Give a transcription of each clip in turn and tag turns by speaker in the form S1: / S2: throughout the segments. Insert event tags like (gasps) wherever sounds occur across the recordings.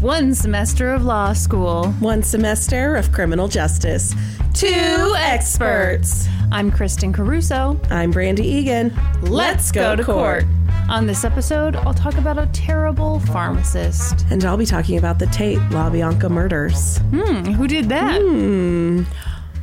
S1: One semester of law school.
S2: One semester of criminal justice.
S1: Two experts. I'm Kristen Caruso.
S2: I'm Brandy Egan.
S1: Let's go to court. On this episode, I'll talk about a terrible pharmacist.
S2: And I'll be talking about the Tate LaBianca murders.
S1: Hmm, who did that?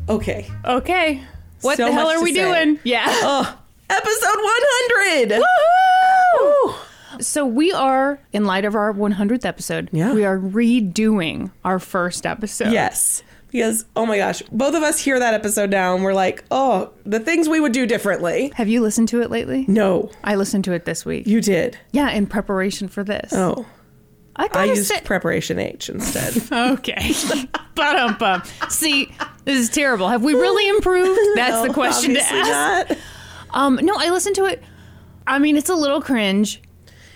S2: Okay.
S1: Okay. What
S2: So
S1: the hell
S2: much
S1: are
S2: to
S1: we
S2: say.
S1: doing? (laughs) Yeah.
S2: Oh, episode 100. Woo!
S1: So we are, in light of our 100th episode,
S2: Yeah.
S1: we are redoing our first episode.
S2: Yes. Because, oh my gosh, both of us hear that episode now and we're like, oh, the things we would do differently.
S1: Have you listened to it lately?
S2: No,
S1: I listened to it this week.
S2: you did.
S1: Yeah, in preparation for this.
S2: Oh,
S1: I,
S2: I
S1: gotta
S2: used
S1: say-
S2: preparation H instead.
S1: Okay. Bottom bump. See, this is terrible. Have we really improved? That's (laughs) the
S2: (laughs) No,
S1: question to
S2: obviously
S1: ask.
S2: not.
S1: Um, no, I listened to it. I mean, it's a little cringe.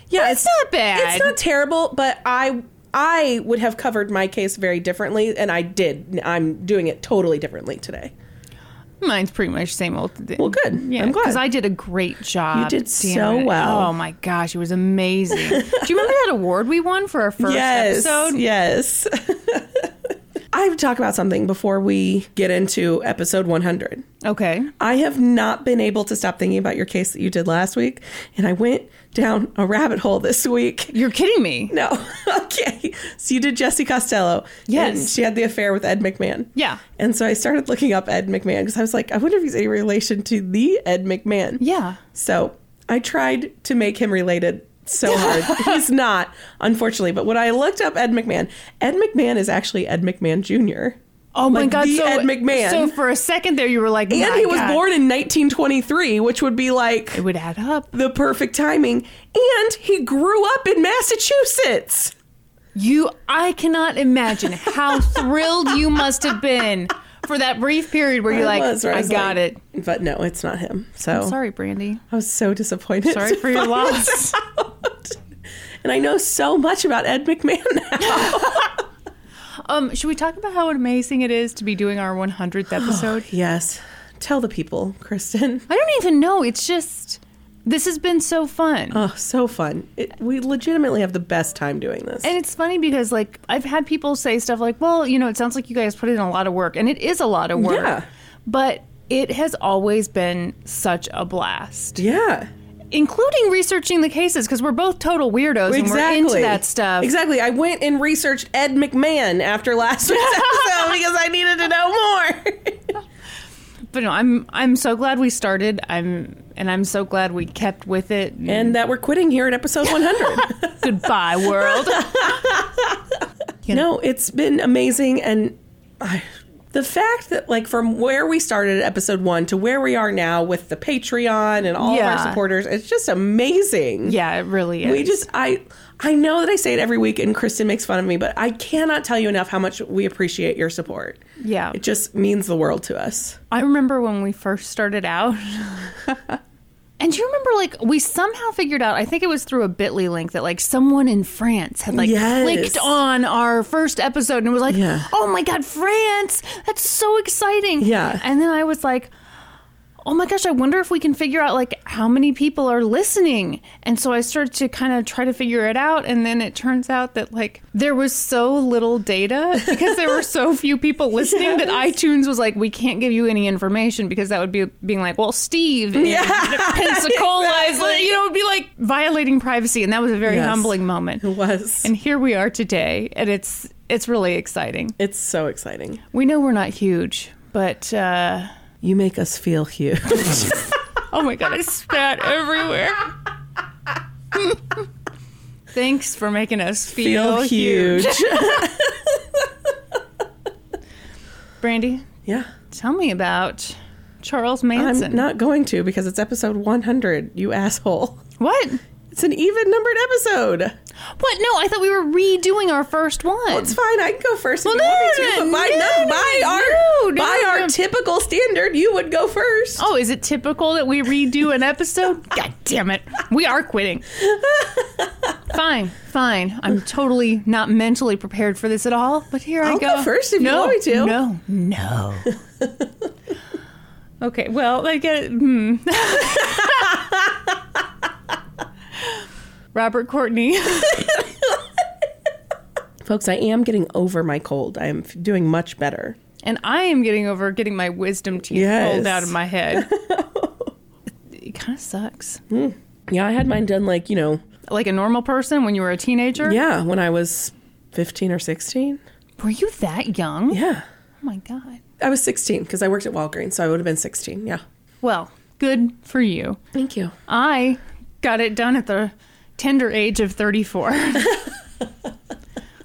S2: Yeah,
S1: it's not bad.
S2: It's not terrible, but I I would have covered my case very differently, and I did. I'm doing it totally differently today.
S1: Mine's pretty much same old thing. Well,
S2: good. I'm glad.
S1: Because I did a great job.
S2: You did
S1: Damn
S2: so
S1: it.
S2: well.
S1: Oh my gosh, it was amazing. Do you remember that award we won for our first episode?
S2: yes. (laughs) I have to talk about something before we get into episode 100.
S1: Okay.
S2: I have not been able to stop thinking about your case that you did last week, and I went down a rabbit hole this week.
S1: You're kidding me.
S2: (laughs) No. okay. So you did Jesse Costello.
S1: Yes.
S2: And she had the affair with Ed McMahon.
S1: Yeah.
S2: And so I started looking up Ed McMahon because I was like, I wonder if he's any relation to the Ed McMahon.
S1: Yeah.
S2: So I tried to make him related so hard.
S1: (laughs)
S2: he's not, unfortunately. But when I looked up Ed McMahon, Ed McMahon is actually Ed McMahon Jr.
S1: Oh my
S2: Like
S1: god,
S2: the
S1: so
S2: Ed McMahon.
S1: So for a second there you were like,
S2: And
S1: my
S2: he was
S1: God.
S2: born in 1923, which would be like
S1: It would add up.
S2: the perfect timing. And he grew up in Massachusetts.
S1: You I cannot imagine
S2: (laughs)
S1: how thrilled you must have been for that brief period where you're like,
S2: was where
S1: I,
S2: was
S1: got
S2: like- oh.
S1: it.
S2: But no, it's not him. So
S1: Sorry,
S2: (laughs)
S1: Brandy.
S2: I was so disappointed.
S1: Sorry for your loss.
S2: And I know so much about Ed McMahon now. (laughs)
S1: Um, should we talk about how amazing it is to be doing our 100th
S2: (sighs)
S1: episode?
S2: yes. Tell the people, Kristen. (laughs)
S1: I don't even know. It's just this has been so fun.
S2: Oh, so fun. It, we legitimately have the best time doing this.
S1: and it's funny because like I've had people say stuff like, "Well, you know, it sounds like you guys put in a lot of work." And it is a lot of work.
S2: Yeah.
S1: But it has always been such a blast,
S2: yeah.
S1: including researching the cases because we're both total weirdos
S2: Exactly.
S1: and we're into that stuff.
S2: Exactly. I went and researched Ed McMahon
S1: (laughs)
S2: after last week's episode because I needed to know more.
S1: But no, I'm I'm so glad we started. I'm and I'm so glad we kept with
S2: (laughs)
S1: it.
S2: and that we're quitting here at episode 100.
S1: Goodbye, world.
S2: No, it's been amazing, and I, the fact that like from where we started at episode one to where we are now with the Patreon and all of
S1: Yeah.
S2: our supporters, it's just amazing.
S1: yeah, it really is.
S2: We just I I know that I say it every week, and Kristen makes fun of me, but I cannot tell you enough how much we appreciate your support.
S1: Yeah.
S2: It just means the world to us.
S1: I remember when we first started
S2: (laughs)
S1: out. and do you remember, like, we somehow figured out, I think it was through a bit.ly link that, like, someone in France had, like,
S2: Yes.
S1: clicked on our first episode and was like,
S2: Yeah.
S1: oh my God, France! That's so exciting.
S2: Yeah.
S1: And then I was like, oh my gosh, I wonder if we can figure out, like, how many people are listening. And so I started to kind of try to figure it out. And then it turns out that, like, there was so little data (laughs) because there were so few people listening that iTunes was like, we can't give you any information because that would be being like, well, Steve in Pensacola is, like, you know, it would be like violating privacy. And that was a very
S2: Yes.
S1: humbling moment.
S2: It was.
S1: And here we are today. And it's, it's really exciting.
S2: It's so exciting.
S1: We know we're not huge, but, uh,
S2: You make us feel huge.
S1: Oh my god, I spat everywhere. Thanks for making us feel,
S2: (laughs) feel huge.
S1: Brandy,
S2: (laughs) yeah.
S1: tell me about Charles
S2: I'm
S1: Manson.
S2: not going to because it's episode 100, you asshole.
S1: what?
S2: It's an even numbered episode.
S1: What? No, I thought we were redoing our first one.
S2: It's fine. I can go first. Well,
S1: no,
S2: to,
S1: no,
S2: but by,
S1: no,
S2: no,
S1: no,
S2: by
S1: no,
S2: our,
S1: no,
S2: by
S1: no,
S2: our
S1: no.
S2: typical standard, you would go first.
S1: oh, is it typical that we redo an
S2: (laughs)
S1: episode? god damn it. We are quitting. fine, fine. I'm totally not mentally prepared for this at all, but here I
S2: I'll
S1: go.
S2: go first if you
S1: no,
S2: want me to.
S1: No, no. okay, well, I get it. Hmm. (laughs) Robert Courtney.
S2: Folks, I am getting over my cold. I am f- doing much better.
S1: And I am getting over getting my wisdom teeth
S2: Yes.
S1: pulled out of my
S2: (laughs)
S1: head. it kind of sucks.
S2: Yeah, I had mine done like, you know,
S1: Like a normal person when you were a teenager.
S2: yeah, when I was 15 or 16.
S1: Were you that young?
S2: Yeah.
S1: Oh my God.
S2: I was 16 because I worked at Walgreens, so I would have been 16. Yeah.
S1: Well, good for you.
S2: Thank you.
S1: I got it done at the tender age of 34. All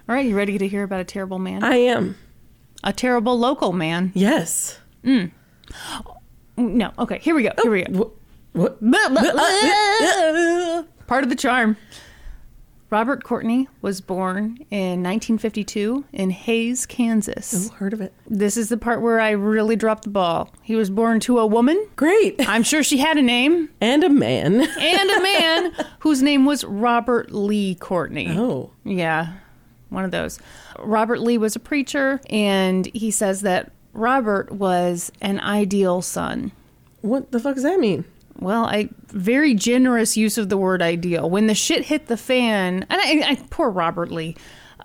S1: right, you ready to hear about a terrible man?
S2: I am.
S1: A terrible local man.
S2: Yes.
S1: No, okay, here we go. Here
S2: (laughs)
S1: we go.
S2: What? what? uh,
S1: Part of the charm. Robert Courtney was born in 1952 in Hayes, Kansas.
S2: Heard of it.
S1: This is the part where I really dropped the ball. He was born to a woman.
S2: Great.
S1: I'm sure she had a name
S2: And a man.
S1: and a man whose name was Robert Lee Courtney.
S2: Oh.
S1: Yeah, one of those. Robert Lee was a preacher, and he says that Robert was an ideal son.
S2: What the fuck does that mean?
S1: Well, I very generous use of the word ideal. When the shit hit the fan, and I, I poor Robert Lee.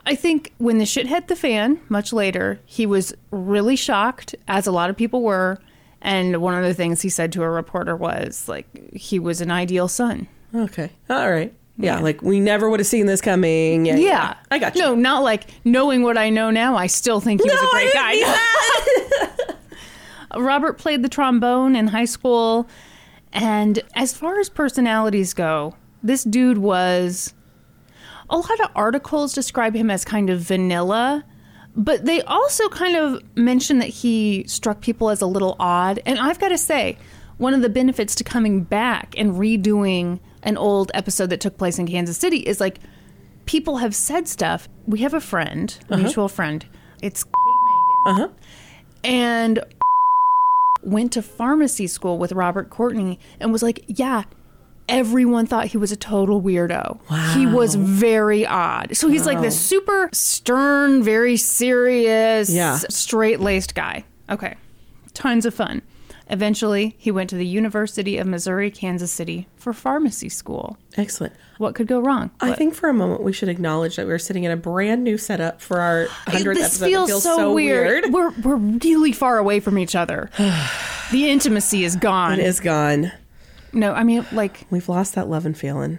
S1: I think when the shit hit the fan, much later, he was really shocked, as a lot of people were. And one of the things he said to a reporter was like, he was an ideal son.
S2: Okay. All right. Yeah, like we never would have seen this coming. Yeah.
S1: Yeah,
S2: I got you.
S1: No, not like knowing what I know now. I still think he was
S2: No,
S1: a
S2: I
S1: great
S2: didn't
S1: guy.
S2: mean
S1: Robert played the trombone in high school, and as far as personalities go, this dude was. A lot of articles describe him as kind of vanilla, but they also kind of mention that he struck people as a little odd. And I've got to say, one of the benefits to coming back and redoing an old episode that took place in Kansas City is like people have said stuff. We have a friend, a mutual friend. It's
S2: Uh-huh.
S1: and went to pharmacy school with Robert Courtney and was like, yeah. Everyone thought he was a total weirdo. He was very odd. So he's like this super stern, very serious,
S2: Yeah.
S1: straight laced guy. Okay. Tons of fun. Eventually, he went to the University of Missouri, Kansas City for pharmacy school.
S2: (laughs) Excellent.
S1: What could go wrong?
S2: I think for a moment we should acknowledge that we are sitting in a brand new setup for
S1: (gasps)
S2: our 100th
S1: this
S2: episode. It
S1: feels, so, weird.
S2: weird.
S1: We're we're really far away from each other. the intimacy is gone.
S2: It is gone.
S1: No, I mean like
S2: We've lost that love and
S1: (laughs)
S2: feeling.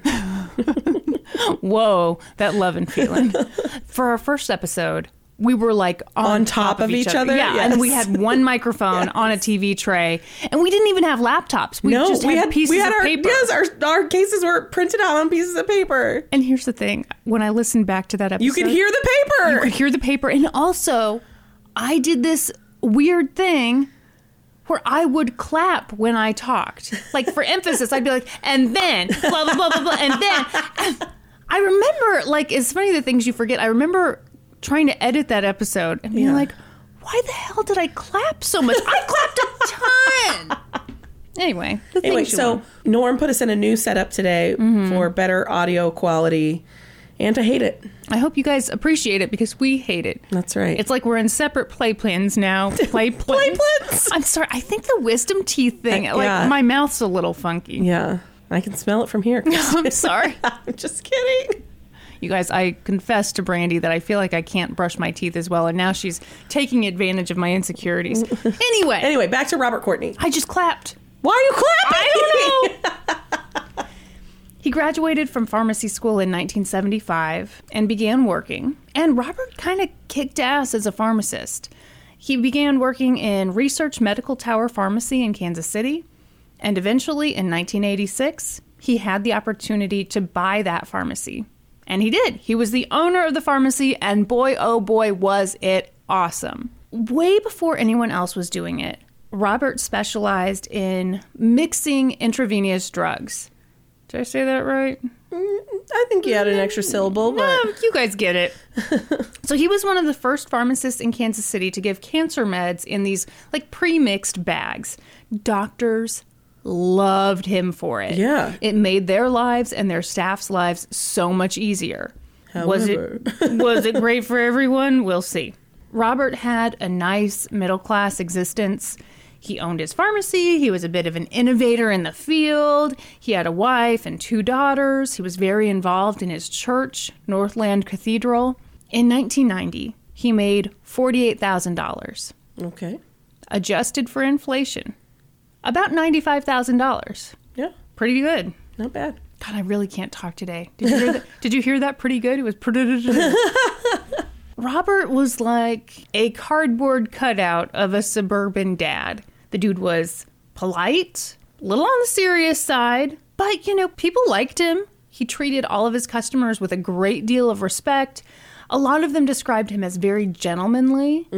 S1: whoa, that love and
S2: (laughs)
S1: feeling. For our first episode, we were like on,
S2: On top of each other?
S1: Yeah, and we
S2: Yes.
S1: had one microphone
S2: (laughs)
S1: on a TV tray, and we didn't even have laptops. We
S2: no,
S1: just
S2: we
S1: had,
S2: had
S1: pieces
S2: we had
S1: of
S2: our
S1: paper.
S2: yes, our our cases were printed out on pieces of paper.
S1: And here's the thing: when I listened back to that episode,
S2: You could hear the paper.
S1: could hear the paper. And also, I did this weird thing where I would clap when I talked. Like for emphasis, I'd be like, and then blah blah blah blah blah, and then I remember like it's funny the things you forget. I remember trying to edit that episode and being
S2: Yeah.
S1: like, why the hell did I clap so much? I clapped a ton. Anyway, the
S2: Anyway,
S1: things you Mm-hmm.
S2: so
S1: learn.
S2: Norm put us in a new setup today for better audio quality, and I hate it.
S1: I hope you guys appreciate it because we hate it.
S2: That's right.
S1: It's like we're in separate play plans
S2: (laughs)
S1: now. Play plans.
S2: plans.
S1: I'm sorry. I think the wisdom teeth thing.
S2: Uh,
S1: like
S2: yeah.
S1: my mouth's a little funky.
S2: yeah, I can smell it from here.
S1: (laughs)
S2: (laughs)
S1: I'm sorry.
S2: I'm just kidding.
S1: You guys, I confess to Brandy that I feel like I can't brush my teeth as well, and now she's taking advantage of my
S2: (laughs)
S1: insecurities. Anyway,
S2: Anyway, back to Robert Courtney.
S1: I just clapped.
S2: Why are you clapping?
S1: I
S2: (laughs)
S1: don't know. he graduated from pharmacy school in 1975 and began working. And Robert kind of kicked ass as a pharmacist. He began working in Research Medical Tower Pharmacy in Kansas City. And eventually, in 1986, he had the opportunity to buy that pharmacy. And he did. He was the owner of the pharmacy, and boy, oh boy, was it awesome. Way before anyone else was doing it, Robert specialized in mixing intravenous drugs. Did I say that right?
S2: I think you had an extra syllable, but
S1: Um, you guys get it. (laughs) so he was one of the first pharmacists in Kansas City to give cancer meds in these like pre-mixed bags. Doctors loved him for it.
S2: Yeah.
S1: It made their lives and their staff's lives so much easier. was
S2: However.
S1: it was it great for everyone? We'll see. Robert had a nice middle-class existence. He owned his pharmacy. He was a bit of an innovator in the field. He had a wife and two daughters. He was very involved in his church, Northland Cathedral. In 1990, he made $48,000,
S2: Okay.
S1: adjusted for inflation, about $95,000.
S2: Yeah.
S1: Pretty good.
S2: Not bad.
S1: God, I really can't talk today. Did you hear that? Did you hear that pretty good? It was pretty good. Robert was like a cardboard cutout of a suburban dad. The dude was polite, little on the serious side, but you know, people liked him. He treated all of his customers with a great deal of respect. A lot of them described him as very gentlemanly.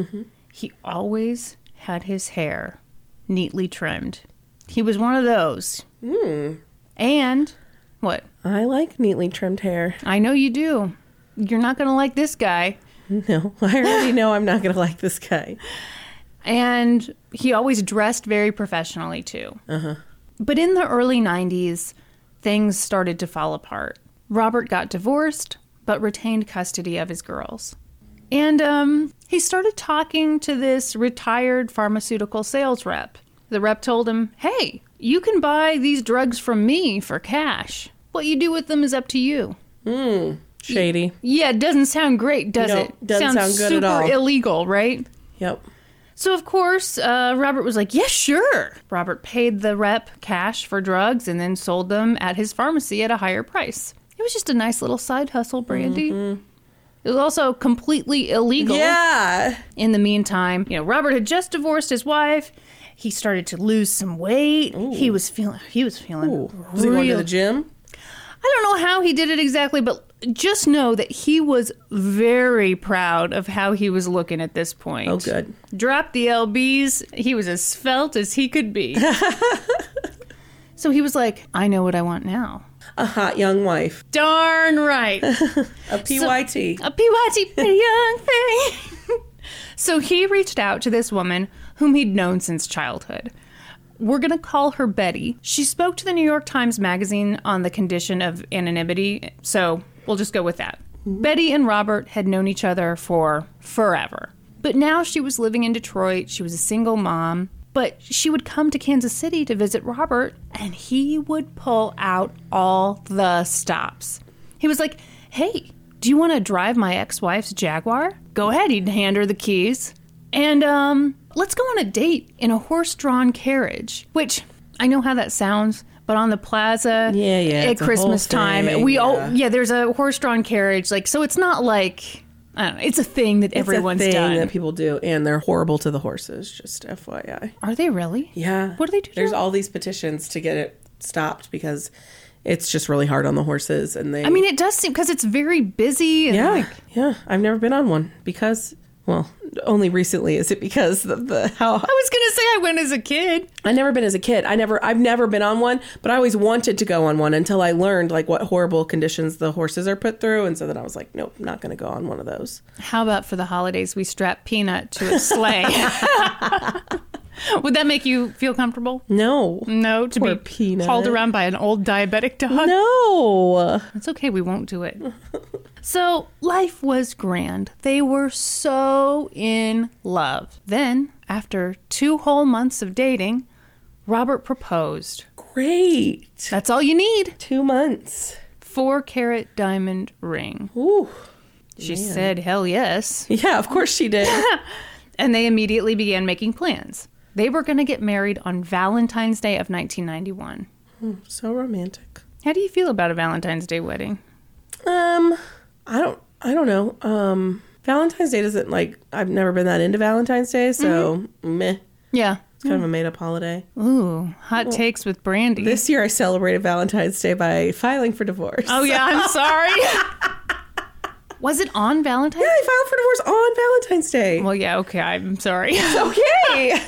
S1: He always had his hair neatly trimmed. He was one of those. And what?
S2: I like neatly trimmed hair. (laughs)
S1: I know you do. You're not going to like this guy.
S2: No, I already know I'm not going to like this guy.
S1: And he always dressed very professionally, too. But in the early 90s, things started to fall apart. Robert got divorced, but retained custody of his girls. And um, he started talking to this retired pharmaceutical sales rep. The rep told him, Hey, you can buy these drugs from me for cash. What you do with them is up to you.
S2: Shady.
S1: Yeah, it doesn't sound great, does
S2: No,
S1: it?
S2: doesn't
S1: sounds
S2: sound good
S1: super
S2: at all.
S1: illegal, right?
S2: Yep.
S1: So of course, uh, Robert was like, "Yeah, sure." Robert paid the rep cash for drugs and then sold them at his pharmacy at a higher price. It was just a nice little side hustle, Brandy. It was also completely illegal.
S2: Mm-hmm. Yeah.
S1: In the meantime, you know, Robert had just divorced his wife. He started to lose some weight. He was feeling he was feeling
S2: Ooh. Was he going to
S1: real
S2: the gym?
S1: I don't know how he did it exactly, but just know that he was very proud of how he was looking at this point.
S2: Oh, good.
S1: Dropped the LBs. He was as svelte as he could be. so he was like, I know what I want now.
S2: A hot young wife.
S1: Darn right.
S2: A PYT.
S1: A PYT young thing. (laughs) so he reached out to this woman whom he'd known since childhood. We're going to call her Betty. She spoke to the New York Times Magazine on the condition of anonymity, so we'll just go with that. Betty and Robert had known each other for forever. But now she was living in Detroit. She was a single mom. But she would come to Kansas City to visit Robert, and he would pull out all the stops. He was like, Hey, do you want to drive my ex wife's Jaguar? Go ahead. He'd hand her the keys. And, um, let's go on a date in a horse drawn carriage, which I know how that sounds, but on the plaza
S2: Yeah, yeah,
S1: at
S2: it's a whole
S1: Christmas time,
S2: thing,
S1: we all,
S2: yeah.
S1: yeah, there's a horse drawn carriage. Like, so it's not like, I don't know, it's a thing that everyone's
S2: it's a thing
S1: done.
S2: that people do, and they're horrible to the horses. Just FYI.
S1: Are they really?
S2: Yeah.
S1: What do they do to
S2: There's
S1: them?
S2: all these petitions to get it stopped because it's just really hard on the horses, and they.
S1: I mean, it does seem because it's very busy. And
S2: yeah,
S1: Like,
S2: yeah. I've never been on one because, well, only recently is it because of the how
S1: I was going to say I went as a kid.
S2: I never been as a kid. I never I've never been on one, but I always wanted to go on one until I learned like what horrible conditions the horses are put through and so then I was like, nope, not going to go on one of those.
S1: How about for the holidays we strap Peanut to a
S2: (laughs)
S1: sleigh? Would that make you feel comfortable?
S2: No.
S1: No, to
S2: Poor
S1: be
S2: Peanut.
S1: hauled around by an old diabetic dog.
S2: No.
S1: It's okay, we won't do it. so life was grand. They were so in love. Then, after two whole months of dating, Robert proposed.
S2: Great.
S1: That's all you need.
S2: 2 months.
S1: Four carat diamond ring.
S2: Ooh.
S1: She said, hell yes.
S2: Yeah, of course she did.
S1: and they immediately began making plans. They were going to get married on Valentine's Day of 1991.
S2: (laughs) so romantic.
S1: How do you feel about a Valentine's Day wedding?
S2: Um I don't I don't know. Um Valentine's Day doesn't like I've never been that into Valentine's Day, so meh. It's
S1: Yeah.
S2: kind of a made up holiday.
S1: Ooh, hot takes with Brandy.
S2: This year I celebrated Valentine's Day by filing for divorce.
S1: oh yeah, I'm sorry. Was it on Valentine's?
S2: Yeah, I filed for divorce on Valentine's Day.
S1: Well, yeah, okay, I'm sorry.
S2: okay.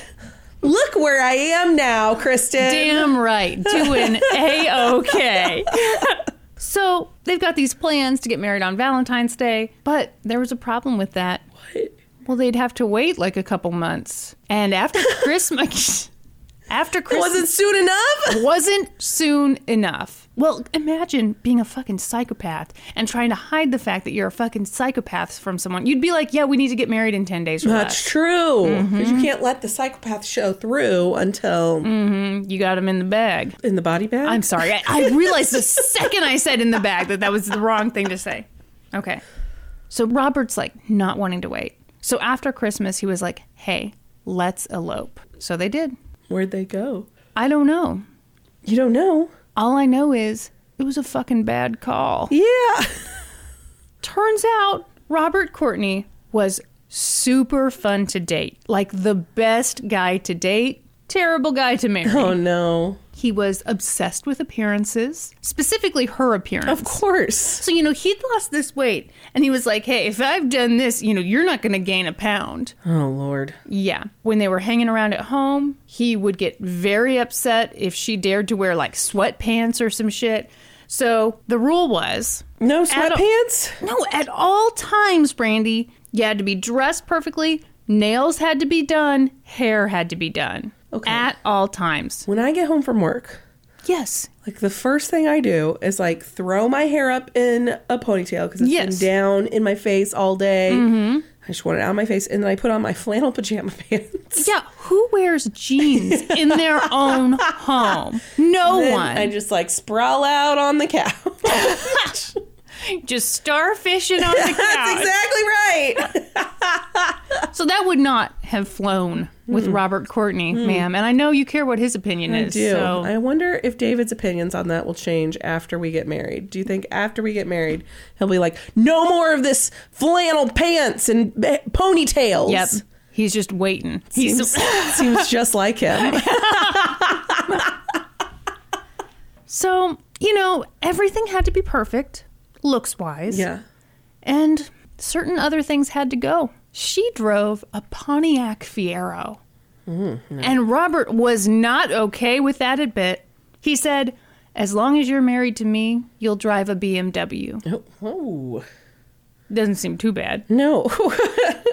S2: Look where I am now, Kristen.
S1: Damn right, doing a okay. so they've got these plans to get married on Valentine's Day, but there was a problem with that.
S2: What?
S1: Well, they'd have to wait like a couple months. And after Christmas, after Christmas
S2: Wasn't soon enough?
S1: wasn't soon enough. Well, imagine being a fucking psychopath and trying to hide the fact that you're a fucking psychopath from someone. You'd be like, yeah, we need to get married in 10 days or
S2: That's
S1: less.
S2: true. Because you can't let the psychopath show through until
S1: You got him in the bag.
S2: in the body bag.
S1: I'm sorry. (laughs) I, I realized the second I said in the bag that that was the wrong thing to say. Okay. So Robert's like not wanting to wait. So after Christmas, he was like, hey, let's elope. So they did.
S2: Where'd they go?
S1: I don't know.
S2: You don't know.
S1: All I know is it was a fucking bad call.
S2: Yeah.
S1: Turns out Robert Courtney was super fun to date. Like the best guy to date, terrible guy to marry. (laughs)
S2: (laughs) Oh no.
S1: He was obsessed with appearances, specifically her appearance.
S2: Of course.
S1: So, you know, he'd lost this weight and he was like, hey, if I've done this, you know, you're not going to gain a pound.
S2: Oh lord.
S1: Yeah. When they were hanging around at home, he would get very upset if she dared to wear like sweatpants or some shit. So the rule was
S2: No
S1: At all.
S2: sweatpants?
S1: no, at all times, Brandy, you had to be dressed perfectly, nails had to be done, hair had to be done.
S2: Okay.
S1: At all times.
S2: When I get home from work,
S1: Yes.
S2: like the first thing I do is like throw my hair up in a ponytail because it's
S1: Yes. Mm-hmm.
S2: been down in my face all day. I just want it out of my face, and then I put on my (laughs) flannel pajama pants.
S1: Yeah, who wears
S2: (laughs)
S1: jeans in their own home? No
S2: Then
S1: one.
S2: I just like sprawl out on the couch. (laughs)
S1: Just starfishing on the
S2: (laughs) That's
S1: couch.
S2: exactly right. (laughs)
S1: so that would not have flown with Robert Courtney, ma'am. And I know you care what his opinion
S2: Mm. I
S1: is.
S2: do.
S1: So
S2: I wonder if David's opinions on that will change after we get married. Do you think after we get married, he'll be like, "No more of this flannel pants and b- ponytails."
S1: yep, he's just waiting.
S2: Seems,
S1: He's
S2: (laughs) seems just like
S1: (laughs)
S2: him.
S1: so you know everything had to be perfect, looks wise.
S2: Yeah.
S1: and certain other things had to go. She drove a Pontiac Fiero. And Robert was not okay with that a bit. He said, As long as you're married to me, you'll drive a BMW.
S2: Oh, oh.
S1: Doesn't seem too bad.
S2: no. (laughs)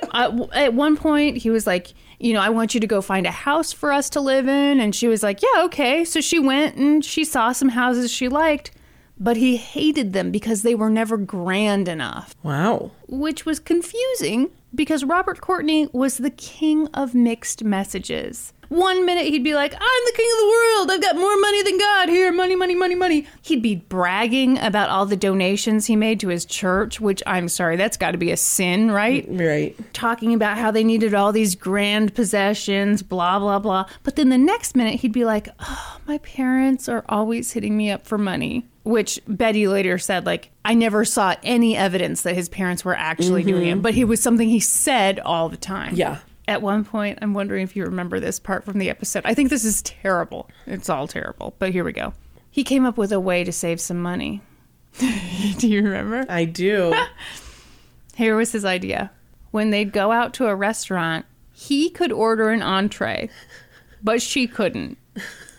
S1: I- w- at one point, he was like, You know, I want you to go find a house for us to live in. And she was like, Yeah, okay. So she went and she saw some houses she liked, but he hated them because they were never grand enough.
S2: wow.
S1: which was confusing because Robert Courtney was the king of mixed messages. One minute he'd be like, I'm the king of the world. I've got more money than God. Here, money, money, money, money. He'd be bragging about all the donations he made to his church, which I'm sorry, that's got to be a sin, right?
S2: Right.
S1: Talking about how they needed all these grand possessions, blah, blah, blah. But then the next minute he'd be like, oh, my parents are always hitting me up for money. Which Betty later said, like, I never saw any evidence that his parents were actually doing it, but it was something he said all the time.
S2: Yeah.
S1: At one point, I'm wondering if you remember this part from the episode. I think this is terrible. It's all terrible, but here we go. He came up with a way to save some money. (laughs) Do you remember?
S2: I do.
S1: Here was his idea. When they'd go out to a restaurant, he could order an entree, but she couldn't.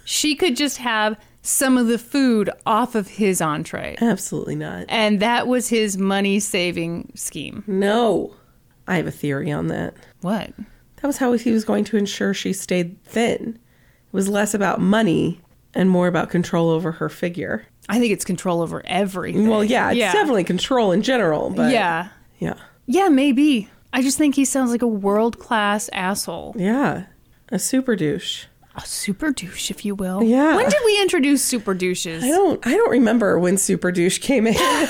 S1: She could just have some of the food off of his entree.
S2: (laughs) Absolutely not.
S1: And that was his money saving scheme.
S2: No. I have a theory on that.
S1: What?
S2: That was how he was going to ensure she stayed thin. It was less about money and more about control over her figure.
S1: I think it's control over everything.
S2: Well, yeah, it's
S1: Yeah.
S2: definitely control in general, but
S1: yeah.
S2: yeah,
S1: Yeah, maybe. I just think he sounds like a world class asshole.
S2: yeah, a super douche.
S1: A super douche, if you will.
S2: Yeah.
S1: When did we introduce super douches?
S2: I don't, I don't remember when super douche came in. (laughs)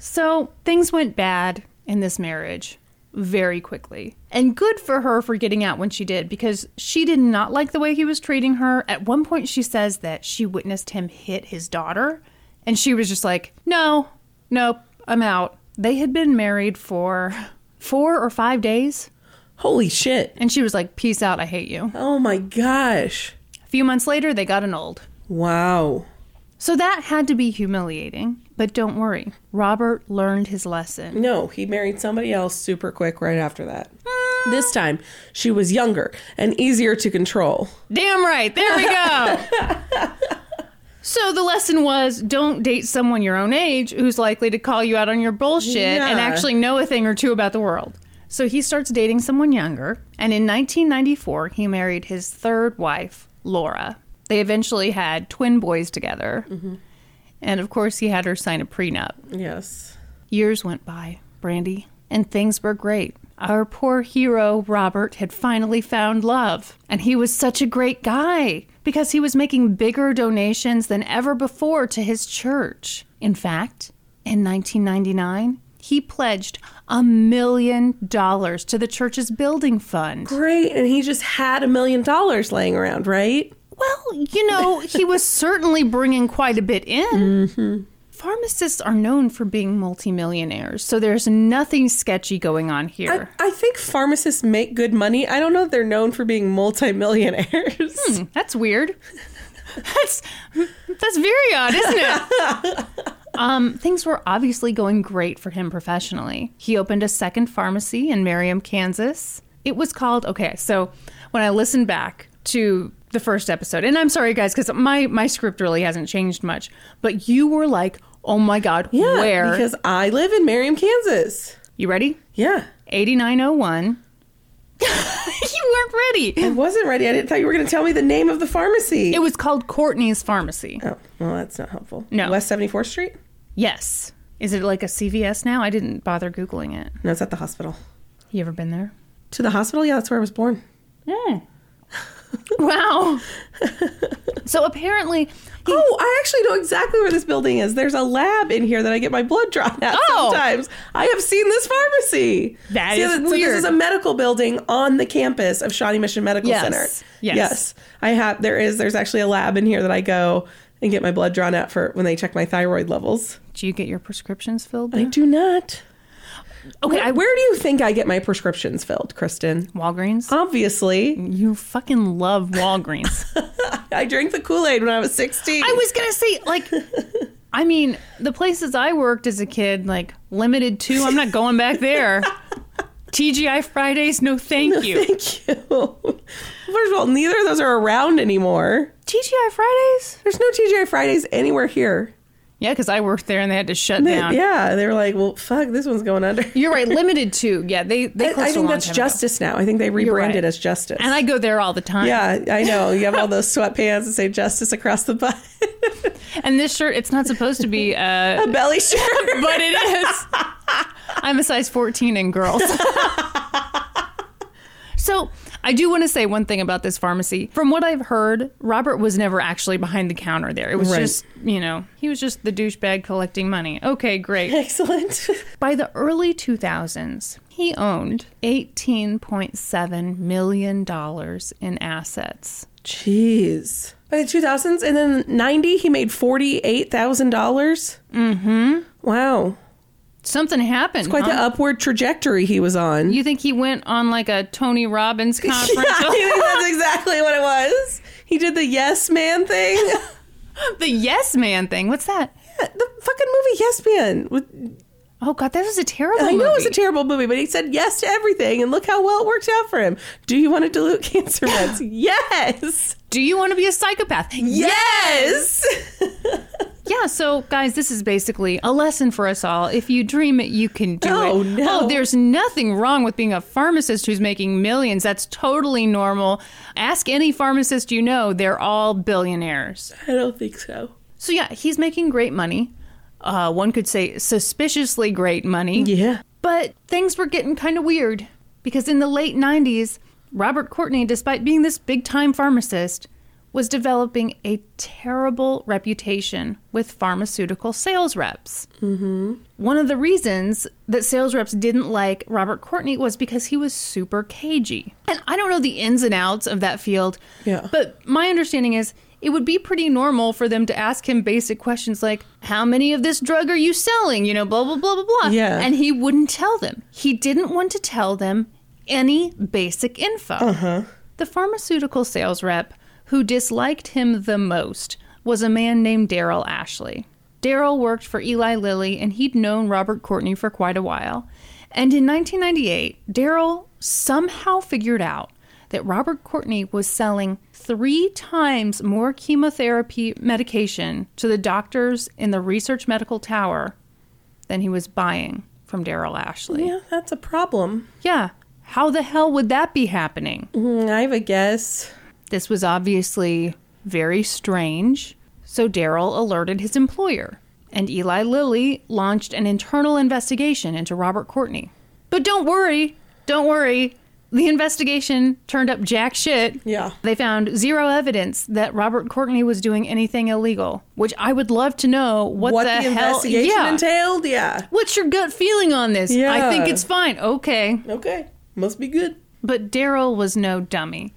S1: So things went bad in this marriage very quickly. And good for her for getting out when she did because she did not like the way he was treating her. At one point, she says that she witnessed him hit his daughter and she was just like, no, nope, I'm out. They had been married for four or five days.
S2: Holy shit!
S1: And she was like, peace out, I hate you.
S2: Oh my gosh!
S1: A few months later, they got annulled.
S2: Wow.
S1: So that had to be humiliating. But don't worry, Robert learned his lesson.
S2: No, he married somebody else super quick right after that. This time, she was younger and easier to control.
S1: Damn right. There we go. so the lesson was don't date someone your own age who's likely to call you out on your bullshit and
S2: Yeah.
S1: actually know a thing or two about the world. So he starts dating someone younger, and in 1994, he married his third wife, Laura. They eventually had twin boys together. And of course, he had her sign a prenup.
S2: Yes.
S1: Years went by, Brandy, and things were great. Our poor hero, Robert, had finally found love. And he was such a great guy because he was making bigger donations than ever before to his church. In fact, in 1999, he pledged a million dollars to the church's building fund.
S2: Great. And he just had a million dollars laying around, right?
S1: Well, you know, he was certainly bringing quite a bit in. Pharmacists are known for being multimillionaires, so there's nothing sketchy going on
S2: I,
S1: here.
S2: I think pharmacists make good money. I don't know if they're known for being multimillionaires.
S1: Hmm, that's weird. That's that's very odd, isn't it?
S2: (laughs)
S1: Um, things were obviously going great for him professionally. He opened a second pharmacy in Merriam, Kansas. It was called okay. So when I listened back to the first episode, and I'm sorry guys because my my script really hasn't changed much, but you were like, oh my god,
S2: Yeah,
S1: where?
S2: Because I live in Merriam, Kansas.
S1: you ready?
S2: Yeah.
S1: 8901. (laughs) you weren't ready.
S2: I wasn't ready. I didn't thought you were going to tell me the name of the pharmacy.
S1: It was called Courtney's Pharmacy.
S2: oh, well, that's not helpful.
S1: No.
S2: West 74th Street?
S1: Yes. Is it like a CVS now? I didn't bother Googling it.
S2: No, it's at the hospital.
S1: You ever been there?
S2: To the hospital? Yeah, that's where I was born.
S1: Wow. so apparently,
S2: Oh, I actually know exactly where this building is. There's a lab in here that I get my blood drawn at
S1: Oh.
S2: sometimes. I have seen this pharmacy.
S1: That
S2: That is
S1: is
S2: So
S1: weird.
S2: this is a medical building on the campus of Shawnee Mission Medical
S1: Yes.
S2: Center.
S1: Yes.
S2: I have there is there's actually a lab in here that I go and get my blood drawn at for when they check my thyroid levels.
S1: do you get your prescriptions filled?
S2: I
S1: there?
S2: do not.
S1: okay, I,
S2: Where do you think I get my prescriptions filled, Kristen?
S1: Walgreens.
S2: Obviously,
S1: (laughs) you fucking love Walgreens.
S2: I drank the Kool-Aid when I was 16.
S1: I was gonna say like. I mean, the places I worked as a kid, like limited to, I'm not going back there. TGI Fridays, no thank you.
S2: Thank you. First of all, neither of those are around anymore.
S1: TGI Fridays?
S2: There's no TGI Fridays anywhere here.
S1: Yeah, because I worked there and they had to shut
S2: They-
S1: down.
S2: yeah, they were like, well, fuck, this one's going under.
S1: You're right, limited to. Yeah, they they.
S2: I, I
S1: closed a
S2: think
S1: long
S2: that's
S1: time ago.
S2: Justice now. I think they rebranded
S1: right.
S2: as Justice.
S1: And I go there all the time.
S2: yeah, I know. You have all those sweatpants that say Justice across the butt, (laughs)
S1: And this shirt, it's not supposed to be, uh, (laughs)
S2: a belly shirt.
S1: but it is. I'm a size 14 in girls. (laughs) so I do want to say one thing about this pharmacy. From what I've heard, Robert was never actually behind the counter there. It was
S2: Right.
S1: just, you know, he was just the douchebag collecting money. Okay, great.
S2: Excellent.
S1: By the early 2000s, he owned $18.7 million in assets.
S2: Jeez. By the 2000s and then 90, he made $48,000. Mm-hmm. Wow.
S1: Something happened.
S2: Quite
S1: huh?
S2: the upward trajectory he was on.
S1: You think he went on like a Tony Robbins
S2: (laughs) Yeah,
S1: conference? (laughs)
S2: I think that's exactly what it was. He did the yes man (laughs) thing.
S1: the Yes Man thing. What's that?
S2: the fucking movie Yes Man. With,
S1: Oh God, that was a terrible.
S2: I know it was a
S1: movie.
S2: terrible movie, but he said yes to everything, and look how well it worked out for him. Do you want to dilute (laughs) cancer meds? yes,
S1: Do you want to be a psychopath?
S2: yes.
S1: Yeah. So guys, this is basically a lesson for us all. If you dream it, you can do
S2: Oh,
S1: it.
S2: no.
S1: Oh, there's nothing wrong with being a pharmacist who's making millions. That's totally normal. Ask any pharmacist you know; they're all billionaires.
S2: (laughs) I don't think so.
S1: So yeah, he's making great money. Uh, one could say suspiciously great money.
S2: Yeah.
S1: But things were getting kind of weird because in the late 90s, Robert Courtney, despite being this big time pharmacist, was developing a terrible reputation with pharmaceutical sales reps. One of the reasons that sales reps didn't like Robert Courtney was because he was super cagey. And I don't know the ins and outs of that field,
S2: Yeah.
S1: but my understanding is it would be pretty normal for them to ask him basic questions like, How many of this drug are you selling? You know, blah, blah, blah, blah, blah.
S2: Yeah.
S1: And he wouldn't tell them. He didn't want to tell them any basic info. The pharmaceutical sales rep who disliked him the most was a man named Daryl Ashley. Daryl worked for Eli Lilly and he'd known Robert Courtney for quite a while. And in 1998, Daryl somehow figured out that Robert Courtney was selling three times more chemotherapy medication to the doctors in the Research Medical Tower than he was buying from Daryl Ashley.
S2: Yeah, that's a problem.
S1: Yeah. How the hell would that be happening?
S2: Mm, I have a guess.
S1: This was obviously very strange, so Daryl alerted his employer, and Eli Lilly launched an internal investigation into Robert Courtney. But don't worry, don't worry. The investigation turned up jack shit.
S2: Yeah.
S1: They found zero evidence that Robert Courtney was doing anything illegal, which I would love to know what,
S2: what
S1: the,
S2: the,
S1: hell.
S2: investigation
S1: yeah.
S2: entailed. Yeah.
S1: What's your gut feeling on this? I think
S2: Yeah.
S1: it's fine. Okay.
S2: Okay. Must be good.
S1: But Daryl was no dummy.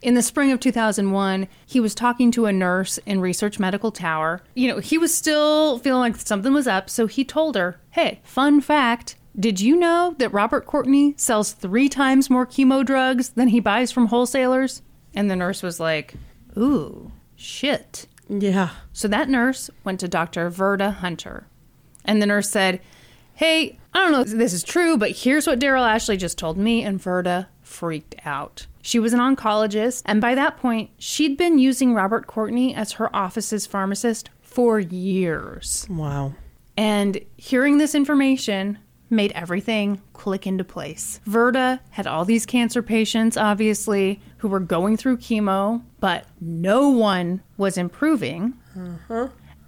S1: In the spring of 2001, he was talking to a nurse in Research Medical Tower. You know, he was still feeling like something was up, so he told her, Hey, fun fact, did you know that Robert Courtney sells three times more chemo drugs than he buys from wholesalers? And the nurse was like, Ooh, shit.
S2: Yeah.
S1: So that nurse went to Dr. Verda Hunter. And the nurse said, Hey, I don't know if this is true, but here's what Daryl Ashley just told me. And Verda freaked out. She was an oncologist, and by that point, she'd been using Robert Courtney as her office's pharmacist for years.
S2: Wow.
S1: And hearing this information made everything click into place. Verda had all these cancer patients, obviously, who were going through chemo, but no one was improving.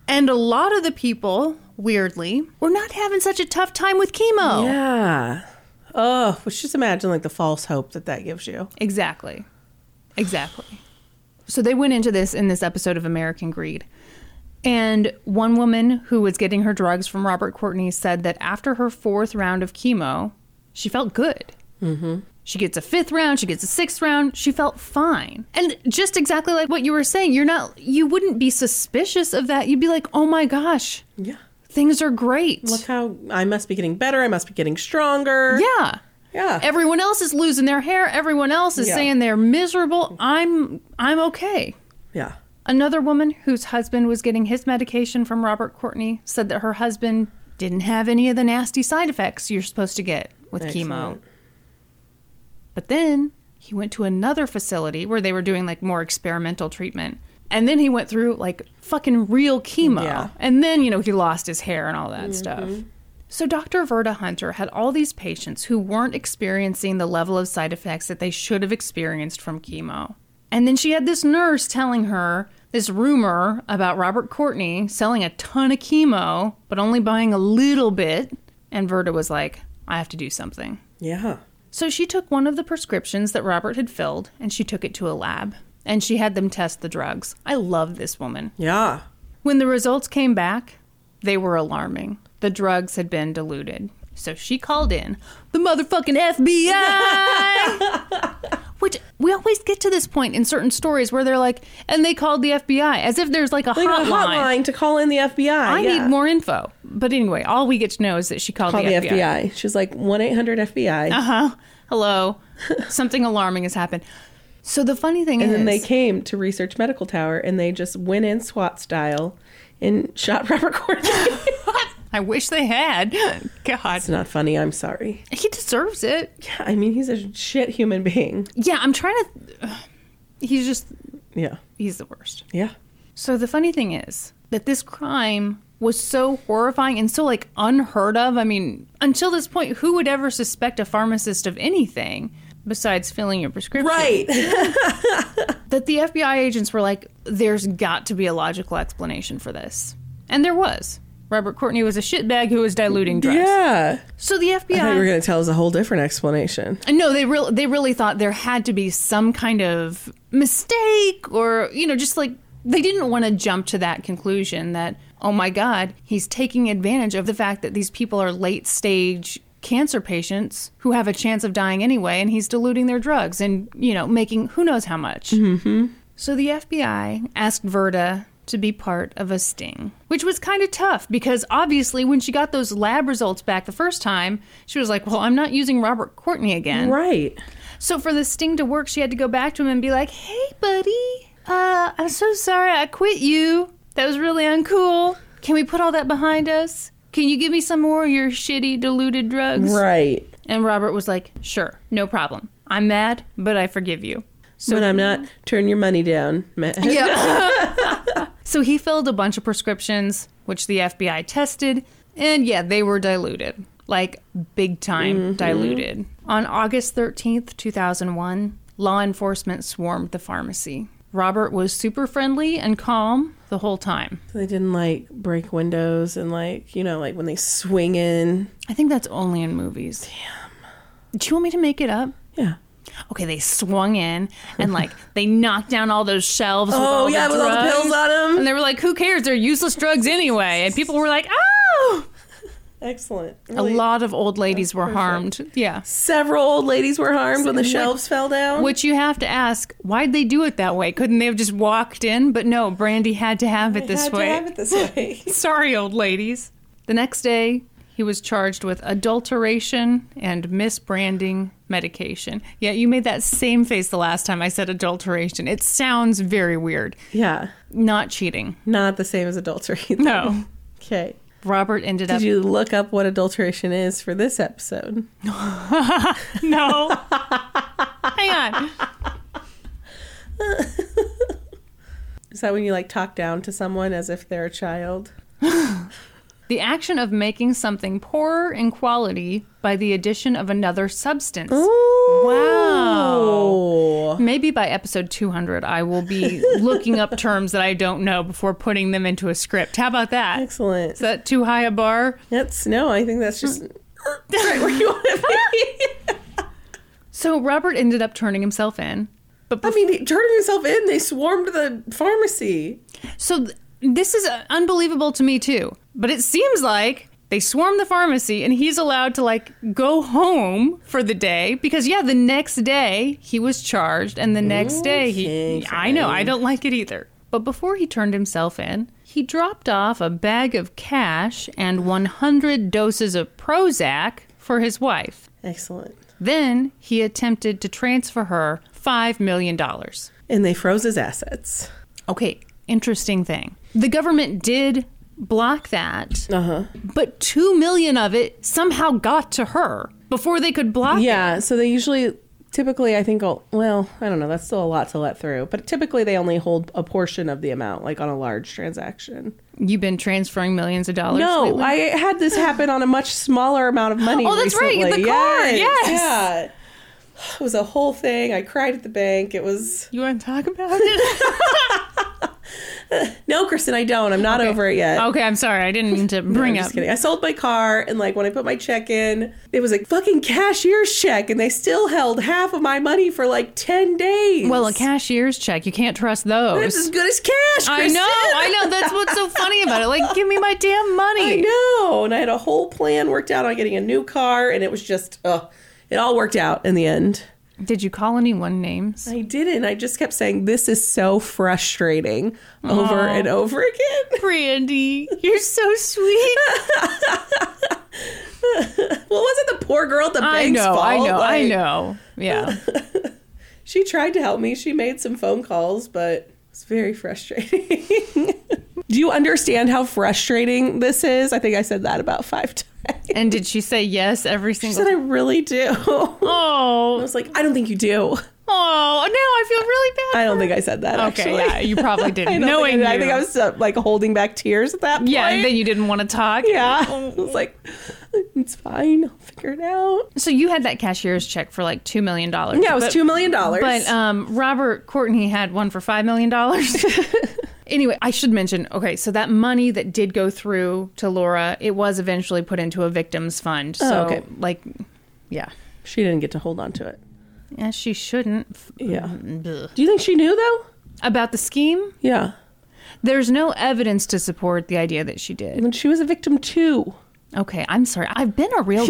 S1: And a lot of the people, weirdly, were not having such a tough time with chemo.
S2: Yeah. Oh, well, just imagine like the false hope that that gives you.
S1: Exactly. Exactly. So they went into this in this episode of American Greed. And one woman who was getting her drugs from Robert Courtney said that after her fourth round of chemo, she felt good. She gets a fifth round, she gets a sixth round, she felt fine. And just exactly like what you were saying, you're not, you wouldn't be suspicious of that. You'd be like, oh my gosh,
S2: Yeah.
S1: things are great.
S2: Look how I must be getting better. I must be getting stronger.
S1: Yeah.
S2: Yeah.
S1: Everyone else is losing their hair. Everyone else is
S2: Yeah.
S1: saying they're miserable. I'm I'm okay.
S2: Yeah.
S1: Another woman whose husband was getting his medication from Robert Courtney said that her husband didn't have any of the nasty side effects you're supposed to get with chemo.
S2: Excellent.
S1: But then he went to another facility where they were doing like more experimental treatment. And then he went through like fucking real chemo.
S2: Yeah.
S1: And then, you know, he lost his hair and all that stuff. So Dr. Verda Hunter had all these patients who weren't experiencing the level of side effects that they should have experienced from chemo. And then she had this nurse telling her this rumor about Robert Courtney selling a ton of chemo, but only buying a little bit. And Verda was like, I have to do something.
S2: Yeah.
S1: So she took one of the prescriptions that Robert had filled and she took it to a lab and she had them test the drugs. I love this woman.
S2: Yeah.
S1: When the results came back, they were alarming. The drugs had been diluted. So she called in the motherfucking FBI. (laughs) Which we always get to this point in certain stories where they're like, and they called the FBI as if there's like a,
S2: Like
S1: hotline.
S2: a hotline to call in the FBI.
S1: I
S2: yeah.
S1: need more info. But anyway, all we get to know is that she called
S2: Call
S1: the, FBI.
S2: She's like 1 800 FBI.
S1: huh? Uh-huh. Hello. Something (laughs) alarming has happened. So the funny thing
S2: And
S1: is,
S2: then they (laughs) came to Research Medical Tower and they just went in SWAT style and (laughs) shot Robert Courtney.
S1: (laughs)
S2: (laughs)
S1: I wish they had. (laughs) God,
S2: it's not funny. I'm sorry.
S1: he deserves it.
S2: Yeah, I mean, he's a shit human being.
S1: Yeah, I'm trying to. (sighs) He's just,
S2: Yeah.
S1: he's the worst.
S2: Yeah.
S1: So the funny thing is that this crime was so horrifying and so like unheard of. I mean, until this point, who would ever suspect a pharmacist of anything besides filling your prescription? that the FBI agents were like, there's got to be a logical explanation for this. And there was. Robert Courtney was a shitbag who was diluting drugs.
S2: Yeah.
S1: So the
S2: I thought you were
S1: FBI.
S2: going to tell us a whole different explanation.
S1: No, they real they really thought there had to be some kind of mistake or, you know, just like they didn't want to jump to that conclusion that, oh my God, he's taking advantage of the fact that these people are late stage cancer patients who have a chance of dying anyway, and he's diluting their drugs and, you know, making who knows how much.
S2: Mm-hmm.
S1: So the FBI asked Verda to be part of a sting, which was kind of tough because obviously when she got those lab results back the first time, she was like, "Well, I'm not using Robert Courtney again."
S2: Right.
S1: So for the sting to work, she had to go back to him and be like, "Hey, buddy, uh, I'm so sorry I quit you. That was really uncool. Can we put all that behind us? Can you give me some more of your shitty diluted drugs?"
S2: Right.
S1: And Robert was like, "Sure, no problem. I'm mad, but I forgive you."
S2: So when I'm not, turn your money down. man.
S1: Yeah. (laughs) so he filled a bunch of prescriptions, which the FBI tested, and yeah, they were diluted. Like big time diluted. On August 13th, 2001, law enforcement swarmed the pharmacy. Robert was super friendly and calm the whole time.
S2: They didn't like break windows and like, you know, like when they swing in.
S1: I think that's only in movies. Damn. Do you want me to make it up?
S2: Yeah.
S1: Okay, they swung in and
S2: (laughs)
S1: like they knocked down all those shelves. with
S2: Oh,
S1: all the
S2: yeah, with all the
S1: drugs.
S2: pills on 'em.
S1: And they were like, "Who cares? They're useless drugs anyway." And people were like, "Oh!"
S2: Excellent.
S1: A
S2: Really-
S1: lot of old ladies were harmed. Yeah.
S2: Several old ladies were harmed when the shelves fell down.
S1: Which you have to ask, why'd they do it that way? Couldn't they have just walked in? But no, Brandy had to have it this
S2: Had to
S1: way.
S2: have it this way.
S1: Sorry, old ladies. The next day, he was charged with adulteration and misbranding medication. Yeah, you made that same face the last time I said adulteration. It sounds very weird.
S2: (laughs) yeah.
S1: Not cheating.
S2: Not the same as (laughs) adultery. though.
S1: No.
S2: Okay.
S1: Robert ended up.
S2: Did you look up what adulteration is for this episode?
S1: (laughs) no. Hang on.
S2: Is that when you like talk down to someone as if they're a child?
S1: The action of making something poorer in quality by the addition of another substance. Wow. Maybe by episode 200, I will be looking up terms that I don't know before putting them into a script. How about that? Is
S2: Excellent.
S1: that too high a bar?
S2: That's no, I think that's just (laughs) right where you want to be.
S1: So Robert ended up turning himself in. But
S2: I mean, he turned himself in. They swarmed the pharmacy.
S1: so th- this is uh, unbelievable to me too. But it seems like they swarm the pharmacy and he's allowed to like go home for the day because yeah, the next day he was charged and the next day he
S2: Okay,
S1: I know, I don't like it either. But before he turned himself in, he dropped off a bag of cash and 100 doses of Prozac for his wife.
S2: Excellent.
S1: Then he attempted to transfer her 5 million dollars.
S2: And they froze his assets.
S1: Okay, interesting thing. The government did block that,
S2: Uh-huh.
S1: but two million of it somehow got to her before they could block it.
S2: Yeah. So they usually, typically, I think, oh, well, I don't know. That's still a lot to let through. But typically, they only hold a portion of the amount, like on a large transaction.
S1: You've been transferring millions of dollars.
S2: No,
S1: lately?
S2: I had this happen on a much smaller amount of (gasps) money.
S1: Oh, that's right,
S2: recently.
S1: the car, yes.
S2: Yeah. It was a whole thing. I cried at the bank. It was
S1: you want to talk about (laughs) it?
S2: no, Kristen. I don't. I'm not over it yet.
S1: okay, I'm sorry, I didn't mean
S2: (laughs)
S1: to bring
S2: I'm
S1: up.
S2: just kidding. I sold my car, and like when I put my check in, it was a fucking cashier's check, and they still held half of my money for like ten days.
S1: Well, a cashier's check, you can't trust
S2: (laughs) it's
S1: those.
S2: as good as cash.
S1: I know,
S2: Kristen.
S1: I know. That's what's so funny about it. Like, give me my damn money.
S2: I know. And I had a whole plan worked out on getting a new car, and it was just, ugh, it all worked out in the end.
S1: Did you call anyone names?
S2: I didn't. I just kept saying, this is so frustrating over and over again. (laughs)
S1: Brandy, you're so sweet.
S2: Well, wasn't the poor girl at the
S1: I
S2: bank's
S1: know,
S2: fault?
S1: I know, I
S2: Like,
S1: know.
S2: (laughs)
S1: Yeah.
S2: She tried to help me. She made some phone calls, but it's very frustrating. (laughs) Do you understand how frustrating this is? I think I said that about five times.
S1: And did she say yes every
S2: She
S1: single
S2: said, I really do. I
S1: Oh,
S2: was like, I don't think you do.
S1: oh, now I feel really bad.
S2: I don't think I said that.
S1: okay,
S2: actually.
S1: yeah, you probably
S2: (laughs) I
S1: didn't.
S2: don't
S1: Knowing
S2: think I, did. I
S1: you.
S2: think I was uh, like holding back tears at that point.
S1: yeah, and then you didn't want to talk. (laughs)
S2: yeah. I was like, it's fine. I'll figure it out.
S1: So you had that cashier's check for like $2 million.
S2: Yeah, it was $2 million.
S1: But um, Robert Courtney had one for $5
S2: (laughs)
S1: million. anyway, I should mention okay, so that money that did go through to Laura, it was eventually put into a victim's fund. So,
S2: Oh, okay.
S1: like, yeah.
S2: she didn't get to hold on to it.
S1: Yeah, she shouldn't.
S2: Yeah.
S1: Ugh.
S2: Do you think she knew, though?
S1: About the scheme,
S2: Yeah.
S1: there's no evidence to support the idea that she did.
S2: And she was a victim, too.
S1: Okay, I'm sorry. I've been a
S2: (laughs)
S1: real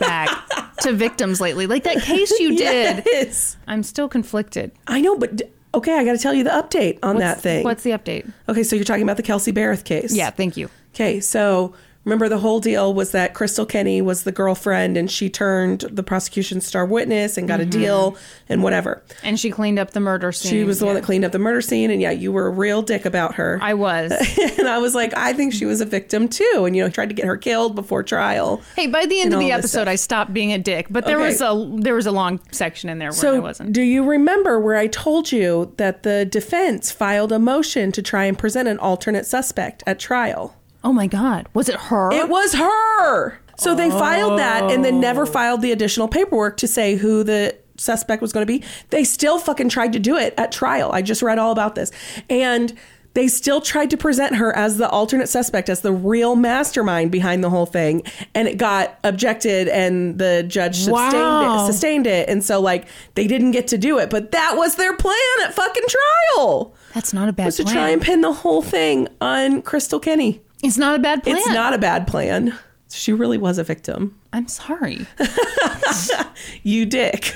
S1: douchebag to victims lately. Like that case
S2: (laughs)
S1: you did.
S2: Yes.
S1: I'm still conflicted.
S2: I know, but d- okay, I got to tell you the update on that thing.
S1: What's the update?
S2: Okay, so you're talking about the Kelsey Barrett case.
S1: Yeah, thank you.
S2: Okay, so remember the whole deal was that Crystal Kenny was the girlfriend and she turned the prosecution's star witness and
S1: Mm-hmm.
S2: got a deal and whatever.
S1: And she cleaned up the murder scene.
S2: She was the one that cleaned up the murder scene, and yeah, you were a real dick about her.
S1: I was.
S2: (laughs) and I was like, I think she was a victim too, and you know, tried to get her killed before trial.
S1: Hey, by the end
S2: And
S1: of the
S2: all this
S1: episode, I stopped being a dick, but there
S2: Okay.
S1: was a there was a long section in there where I
S2: So,
S1: wasn't.
S2: do you remember where I told you that the defense filed a motion to try and present an alternate suspect at trial?
S1: Oh my god, was it her?
S2: It was her. So they filed that and then
S1: Oh.
S2: never filed the additional paperwork to say who the suspect was going to be. They still fucking tried to do it at trial. I just read all about this. And They still tried to present her as the alternate suspect, as the real mastermind behind the whole thing, and it got objected, and the judge sustained,
S1: Wow.
S2: it, sustained it. And so, like, they didn't get to do it, but that was their plan at fucking trial
S1: That's not a bad
S2: was to
S1: plan.
S2: try and pin the whole thing on Crystal Kenny.
S1: it's not a bad plan.
S2: It's not a bad plan. She really was a victim.
S1: I'm
S2: (laughs)
S1: sorry. (laughs)
S2: You dick.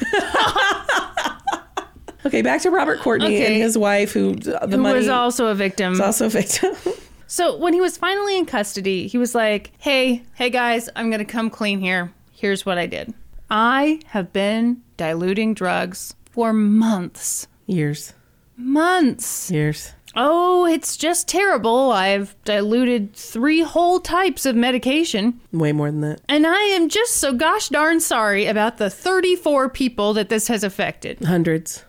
S2: okay, back to Robert Courtney
S1: Okay.
S2: and his wife, who uh, the
S1: Who
S2: money
S1: was also a victim.
S2: is also a victim. (laughs)
S1: So when he was finally in custody, he was like, "Hey, hey guys, I'm going to come clean here. Here's what I did. I have been diluting drugs for months.
S2: years,
S1: Months.
S2: years.
S1: Oh, it's just terrible. I've diluted 3 whole types of medication,
S2: Way more than that.
S1: and I am just so gosh darn sorry about the 34 people that this has affected."
S2: Hundreds.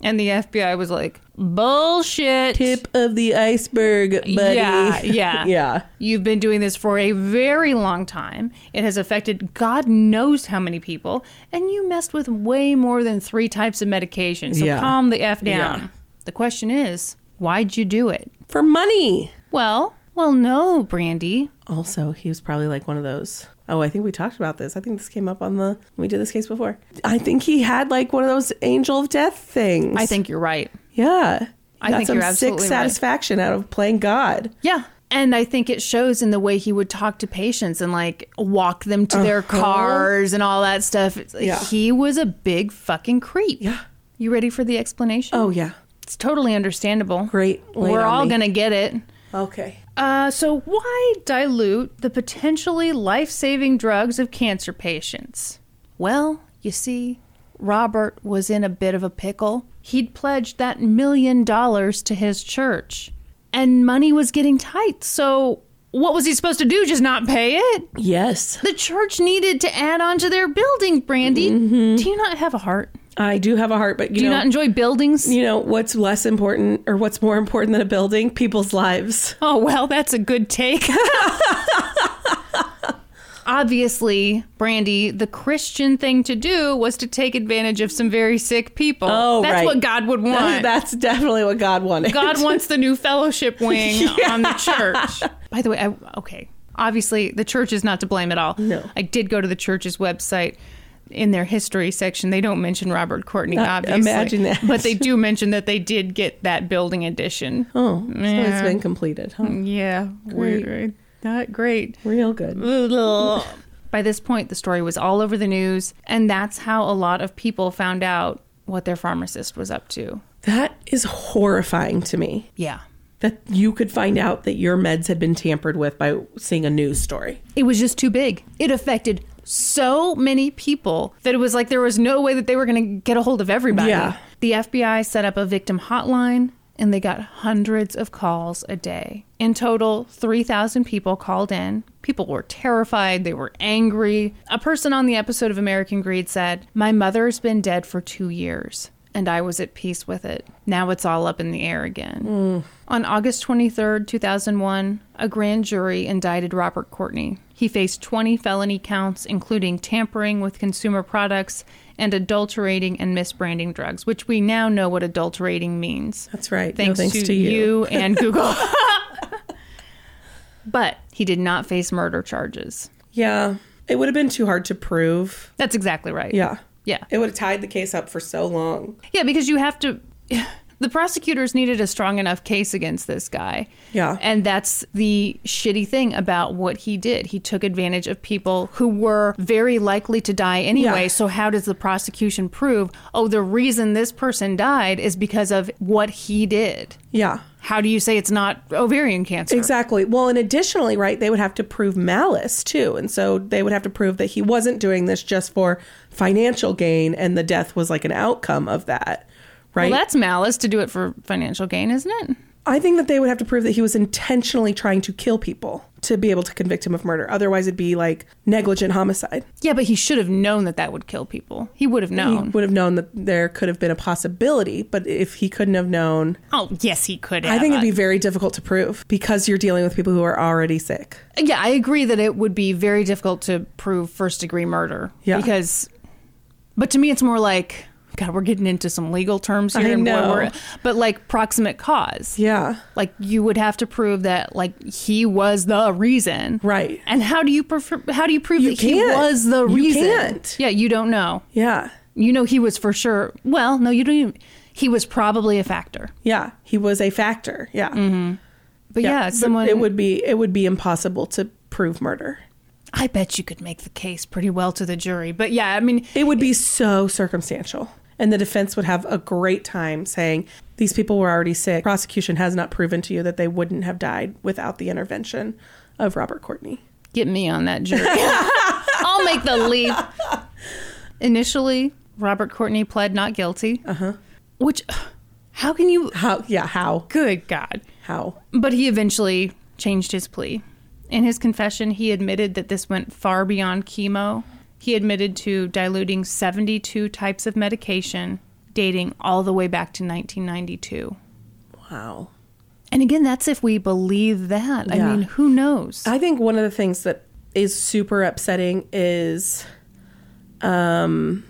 S1: And the FBI was like, "Bullshit.
S2: Tip of the iceberg, buddy. (laughs)
S1: Yeah, yeah.
S2: yeah.
S1: You've been doing this for a very long time. It has affected God knows how many people, and you messed with way more than three types of medication. So
S2: Yeah.
S1: calm the F down.
S2: Yeah.
S1: The question is, why'd you do it?
S2: For money.
S1: Well, well, no, Brandy.
S2: Also, he was probably like one of those. Oh, I think we talked about this. I think this came up on the we did this case before. I think he had like one of those angel of death things.
S1: I think you're right.
S2: Yeah.
S1: I think you're absolutely right.
S2: sick satisfaction out of playing God.
S1: Yeah. And I think it shows in the way he would talk to patients and like walk them to their cars and all that stuff. It's like,
S2: Uh-huh. Yeah.
S1: He was a big fucking creep.
S2: Yeah.
S1: You ready for the explanation?
S2: Oh yeah.
S1: It's totally understandable.
S2: Great. Lay it
S1: We're
S2: on
S1: all
S2: me.
S1: going to get it.
S2: Okay.
S1: Uh, so, why dilute the potentially life saving drugs of cancer patients? Well, you see, Robert was in a bit of a pickle. He'd pledged that million dollars to his church, and money was getting tight. So, what was he supposed to do? Just not pay it?
S2: Yes.
S1: The church needed to add on to their building, Brandy.
S2: Mm-hmm.
S1: Do you not have a heart?
S2: I do have a heart, but you
S1: Do you
S2: know
S1: not enjoy buildings?
S2: you know what's less important or what's more important than a building? People's lives.
S1: Oh, well, that's a good
S2: (laughs)
S1: take. Obviously, Brandy, the Christian thing to do was to take advantage of some very sick people.
S2: Oh,
S1: That's
S2: right.
S1: what God would want.
S2: (laughs) That's definitely what God wanted. (laughs)
S1: God wants the new fellowship wing on the church. By the way, I, okay. Obviously, the church is not to blame at all.
S2: No.
S1: I did go to the church's website. In their history section, they don't mention Robert Courtney,
S2: Uh,
S1: obviously.
S2: imagine that.
S1: But they do mention that they did get that building addition.
S2: Oh, so
S1: Yeah.
S2: it's been completed, huh?
S1: Yeah,
S2: Great.
S1: weird, right? Not great.
S2: Real good.
S1: (laughs) By this point, the story was all over the news, and that's how a lot of people found out what their pharmacist was up to.
S2: That is horrifying to me.
S1: Yeah.
S2: That you could find out that your meds had been tampered with by seeing a news story.
S1: It was just too big. It affected so many people that it was like there was no way that they were going to get a hold of everybody.
S2: Yeah.
S1: The FBI set up a victim hotline, and they got hundreds of calls a day. In total, 3,000 people called in. People were terrified, they were angry. A person on the episode of American Greed said, My mother's been dead for two years. And I was at peace with it. Now it's all up in the air again. On August 23rd, 2001, a grand jury indicted Robert Courtney. He faced 20 felony counts, including tampering with consumer products and adulterating and misbranding drugs, which we now know what adulterating means.
S2: That's right. No
S1: Thanks, to, you. (laughs) and Google. but he did not face murder charges.
S2: Yeah. It would have been too hard to prove.
S1: That's exactly right.
S2: Yeah.
S1: Yeah.
S2: It would have tied the case up for so long.
S1: Yeah, because you have to. (sighs) The prosecutors needed a strong enough case against this guy.
S2: Yeah.
S1: And that's the shitty thing about what he did. He took advantage of people who were very likely to die anyway.
S2: Yeah.
S1: So, how does the prosecution prove, oh, the reason this person died is because of what he did?
S2: Yeah.
S1: How do you say it's not ovarian cancer?
S2: Exactly. Well, and additionally, right, they would have to prove malice too. And so they would have to prove that he wasn't doing this just for financial gain and the death was like an outcome of that. Right.
S1: Well, that's malice to do it for financial gain, isn't it?
S2: I think that they would have to prove that he was intentionally trying to kill people to be able to convict him of murder. Otherwise, it'd be like negligent homicide.
S1: Yeah, but he should have known that that would kill people. He would have known.
S2: Would have known that there could have been a possibility, but if he couldn't have known,
S1: oh, yes, he could have.
S2: I think it'd be very difficult to prove because you're dealing with people who are already sick.
S1: Yeah, I agree that it would be very difficult to prove first degree murder.
S2: Yeah.
S1: Because, but to me, it's more like God, we're getting into some legal terms
S2: I
S1: here. and boy,
S2: know.
S1: we're- but like proximate cause.
S2: Yeah.
S1: Like you would have to prove that like he was the reason.
S2: Right.
S1: And how do you prefer, how do you prove
S2: You
S1: that he
S2: can't.
S1: was the
S2: You
S1: reason?
S2: can't.
S1: Yeah, you don't know.
S2: Yeah.
S1: You know he was for sure. Well, no, you don't even he was probably a factor.
S2: Yeah. He was a factor. Yeah.
S1: But Mm-hmm. yeah,
S2: but
S1: someone
S2: it would be it would be impossible to prove murder.
S1: I bet you could make the case pretty well to the jury. But yeah, I mean,
S2: It would be so circumstantial. And the defense would have a great time saying these people were already sick. Prosecution has not proven to you that they wouldn't have died without the intervention of Robert Courtney.
S1: get me on that jury. (laughs) I'll make the leap. Initially, Robert Courtney pled not guilty. Uh-huh. Which how can you
S2: How yeah, how?
S1: good god.
S2: How?
S1: But he eventually changed his plea. In his confession, he admitted that this went far beyond chemo. He admitted to diluting 72 types of medication dating all the way back to 1992.
S2: Wow.
S1: And again, that's if we believe that. I
S2: Yeah.
S1: mean, who knows?
S2: I think one of the things that is super upsetting is um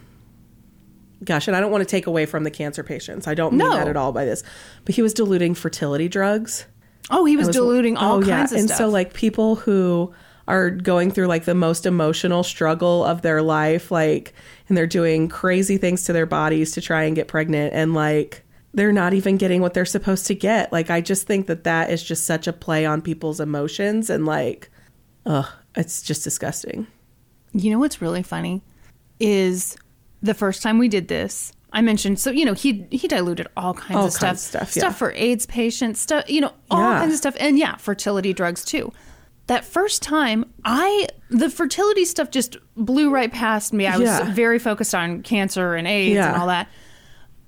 S2: gosh, and I don't want to take away from the cancer patients. I don't mean
S1: No.
S2: that at all by this. But he was diluting fertility drugs.
S1: oh, he was,
S2: was-
S1: diluting all
S2: oh, yeah.
S1: kinds of
S2: and
S1: stuff.
S2: so like people who are going through like the most emotional struggle of their life like and they're doing crazy things to their bodies to try and get pregnant and like they're not even getting what they're supposed to get like i just think that that is just such a play on people's emotions and like ugh it's just disgusting
S1: You know what's really funny is the first time we did this, I mentioned so you know he he diluted all kinds
S2: All
S1: of stuff,
S2: kinds of stuff, yeah.
S1: for AIDS patients, stuff you know all
S2: Yeah.
S1: kinds of stuff, and yeah, fertility drugs too. That first time, I the fertility stuff just blew right past me. I was
S2: Yeah.
S1: very focused on cancer and AIDS and
S2: Yeah.
S1: all that.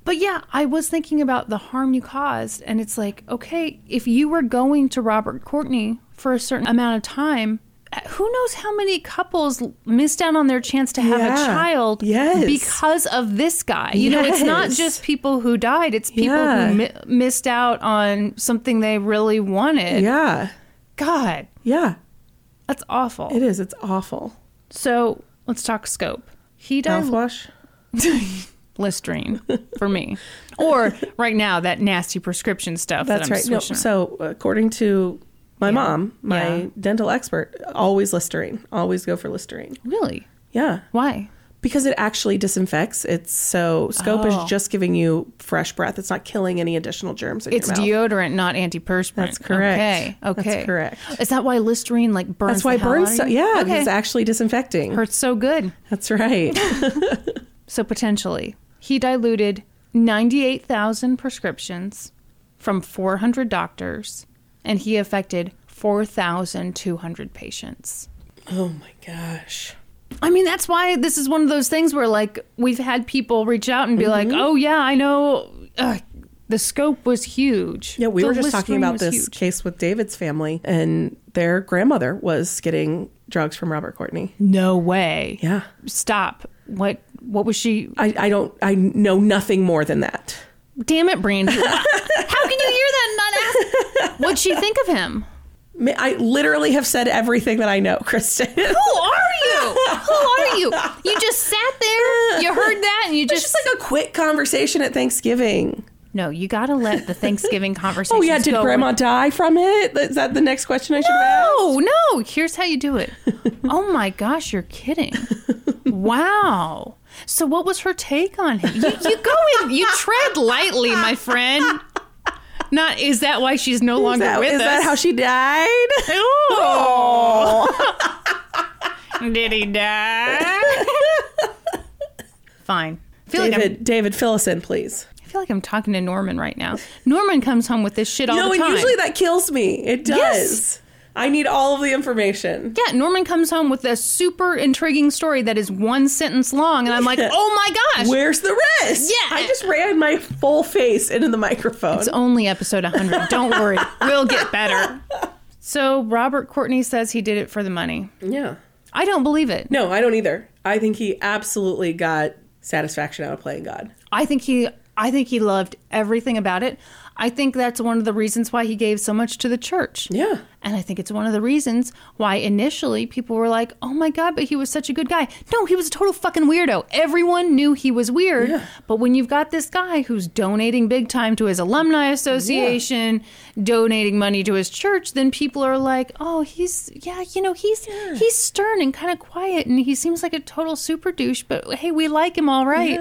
S1: But yeah, I was thinking about the harm you caused, and it's like, okay, if you were going to Robert Courtney for a certain amount of time, eh, who knows how many couples missed out on their chance to have a
S2: Yeah.
S1: child
S2: Yes.
S1: because of this guy? You know, it's not
S2: Yes.
S1: just people who died; it's people
S2: Yeah.
S1: who mi- missed out on something they really wanted.
S2: yeah
S1: God,
S2: yeah
S1: that's awful.
S2: it is it's awful
S1: so let's talk scope. He died
S2: mouthwash (laughs)
S1: Listerine for me, or right now that nasty prescription stuff.
S2: That's
S1: that I'm
S2: right. No,
S1: swishing.
S2: so according to my mom, my
S1: Yeah.
S2: dental expert, always Listerine. Always go for Listerine.
S1: really,
S2: Yeah,
S1: why?
S2: because it actually disinfects. It's so scope
S1: Oh.
S2: is just giving you fresh breath. It's not killing any additional germs in
S1: It's
S2: your mouth.
S1: deodorant, not antiperspirant.
S2: That's correct.
S1: Okay.
S2: That's
S1: Okay.
S2: correct.
S1: Is that why Listerine like burns?
S2: That's why
S1: the hell
S2: burns.
S1: out
S2: So,
S1: of you?
S2: yeah,
S1: Okay.
S2: it's actually disinfecting.
S1: hurts so good. (laughs)
S2: That's right.
S1: So potentially, he diluted ninety-eight thousand prescriptions from four hundred doctors, and he affected four thousand two hundred patients.
S2: oh my gosh.
S1: I mean, that's why this is one of those things where, like, we've had people reach out and be like,
S2: Mm-hmm.
S1: oh, yeah, I know. Ugh, the scope was huge.
S2: Yeah, we
S1: The
S2: were just talking
S1: Listerine
S2: about
S1: was
S2: this
S1: huge.
S2: case with David's family, and their grandmother was getting drugs from Robert Courtney.
S1: No way.
S2: Yeah.
S1: Stop. What? What was she?
S2: I, I don't, I know nothing more than that.
S1: Damn it,
S2: (laughs)
S1: Brandy. How can you hear that and not ask? What'd she think of him?
S2: Ma- I literally have said everything that I know, (laughs) Kristen.
S1: Who are you? Who are you? You just sat there. You heard that, and you just,
S2: It's just like a quick conversation at Thanksgiving.
S1: no. You gotta let the Thanksgiving conversation.
S2: (laughs) Oh yeah, did Grandma die from it? Is that the next question I should have asked?
S1: No, no. Here's how you do it. Oh my gosh, you're kidding. Wow. So what was her take on him? You, you go in, you tread lightly, my friend. Not is that why she's no
S2: Is
S1: longer
S2: that-
S1: with
S2: is
S1: us?
S2: that
S1: (laughs)
S2: how she died?
S1: Did he die? Fine. I feel, like I'm,
S2: David, David, fill us in, please.
S1: I feel like I'm talking to Norman right now. Norman comes home with this shit all
S2: No,
S1: the
S2: and
S1: time.
S2: usually that kills me. It does.
S1: Yes.
S2: I need all of the information.
S1: yeah, Norman comes home with a super intriguing story that is one sentence long, and I'm
S2: (laughs)
S1: like, oh my gosh.
S2: Where's the rest?
S1: Yeah.
S2: I just ran my full face into the microphone.
S1: It's only episode 100. Don't worry, we'll get better. So Robert Courtney says he did it for the money.
S2: yeah.
S1: I don't believe it.
S2: No, I don't either. I think he absolutely got satisfaction out of playing God.
S1: I think he. I think he loved everything about it. I think that's one of the reasons why he gave so much to the church.
S2: Yeah.
S1: And I think it's one of the reasons why initially people were like, oh my God, but he was such a good guy. No, he was a total fucking weirdo. Everyone knew he was weird. But when you've got this guy who's donating big time to his alumni association, donating money to his church, then people are like, oh, he's, yeah, you know, he's, he's stern and kind of quiet and he seems like a total super douche, but hey, we like him all right.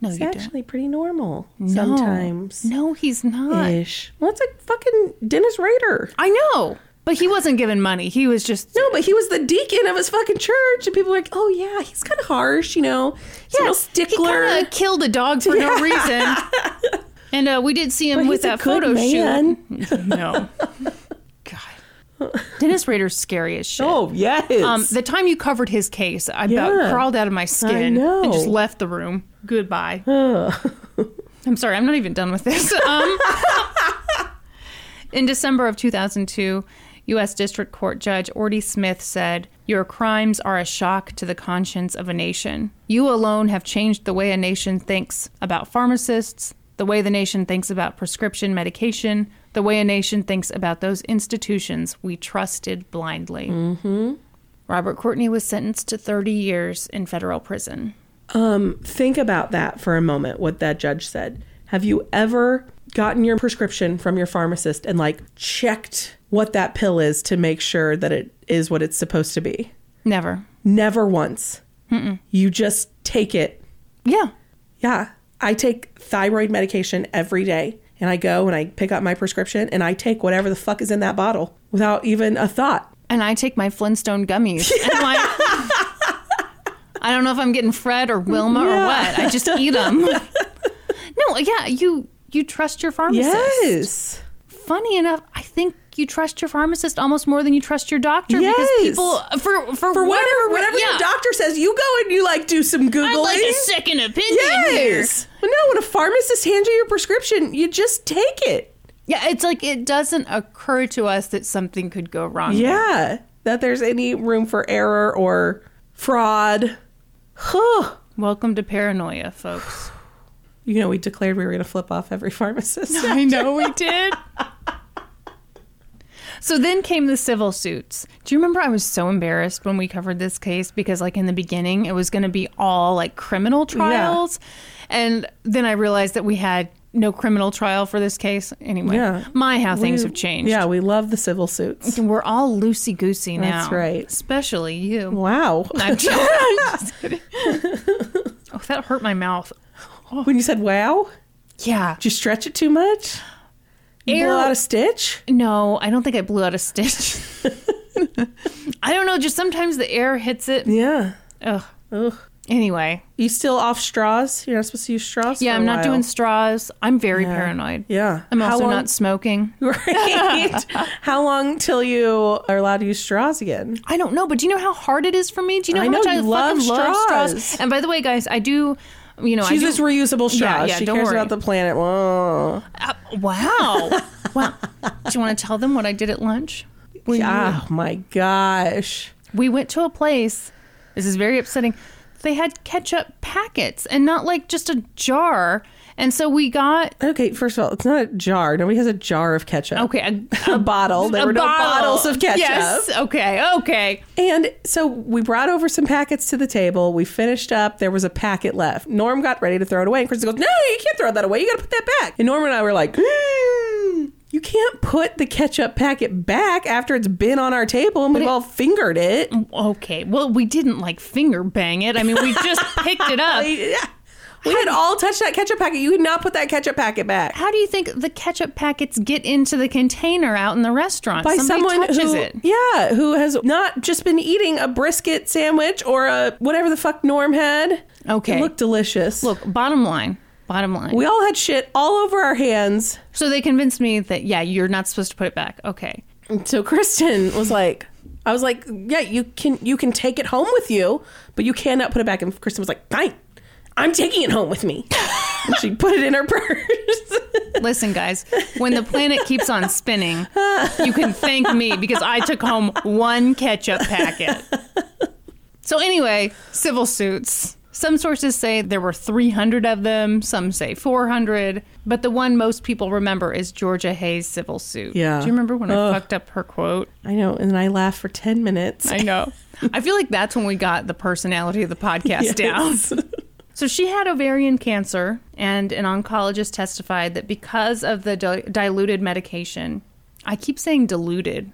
S1: No,
S2: It's
S1: you don't.
S2: actually pretty normal
S1: No.
S2: sometimes.
S1: No, he's not.
S2: Ish. Well, it's like fucking Dennis Rader.
S1: I know. But he wasn't given money. He was just
S2: No, but he was the deacon of his fucking church, and people were like, "Oh yeah, he's kind of harsh, you know. He's a real stickler.
S1: He kind of killed a dog for no reason.
S2: (laughs)
S1: And uh, we did see him
S2: But
S1: with
S2: he's a
S1: that
S2: good
S1: photo
S2: man.
S1: shoot. (laughs) No.
S2: (laughs)
S1: God. Dennis Rader's scary as shit.
S2: oh yes.
S1: Um, the time you covered his case, I
S2: Yeah.
S1: about crawled out of my skin
S2: know.
S1: and just left the room. Goodbye. (laughs) I'm sorry, I'm not even done with
S2: (laughs)
S1: this. Um, in December of 2002, U.S. District Court Judge Ordy Smith said, Your crimes are a shock to the conscience of a nation. You alone have changed the way a nation thinks about pharmacists, the way the nation thinks about prescription medication, the way a nation thinks about those institutions we trusted blindly.
S2: Mm.
S1: Robert Courtney was sentenced to 30 years in federal prison.
S2: Um, think about that for a moment, what that judge said. Have you ever gotten your prescription from your pharmacist and like checked what that pill is to make sure that it is what it's supposed to be?
S1: Never.
S2: Never once. You just take it.
S1: Yeah.
S2: Yeah. I take thyroid medication every day and I go and I pick up my prescription and I take whatever the fuck is in that bottle without even a thought.
S1: And I take my Flintstone gummies.
S2: (laughs)
S1: And like, I don't know if I'm getting Fred or Wilma or
S2: Yeah.
S1: what. I just eat
S2: (laughs)
S1: them. no, yeah, you you trust your pharmacist.
S2: Yes.
S1: Funny enough, I think you trust your pharmacist almost more than you trust your doctor because
S2: Yes.
S1: people for for,
S2: For whatever whatever
S1: yeah.
S2: your doctor says, you go and you like do some googling.
S1: I'd like a second opinion here.
S2: Yes. But no, when a pharmacist hands you your prescription, you just take it.
S1: Yeah, it's like it doesn't occur to us that something could go wrong.
S2: Yeah. That there's any room for error or fraud. Huh.
S1: Welcome to paranoia,
S2: (laughs)
S1: folks.
S2: You know, we declared we were going to flip off
S1: (laughs)
S2: every (laughs) pharmacist.
S1: I know we did. (laughs) So then came the civil suits. Do you remember I was so embarrassed when we covered this case because like in the beginning it was going to be all like criminal trials and then I realized that we had no criminal trial for this case anyway.
S2: Yeah.
S1: My how things
S2: We-
S1: have changed.
S2: Yeah, we love the
S1: (laughs)
S2: civil suits.
S1: And we're all loosey goosey now.
S2: That's right.
S1: Especially you.
S2: Wow.
S1: (laughs)
S2: (laughs)
S1: I'm just, I'm just kidding. (laughs) Oh, that hurt my mouth.
S2: When you said wow,
S1: Yeah.
S2: did you stretch it too much? You
S1: Air-
S2: Blow out a stitch?
S1: No, I don't think I blew out a stitch. (laughs) I don't know. Just sometimes the air hits it.
S2: Yeah.
S1: Ugh.
S2: Ugh.
S1: Anyway,
S2: You still off straws? You're not supposed to use straws?
S1: yeah,
S2: for a
S1: I'm not
S2: while.
S1: doing straws. I'm very paranoid.
S2: Yeah.
S1: I'm
S2: How
S1: also
S2: long-
S1: not smoking.
S2: (laughs)
S1: (laughs)
S2: Right. How long till you are allowed to use straws again?
S1: I don't know, but do you know how hard it is for me? Do you know
S2: I
S1: how
S2: know,
S1: much I
S2: you love
S1: fucking love straws?
S2: straws.
S1: And by the way, guys, I do. You know,
S2: She's
S1: I do.
S2: just reusable straws.
S1: Yeah, yeah,
S2: she
S1: don't
S2: cares
S1: worry.
S2: about the planet. Whoa.
S1: Uh,
S2: (laughs)
S1: wow, wow. Do you want to tell them what I did at lunch? We,
S2: Oh my gosh.
S1: we went to a place. This is very upsetting. They had ketchup packets and not like just a jar. And so we got
S2: Okay, first of all, it's not a jar. Nobody has a jar of ketchup.
S1: Okay, a,
S2: (laughs) A bottle. There
S1: a
S2: were no bottles of ketchup.
S1: Yes. Okay. Okay.
S2: And so we brought over some packets to the table. We finished up. There was a packet left. Norm got ready to throw it away. And Kristen goes, No, you can't throw that away. You got to put that back. And Norm and I were like, "Hmm, You can't put the ketchup packet back after it's been on our table and we've all fingered it.
S1: Okay. Well, we didn't like finger bang it. I mean, we
S2: (laughs)
S1: just picked it up.
S2: Yeah. We had all touched that ketchup packet. You could not put that ketchup packet back.
S1: How do you think the ketchup packets get into the container out in the restaurant?
S2: by
S1: Somebody
S2: someone
S1: touches
S2: who,
S1: it.
S2: yeah, who has not just been eating a brisket sandwich or a whatever the fuck Norm had.
S1: Okay.
S2: it looked delicious.
S1: Look, bottom line. Bottom line.
S2: we all had shit all over our hands.
S1: so they convinced me that yeah, you're not supposed to put it back. Okay.
S2: And So Kristen was like, I was like, yeah, you can you can take it home with you, but you cannot put it back. And Kristen was like, fine, I'm taking it home with me. and she put it in her (laughs) purse.
S1: Listen, guys, when the planet keeps on spinning, you can thank me because I took home one ketchup packet. So, anyway, civil suits. Some sources say there were 300 of them, some say 400, but the one most people remember is Georgia Hayes' civil suit.
S2: Yeah.
S1: Do you remember when
S2: Ugh.
S1: I fucked up her quote?
S2: I know. And then I laughed for 10 minutes.
S1: I know. I feel like that's when we got the personality of the
S2: (laughs)
S1: podcast down. So she had ovarian cancer, and an oncologist testified that because of the dil- diluted medication, I keep saying diluted,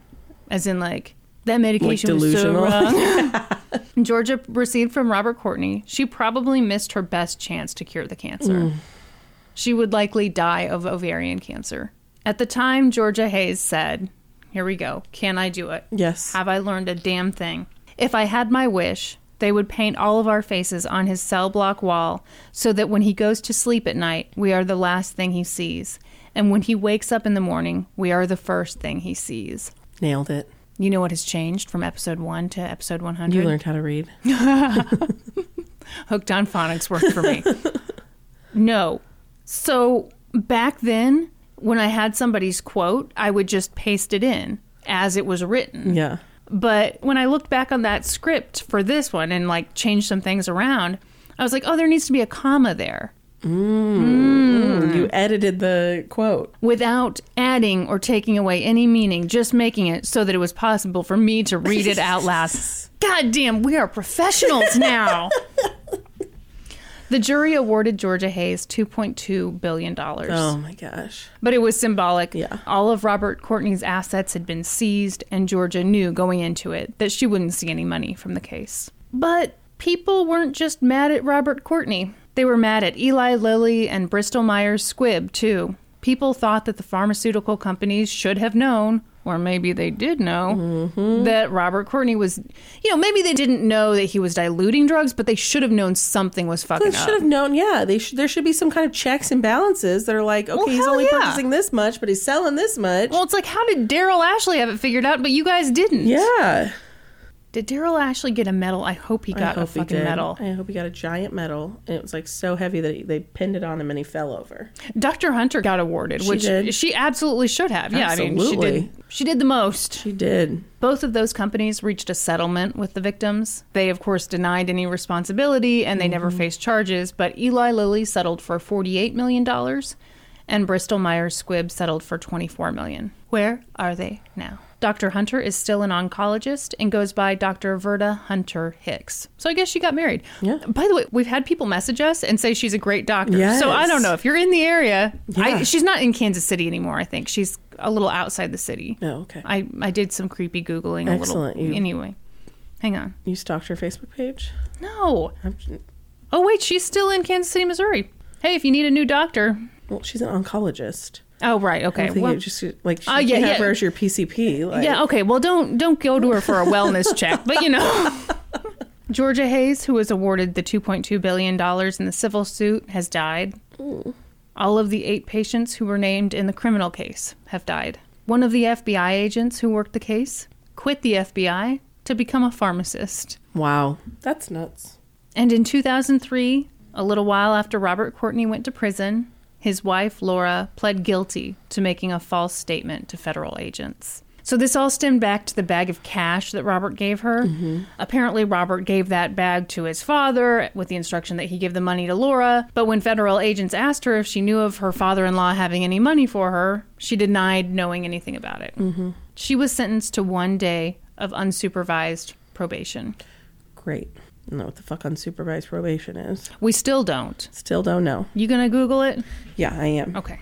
S1: as in like that medication was so
S2: delusional.
S1: wrong. (laughs) Georgia received from Robert Courtney. She probably missed her best chance to cure the cancer. She would likely die of ovarian cancer. At the time, Georgia Hayes said, "Here we go. Can I do it?
S2: Yes.
S1: Have I learned a damn thing? If I had my wish, they would paint all of our faces on his cell block wall so that when he goes to sleep at night, we are the last thing he sees. And when he wakes up in the morning, we are the first thing he sees.
S2: Nailed it.
S1: You know what has changed from episode 1 to episode 100?
S2: You learned how to read.
S1: Hooked on phonics worked for me. no. So back then, when I had somebody's quote, I would just paste it in as it was written.
S2: Yeah.
S1: But when I looked back on that script for this one and like changed some things around, I was like, oh, there needs to be a comma there
S2: You edited the quote.
S1: without adding or taking away any meaning, just making it so that it was possible for me to read it out loud. God damn, we are professionals now. the jury awarded Georgia Hayes $2.2 billion.
S2: Oh my gosh.
S1: But it was symbolic.
S2: Yeah.
S1: All of Robert Courtney's assets had been seized, and Georgia knew going into it that she wouldn't see any money from the case. But people weren't just mad at Robert Courtney, they were mad at Eli Lilly and Bristol Myers Squibb, too. People thought that the pharmaceutical companies should have known. Or maybe they did know
S2: Mm-hmm.
S1: that Robert Courtney was, you know, maybe they didn't know that he was diluting drugs, but they should have known something was
S2: They
S1: fucking up.
S2: should have known. Yeah, they should. There should be some kind of checks and balances that are like, okay, he's
S1: hell
S2: only
S1: yeah.
S2: purchasing this much, but he's selling this much.
S1: Well, it's like, how did Daryl Ashley have it figured out, but you guys didn't?
S2: yeah,
S1: Did Daryl Ashley get a medal? I hope he got a fucking medal.
S2: I hope he got a giant medal. And it was like so heavy that he, they pinned it on him and he fell over.
S1: Dr. Hunter got awarded, which
S2: did.
S1: she absolutely should have. Yeah, I
S2: Absolutely.
S1: mean, she did. She did the most.
S2: She did.
S1: Both of those companies reached a settlement with the victims. They, of course, denied any responsibility and they
S2: Mm-hmm.
S1: never faced charges. But Eli Lilly settled for forty-eight million dollars, and Bristol Myers Squibb settled for twenty-four million. Where are they now? Dr. Hunter is still an oncologist and goes by Dr. Verda Hunter Hicks. So I guess she got married.
S2: Yeah.
S1: By the way, we've had people message us and say she's a great doctor. So I don't
S2: Yes.
S1: know if you're in the area.
S2: Yeah.
S1: I, she's not in Kansas City anymore. I think she's a little outside the city.
S2: Oh, okay.
S1: I, I did some creepy googling a
S2: Excellent.
S1: little
S2: You-
S1: anyway. Hang on.
S2: You stalked her Facebook page.
S1: No.
S2: I'm,
S1: Oh wait, she's still in Kansas City, Missouri. Hey, if you need a new doctor.
S2: well, she's an oncologist.
S1: Oh right,
S2: I
S1: okay.
S2: think
S1: Well,
S2: it just like she
S1: Uh, yeah,
S2: can have
S1: yeah.
S2: her as your PCP. Like,
S1: yeah, okay. Well, don't don't go to her for
S2: (laughs)
S1: a wellness check, but you know. Georgia Hayes, who was awarded the 2.2 billion dollars in the civil suit, has died.
S2: Mm.
S1: All of the eight patients who were named in the criminal case have died. One of the FBI agents who worked the case quit the FBI to become a pharmacist.
S2: Wow, that's nuts.
S1: And in 2003, a little while after Robert Courtney went to prison, his wife, Laura, pled guilty to making a false statement to federal agents. So this all stemmed back to the bag of cash that Robert gave her. Apparently, Robert gave that bag to his father with the instruction that he give the money to Laura. But when federal agents asked her if she knew of her father in law having any money for her, she denied knowing anything about it. She was sentenced to one day of unsupervised probation.
S2: Great. I don't know what the fuck unsupervised probation is.
S1: We still don't.
S2: Still don't know.
S1: You gonna Google it?
S2: Yeah, I am.
S1: Okay.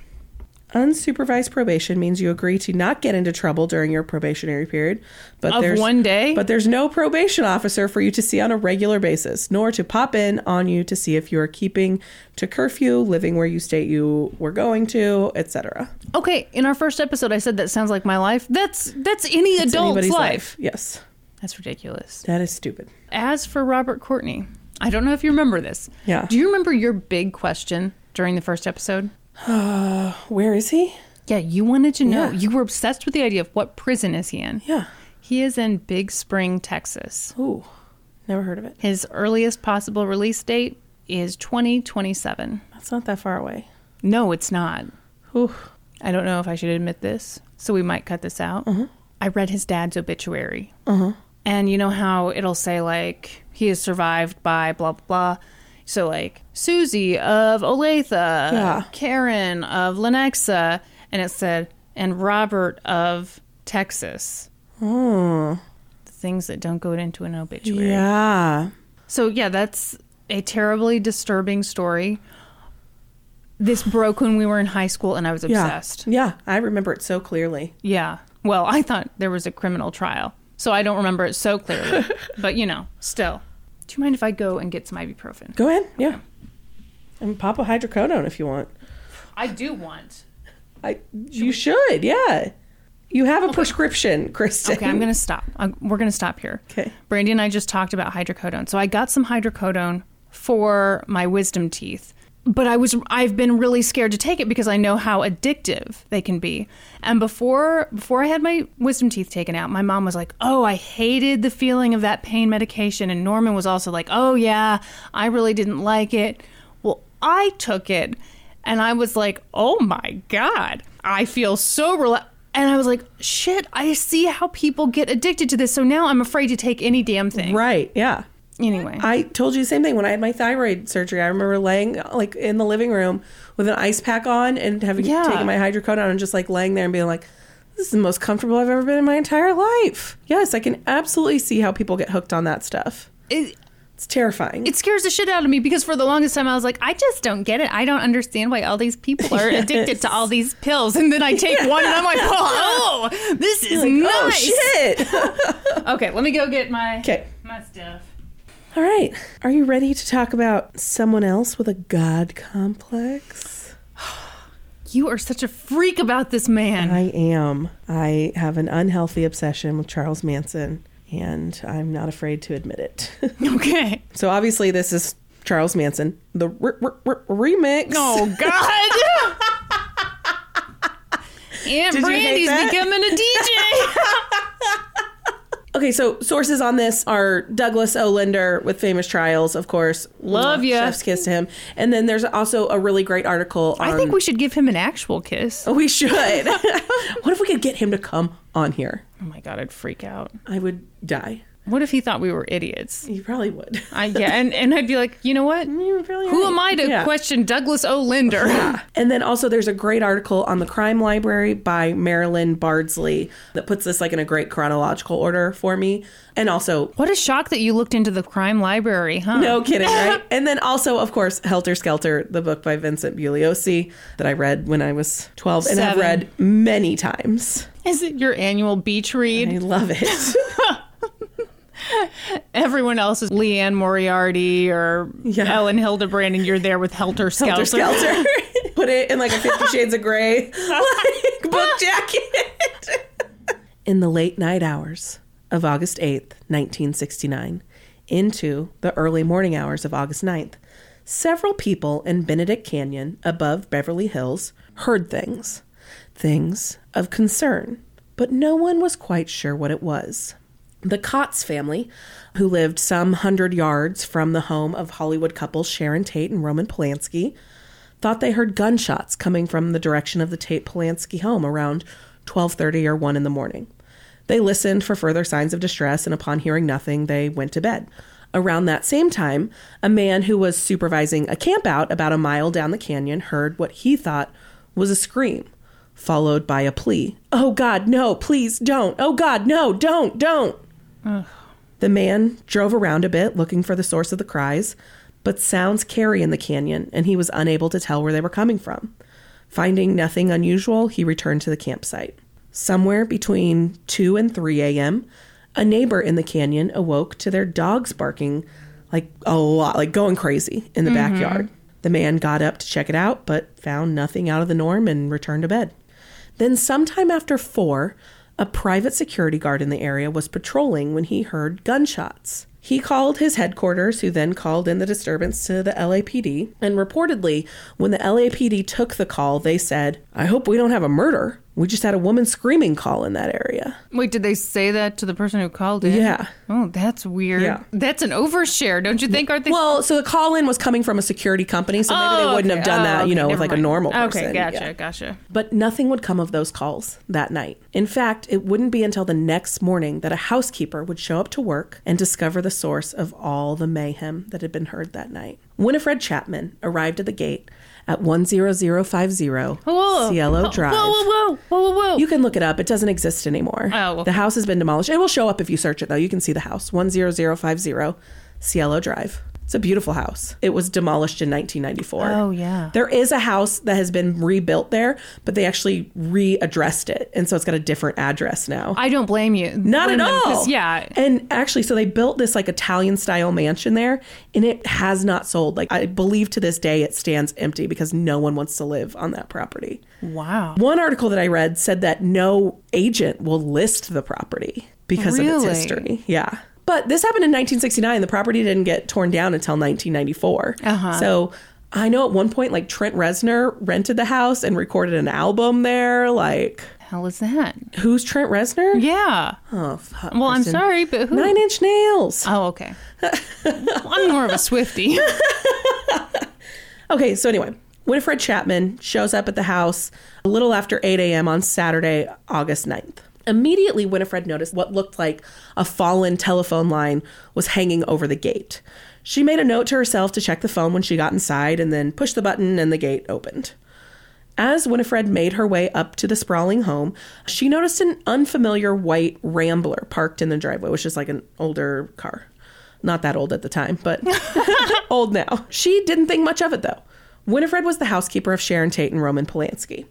S2: Unsupervised probation means you agree to not get into trouble during your probationary period, but
S1: Of
S2: there's
S1: one day?
S2: But there's no probation officer for you to see on a regular basis, nor to pop in on you to see if you are keeping to curfew, living where you state you were going to, etc.
S1: Okay. In our first episode, I said that sounds like my life. That's that's any
S2: It's
S1: adult's
S2: anybody's
S1: life.
S2: Yes,
S1: That's ridiculous.
S2: that is stupid.
S1: As for Robert Courtney, I don't know if you remember this.
S2: Yeah.
S1: Do you remember your big question during the first episode?
S2: Uh, Where is he?
S1: Yeah, you wanted to know.
S2: Yeah.
S1: You were obsessed with the idea of what prison is he in.
S2: Yeah.
S1: He is in Big Spring, Texas.
S2: Ooh, never heard of it.
S1: His earliest possible release date is 2027.
S2: That's not that far away.
S1: No, it's not.
S2: Ooh.
S1: I don't know if I should admit this, so we might cut this out. I read his dad's obituary. And you know how it'll say, like, he is survived by blah, blah, blah. So like Susie of Olathe,
S2: Yeah.
S1: Karen of Lenexa, and it said and Robert of Texas.
S2: Oh,
S1: The things that don't go into an obituary.
S2: yeah.
S1: So yeah, that's a terribly disturbing story. This broke when we were in high school and I was
S2: Yeah.
S1: obsessed.
S2: Yeah. I remember it so clearly.
S1: Yeah. Well, I thought there was a criminal trial, so I don't remember it so clearly. but you know, still. Do you mind if I go and get some ibuprofen?
S2: Go ahead. Yeah. And pop a hydrocodone if you want.
S1: I do want.
S2: I, you should. Yeah. You have a prescription, (laughs) Kristen.
S1: Okay, I'm gonna stop. i we're gonna stop here.
S2: Okay.
S1: Brandy and I just talked about hydrocodone, so I got some hydrocodone for my wisdom teeth. But I was I've been really scared to take it because I know how addictive they can be. And before before I had my wisdom teeth taken out, my mom was like, "Oh, I hated the feeling of that pain medication." And Norman was also like, "Oh yeah, I really didn't like it." Well, I took it and I was like, oh my God, I feel so relaxed. And I was like, shit, I see how people get addicted to this. So now I'm afraid to take any damn thing.
S2: Right. Uh, Yeah.
S1: Anyway.
S2: I told you the same thing when I had my thyroid surgery. I remember laying like in the living room with an ice pack on and having
S1: Yeah.
S2: taken my hydrocodone and just like laying there and being like, this is the most comfortable I've ever been in my entire life. Yes, I can absolutely see how people get hooked on that stuff.
S1: it,
S2: It's terrifying.
S1: it scares the shit out of me because for the longest time I was like, I just don't get it. I don't understand why all these people
S2: (laughs)
S1: are addicted to all these pills. And then I take one and I'm like, oh, this is nice.
S2: Oh shit.
S1: (laughs) Okay, let me go get my,
S2: okay.
S1: my stuff.
S2: All right. Are you ready to talk about someone else with a god complex?
S1: You are such a freak about this man.
S2: I am. I have an unhealthy obsession with Charles Manson and I'm not afraid to admit it. (laughs)
S1: Okay.
S2: So obviously, this is Charles Manson, the r- r- r- remix.
S1: Oh God! Aunt
S2: you hate
S1: Brandy's
S2: that?
S1: becoming a DJ.
S2: Okay, so sources on this are Douglas Olender with Famous Trials, of course.
S1: Love ya.
S2: Chef's kiss to him. And then there's also a really great article.
S1: (laughs)
S2: On,
S1: I think we should give him an actual kiss. Oh
S2: we should.
S1: (laughs)
S2: what if we could get him to come on here?
S1: Oh, my God, I'd freak out.
S2: I would die.
S1: What if he thought we were idiots?
S2: You probably would.
S1: I, yeah, and, and I'd be like, you know what?
S2: You're probably
S1: Who
S2: right.
S1: am I to
S2: Yeah.
S1: question Douglas (laughs) O'Linder?
S2: And then also there's a great article on the crime library by Marilyn Bardsley that puts this like in a great chronological order for me. And also (laughs)
S1: what a shock that you looked into the crime library, huh?
S2: No kidding, right? and then also, of course, Helter Skelter, the book by Vincent Bugliosi that I read when I was 12 and I've
S1: Seven.
S2: read many times.
S1: Is it your annual beach read?
S2: I love it.
S1: Everyone else is Leanne Moriarty or
S2: Yeah.
S1: Ellen Hildebrand, and you're there with Helter Skelter.
S2: Helter Skelter. (laughs) Put it in like a Fifty Shades of Grey like, book jacket. in the late night hours of August 8th, 1969, into the early morning hours of August 9th, several people in Benedict Canyon above Beverly Hills heard things, things of concern, but no one was quite sure what it was. The Cots family, who lived some hundred yards from the home of Hollywood couples Sharon Tate and Roman Polanski, thought they heard gunshots coming from the direction of the Tate Polanski home around 12:30 or 1 in the morning. They listened for further signs of distress and upon hearing nothing, they went to bed. Around that same time, a man who was supervising a campout about a mile down the canyon heard what he thought was a scream, followed by a plea. "Oh god, no, please don't. Oh god, no, don't, don't." The man drove around a bit looking for the source of the cries, but sounds carry in the canyon and he was unable to tell where they were coming from. Finding nothing unusual, he returned to the campsite. Somewhere between 2 and 3 a.m., a neighbor in the canyon awoke to their dogs barking like a lot, like going crazy in the backyard. The man got up to check it out, but found nothing out of the norm and returned to bed. Then, sometime after four, a private security guard in the area was patrolling when he heard gunshots. He called his headquarters, who then called in the disturbance to the LAPD. And reportedly, when the LAPD took the call, they said, I hope we don't have a murder. We just had a woman screaming call in that area.
S1: Wait, did they say that to the person who called in?
S2: Yeah.
S1: Oh, that's weird.
S2: Yeah.
S1: That's an overshare, don't you think? Aren't they?
S2: Well, so the call in was coming from a security company, so maybe they
S1: Oh,
S2: wouldn't
S1: okay.
S2: have done
S1: Oh,
S2: that,
S1: okay,
S2: you know, with
S1: never
S2: like a
S1: mind.
S2: normal person.
S1: Okay, gotcha,
S2: Yeah.
S1: gotcha.
S2: But nothing would come of those calls that night. In fact, it wouldn't be until the next morning that a housekeeper would show up to work and discover the source of all the mayhem that had been heard that night. Winifred Chapman arrived at the gate at 10050
S1: Whoa.
S2: Cielo Drive.
S1: Whoa, whoa, whoa, whoa, whoa, whoa.
S2: You can look it up. It doesn't exist anymore.
S1: Oh, okay.
S2: The house has been demolished. It will show up if you search it, though. You can see the house 10050 Cielo Drive. It's a beautiful house. It was demolished in 1994.
S1: Oh, yeah.
S2: There is a house that has been rebuilt there, but they actually readdressed it. And so it's got a different address now.
S1: I don't blame you.
S2: Not
S1: Blame
S2: at
S1: them, 'cause,
S2: all.
S1: Yeah.
S2: And actually, so they built this like Italian style mansion there, and it has not sold. Like, I believe to this day it stands empty because no one wants to live on that property.
S1: Wow.
S2: One article that I read said that no agent will list the property because of
S1: Really?
S2: its history. Yeah. But this happened in 1969. The property didn't get torn down until 1994.
S1: Uh-huh.
S2: So I know at one point, like Trent Reznor rented the house and recorded an album there. Like,
S1: hell is that?
S2: who's Trent Reznor?
S1: Yeah.
S2: Oh, fuck.
S1: Well, I'm
S2: Kristen.
S1: sorry, but who?
S2: Nine Inch Nails.
S1: Oh,
S2: (laughs)
S1: okay. I'm more of a Swifty.
S2: Okay, so anyway, Winifred Chapman shows up at the house a little after 8 a.m. on Saturday, August 9th. Immediately, Winifred noticed what looked like a fallen telephone line was hanging over the gate. She made a note to herself to check the phone when she got inside and then pushed the button, and the gate opened. As Winifred made her way up to the sprawling home, she noticed an unfamiliar white Rambler parked in the driveway, which is like an older car. Not that old at the time, but (laughs) old now. She didn't think much of it though. Winifred was the housekeeper of Sharon Tate and Roman Polanski.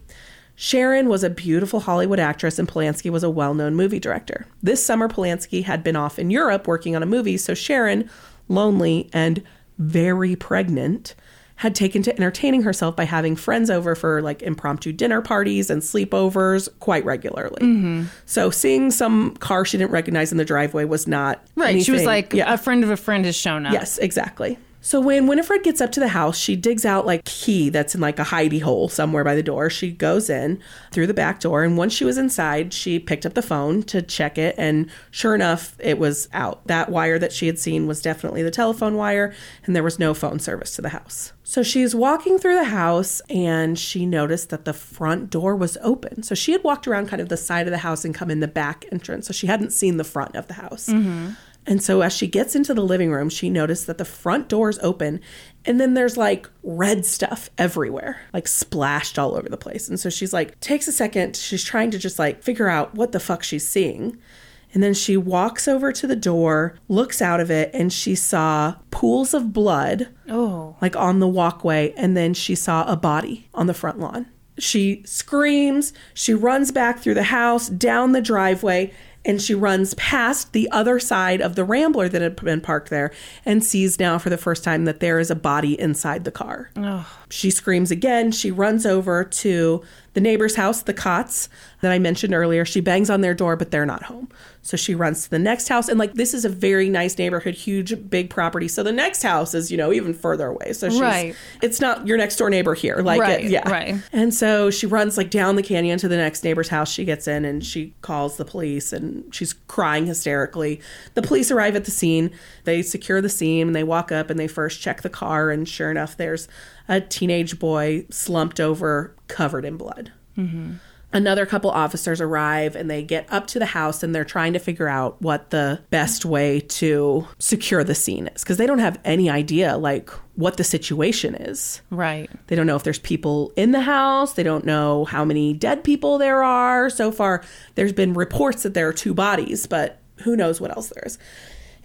S2: Sharon was a beautiful Hollywood actress, and Polanski was a well known movie director. This summer, Polanski had been off in Europe working on a movie, so Sharon, lonely and very pregnant, had taken to entertaining herself by having friends over for like impromptu dinner parties and sleepovers quite regularly.
S1: Mm-hmm.
S2: So seeing some car she didn't recognize in the driveway was not
S1: right. She was
S2: anything-
S1: like,
S2: Yeah.
S1: a friend of a friend has shown up.
S2: Yes, exactly. So when Winifred gets up to the house, she digs out like key that's in like a hidey hole somewhere by the door. She goes in through the back door, and once she was inside, she picked up the phone to check it, and sure enough, it was out. That wire that she had seen was definitely the telephone wire, and there was no phone service to the house. So she's walking through the house and she noticed that the front door was open. So she had walked around kind of the side of the house and come in the back entrance. So she hadn't seen the front of the house. And so as she gets into the living room, she noticed that the front door is open and then there's like red stuff everywhere, like splashed all over the place. And so she's like, takes a second. She's trying to just like figure out what the fuck she's seeing. And then she walks over to the door, looks out of it, and she saw pools of blood
S1: Oh.
S2: like on the walkway, and then she saw a body on the front lawn. She screams, she runs back through the house, down the driveway, and she runs past the other side of the Rambler that had been parked there and sees now for the first time that there is a body inside the car. She screams again. She runs over to the neighbor's house, the Cots that I mentioned earlier. She bangs on their door, but they're not home. So she runs to the next house. And like, this is a very nice neighborhood, huge, big property. So the next house is, you know, even further away. So she's,
S1: Right.
S2: it's not your next door neighbor here. Like,
S1: Right,
S2: it- yeah.
S1: right.
S2: And so she runs like down the canyon to the next neighbor's house. She gets in and she calls the police and she's crying hysterically. The police arrive at the scene. They secure the scene and they walk up and they first check the car. And sure enough, there's a teenage boy slumped over, covered in blood.
S1: Mm-hmm.
S2: Another couple officers arrive and they get up to the house and they're trying to figure out what the best way to secure the scene is because they don't have any idea like what the situation is.
S1: Right.
S2: They don't know if there's people in the house. They don't know how many dead people there are. So far, there's been reports that there are two bodies, but who knows what else there is.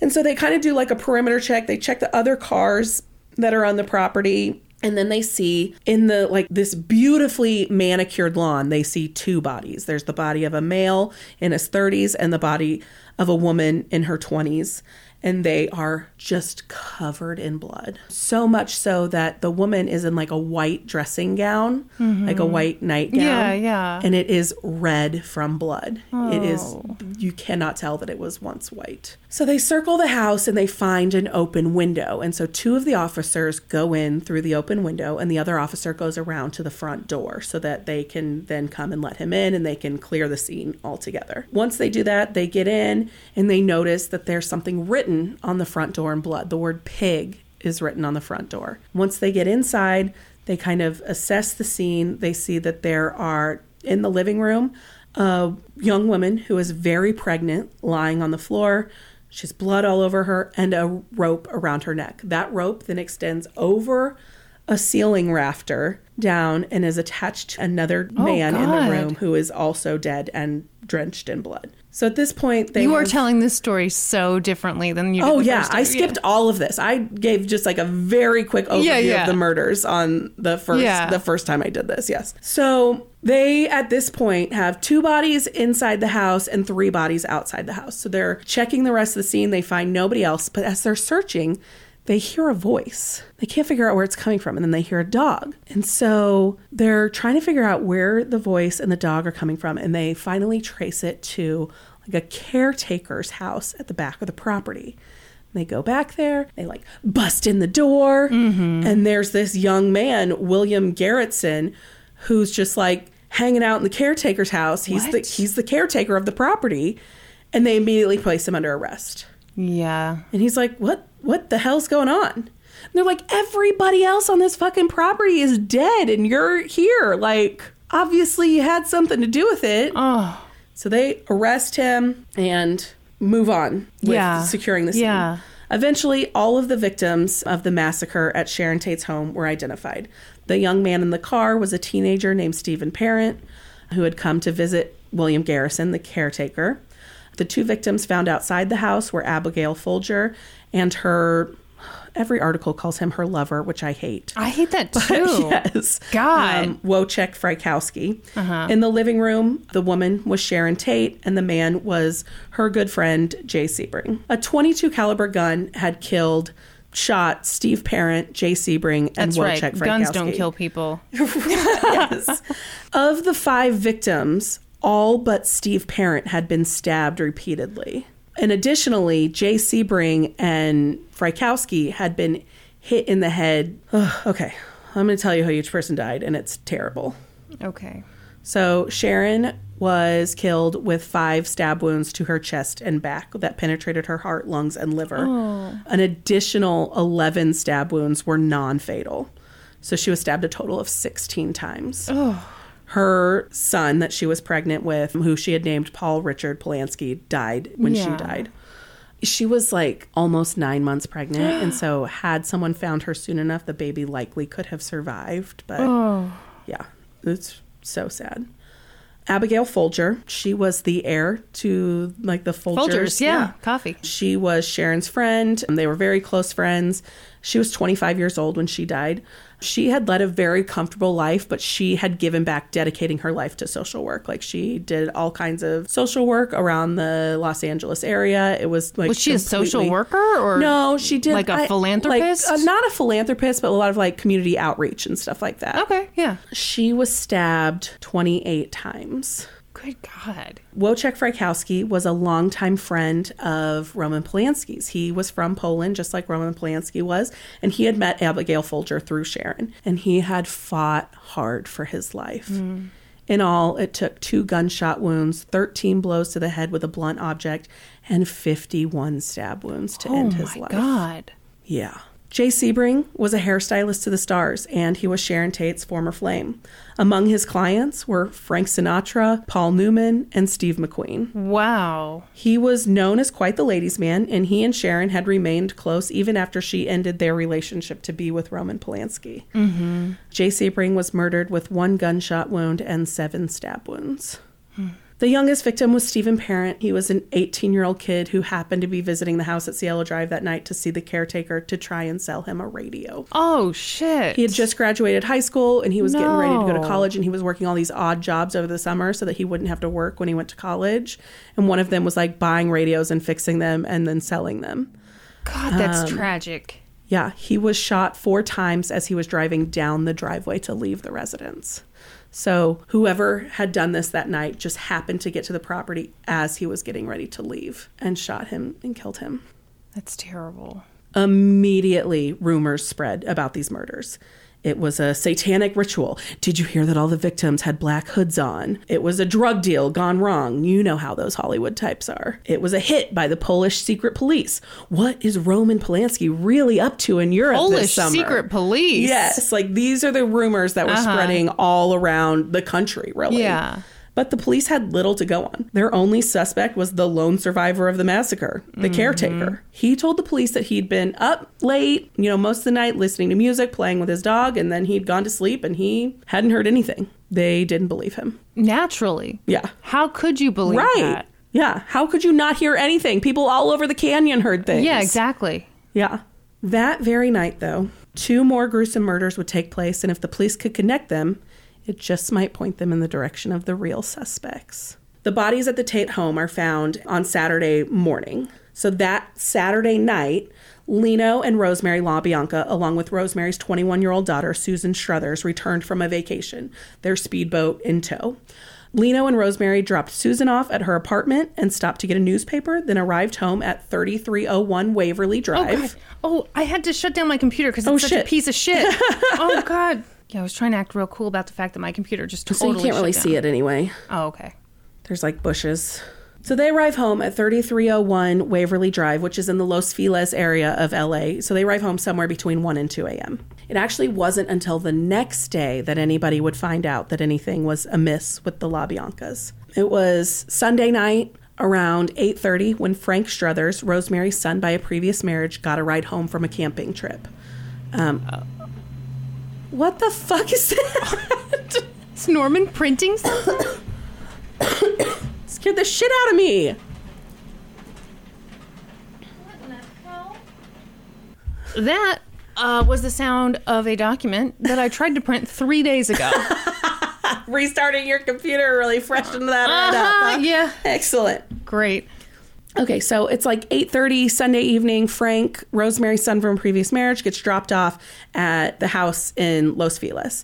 S2: And so they kind of do like a perimeter check. They check the other cars that are on the property. And then they see in the like this beautifully manicured lawn, they see two bodies. There's the body of a male in his 30s and the body of a woman in her 20s and they are just covered in blood. So much so that the woman is in like a white dressing gown, like a white nightgown.
S1: Mm-hmm. Yeah, yeah.
S2: And it is red from blood. It is, you cannot tell that it was once white. So they circle the house and they find an open window. And so two of the officers go in through the open window, and the other officer goes around to the front door so that they can then come and let him in and they can clear the scene altogether. Once they do that, they get in and they notice that there's something written on the front door in blood. The word pig is written on the front door. Once they get inside, they kind of assess the scene. They see that there are in the living room a young woman who is very pregnant lying on the floor. She's blood all over her and a rope around her neck. That rope then extends over a ceiling rafter down and is attached to another man in
S1: Oh, God.
S2: the room who is also dead and drenched in blood. So at this point, they
S1: You are
S2: have-
S1: telling this story so differently than you did
S2: Oh
S1: the
S2: yeah,
S1: first
S2: I
S1: time.
S2: skipped all of this. I gave just like a very quick overview
S1: Yeah, yeah.
S2: of the murders on the first
S1: Yeah.
S2: the first time I did this. Yes. So they at this point have two bodies inside the house and three bodies outside the house. So they're checking the rest of the scene. They find nobody else, but as they're searching, they hear a voice. They can't figure out where it's coming from, and then they hear a dog. And so they're trying to figure out where the voice and the dog are coming from, and they finally trace it to like a caretaker's house at the back of the property. And They go back there, they like bust in the door,
S1: Mm-hmm.
S2: and there's this young man, William Garretson, who's just like hanging out in the caretaker's house. He's
S1: What?
S2: the he's the caretaker of the property, and they immediately place him under arrest.
S1: Yeah.
S2: And he's like, "What? What the hell's going on?" And they're like, "Everybody else on this fucking property is dead, and you're here. Like, obviously, you had something to do with it."
S1: Oh.
S2: So they arrest him and move on with
S1: Yeah.
S2: securing the scene.
S1: Yeah.
S2: Eventually, all of the victims of the massacre at Sharon Tate's home were identified. The young man in the car was a teenager named Stephen Parent, who had come to visit William Garrison, the caretaker. The two victims found outside the house were Abigail Folger and her. Every article calls him her lover, which I hate.
S1: I hate
S2: (laughs)
S1: that too.
S2: Yes. Um,
S1: God. Uh-huh.
S2: Wojciech Frykowski. In the living room, the woman was Sharon Tate, and the man was her good friend Jay Sebring. A 22 caliber gun had killed, shot Steve Parent, Jay Sebring, and
S1: That's right.
S2: Wojciech Frykowski.
S1: Guns don't kill people.
S2: yes. Of the five victims, all but Steve Parent had been stabbed repeatedly. And additionally, Jay Sebring and Frykowski had been hit in the head. Ugh, okay, I'm going to tell you how each person died, and it's terrible.
S1: Okay.
S2: So Sharon was killed with five stab wounds to her chest and back that penetrated her heart, lungs, and liver. An additional 11 stab wounds were non fatal. So she was stabbed a total of 16 times. Her son, that she was pregnant with, who she had named Paul Richard Polanski, died when
S1: Yeah.
S2: she died. She was like almost nine months pregnant. and so, had someone found her soon enough, the baby likely could have survived. But yeah, it's so sad. Abigail Folger, she was the heir to like the Folgers.
S1: Folgers, yeah, coffee.
S2: She was Sharon's friend. and They were very close friends. She was 25 years old when she died. She had led a very comfortable life, but she had given back, dedicating her life to social work. Like she did all kinds of social work around the Los Angeles area. It was like
S1: Was she a social
S2: completely-
S1: worker or
S2: No, she did
S1: like a
S2: I-
S1: philanthropist?
S2: like, uh, not a philanthropist, but a lot of like community outreach and stuff like that.
S1: Okay, yeah.
S2: She was stabbed 28 times.
S1: Good God.
S2: Wojciech Frykowski was a longtime friend of Roman Polanski's. He was from Poland, just like Roman Polanski was, and he had met Abigail Folger through Sharon, and he had fought hard for his life.
S1: Hmm.
S2: In all, it took two gunshot wounds, 13 blows to the head with a blunt object, and 51 stab wounds to end his
S1: Oh My
S2: life.
S1: God.
S2: Yeah. Jay Sebring was a hairstylist to the stars, and he was Sharon Tate's former flame. Among his clients were Frank Sinatra, Paul Newman, and Steve McQueen.
S1: Wow.
S2: He was known as quite the ladies' man, and he and Sharon had remained close even after she ended their relationship to be with Roman Polanski. Mm-hmm. Jay Sebring was murdered with one gunshot wound and seven stab wounds. The youngest victim was Stephen Parent. He was an 18 year old kid who happened to be visiting the house at Cielo Drive that night to see the caretaker to try and sell him a radio.
S1: Oh shit.
S2: He had just graduated high school and he was getting ready to go
S1: No.
S2: to college and he was working all these odd jobs over the summer so that he wouldn't have to work when he went to college. And one of them was like buying radios and fixing them and then selling them.
S1: God, that's
S2: um,
S1: tragic.
S2: Yeah, he was shot four times as he was driving down the driveway to leave the residence. So, whoever had done this that night just happened to get to the property as he was getting ready to leave and shot him and killed him.
S1: That's terrible.
S2: Immediately, rumors spread about these murders. It was a satanic ritual. Did you hear that all the victims had black hoods on? It was a drug deal gone wrong. You know how those Hollywood types are. It was a hit by the Polish secret police. What is Roman Polanski really up to in Europe
S1: Polish
S2: this summer?
S1: secret police. Uh-huh.
S2: Yes, like these are the rumors that were spreading all around the country, really.
S1: Yeah.
S2: But the police had little to go on. Their only suspect was the lone survivor of the massacre, the
S1: Mm-hmm.
S2: caretaker. He told the police that he'd been up late, you know, most of the night listening to music, playing with his dog, and then he'd gone to sleep and he hadn't heard anything. They didn't believe him.
S1: Naturally.
S2: Yeah.
S1: How could you believe
S2: Right.
S1: that?
S2: Yeah. How could you not hear anything? People all over the canyon heard things.
S1: Yeah, exactly.
S2: Yeah. That very night, though, two more gruesome murders would take place, and if the police could connect them, it just might point them in the direction of the real suspects. The bodies at the Tate home are found on Saturday morning. So that Saturday night, Lino and Rosemary LaBianca, along with Rosemary's 21 year old daughter, Susan Struthers, returned from a vacation, their speedboat in tow. Lino and Rosemary dropped Susan off at her apartment and stopped to get a newspaper, then arrived home at 3301 Waverly Drive.
S1: God. Oh, I had to shut down my computer because it's
S2: Oh,
S1: such
S2: shit.
S1: a piece of
S2: (laughs)
S1: shit. oh God. Yeah, I was trying to act real cool about the fact that my computer just
S2: So
S1: totally
S2: you can't really see it anyway.
S1: Oh, okay.
S2: There's like bushes. So they arrive home at 3301 Waverly Drive, which is in the Los Feliz area of LA. So they arrive home somewhere between 1 and 2 a.m. It actually wasn't until the next day that anybody would find out that anything was amiss with the La Biancas. It was Sunday night around 8:30 when Frank Struthers, Rosemary's son by a previous marriage, got a ride home from a camping trip. Um, what the fuck is that? (laughs)
S1: It's Norman printing. something?
S2: Scared the shit out of me.
S1: (coughs) that uh, was the sound of a document that I tried to print three days (laughs) ago.
S2: restarting your computer really freshened that right
S1: Uh-huh,
S2: up. huh?
S1: yeah.
S2: Excellent.
S1: Great.
S2: Okay, so it's like 8:30 Sunday evening. Frank, Rosemary's son from a previous marriage, gets dropped off at the house in Los Feliz.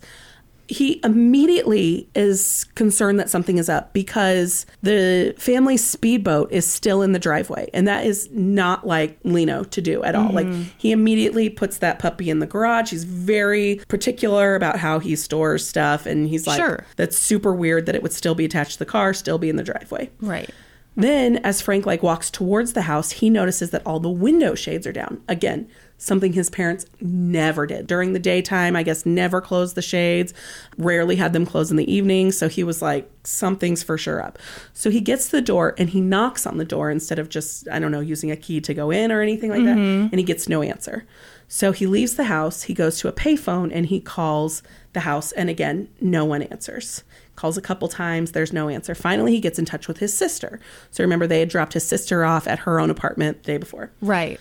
S2: He immediately is concerned that something is up because the family speedboat is still in the driveway, and that is not like Lino to do at all. Like he immediately puts that puppy in the garage. He's very particular about how he stores stuff, and he's like,
S1: Sure.
S2: "That's super weird that it would still be attached to the car, still be in the driveway."
S1: Right.
S2: Then, as Frank like walks towards the house, he notices that all the window shades are down. Again, something his parents never did. During the daytime, I guess never closed the shades, rarely had them closed in the evening, so he was like something's for sure up. So he gets to the door and he knocks on the door instead of just I don't know, using a key to go in or anything like that, and he gets no answer. So he leaves the house, he goes to a payphone and he calls the house and again, no one answers calls a couple times there's no answer finally he gets in touch with his sister so remember they had dropped his sister off at her own apartment the day before
S1: Right.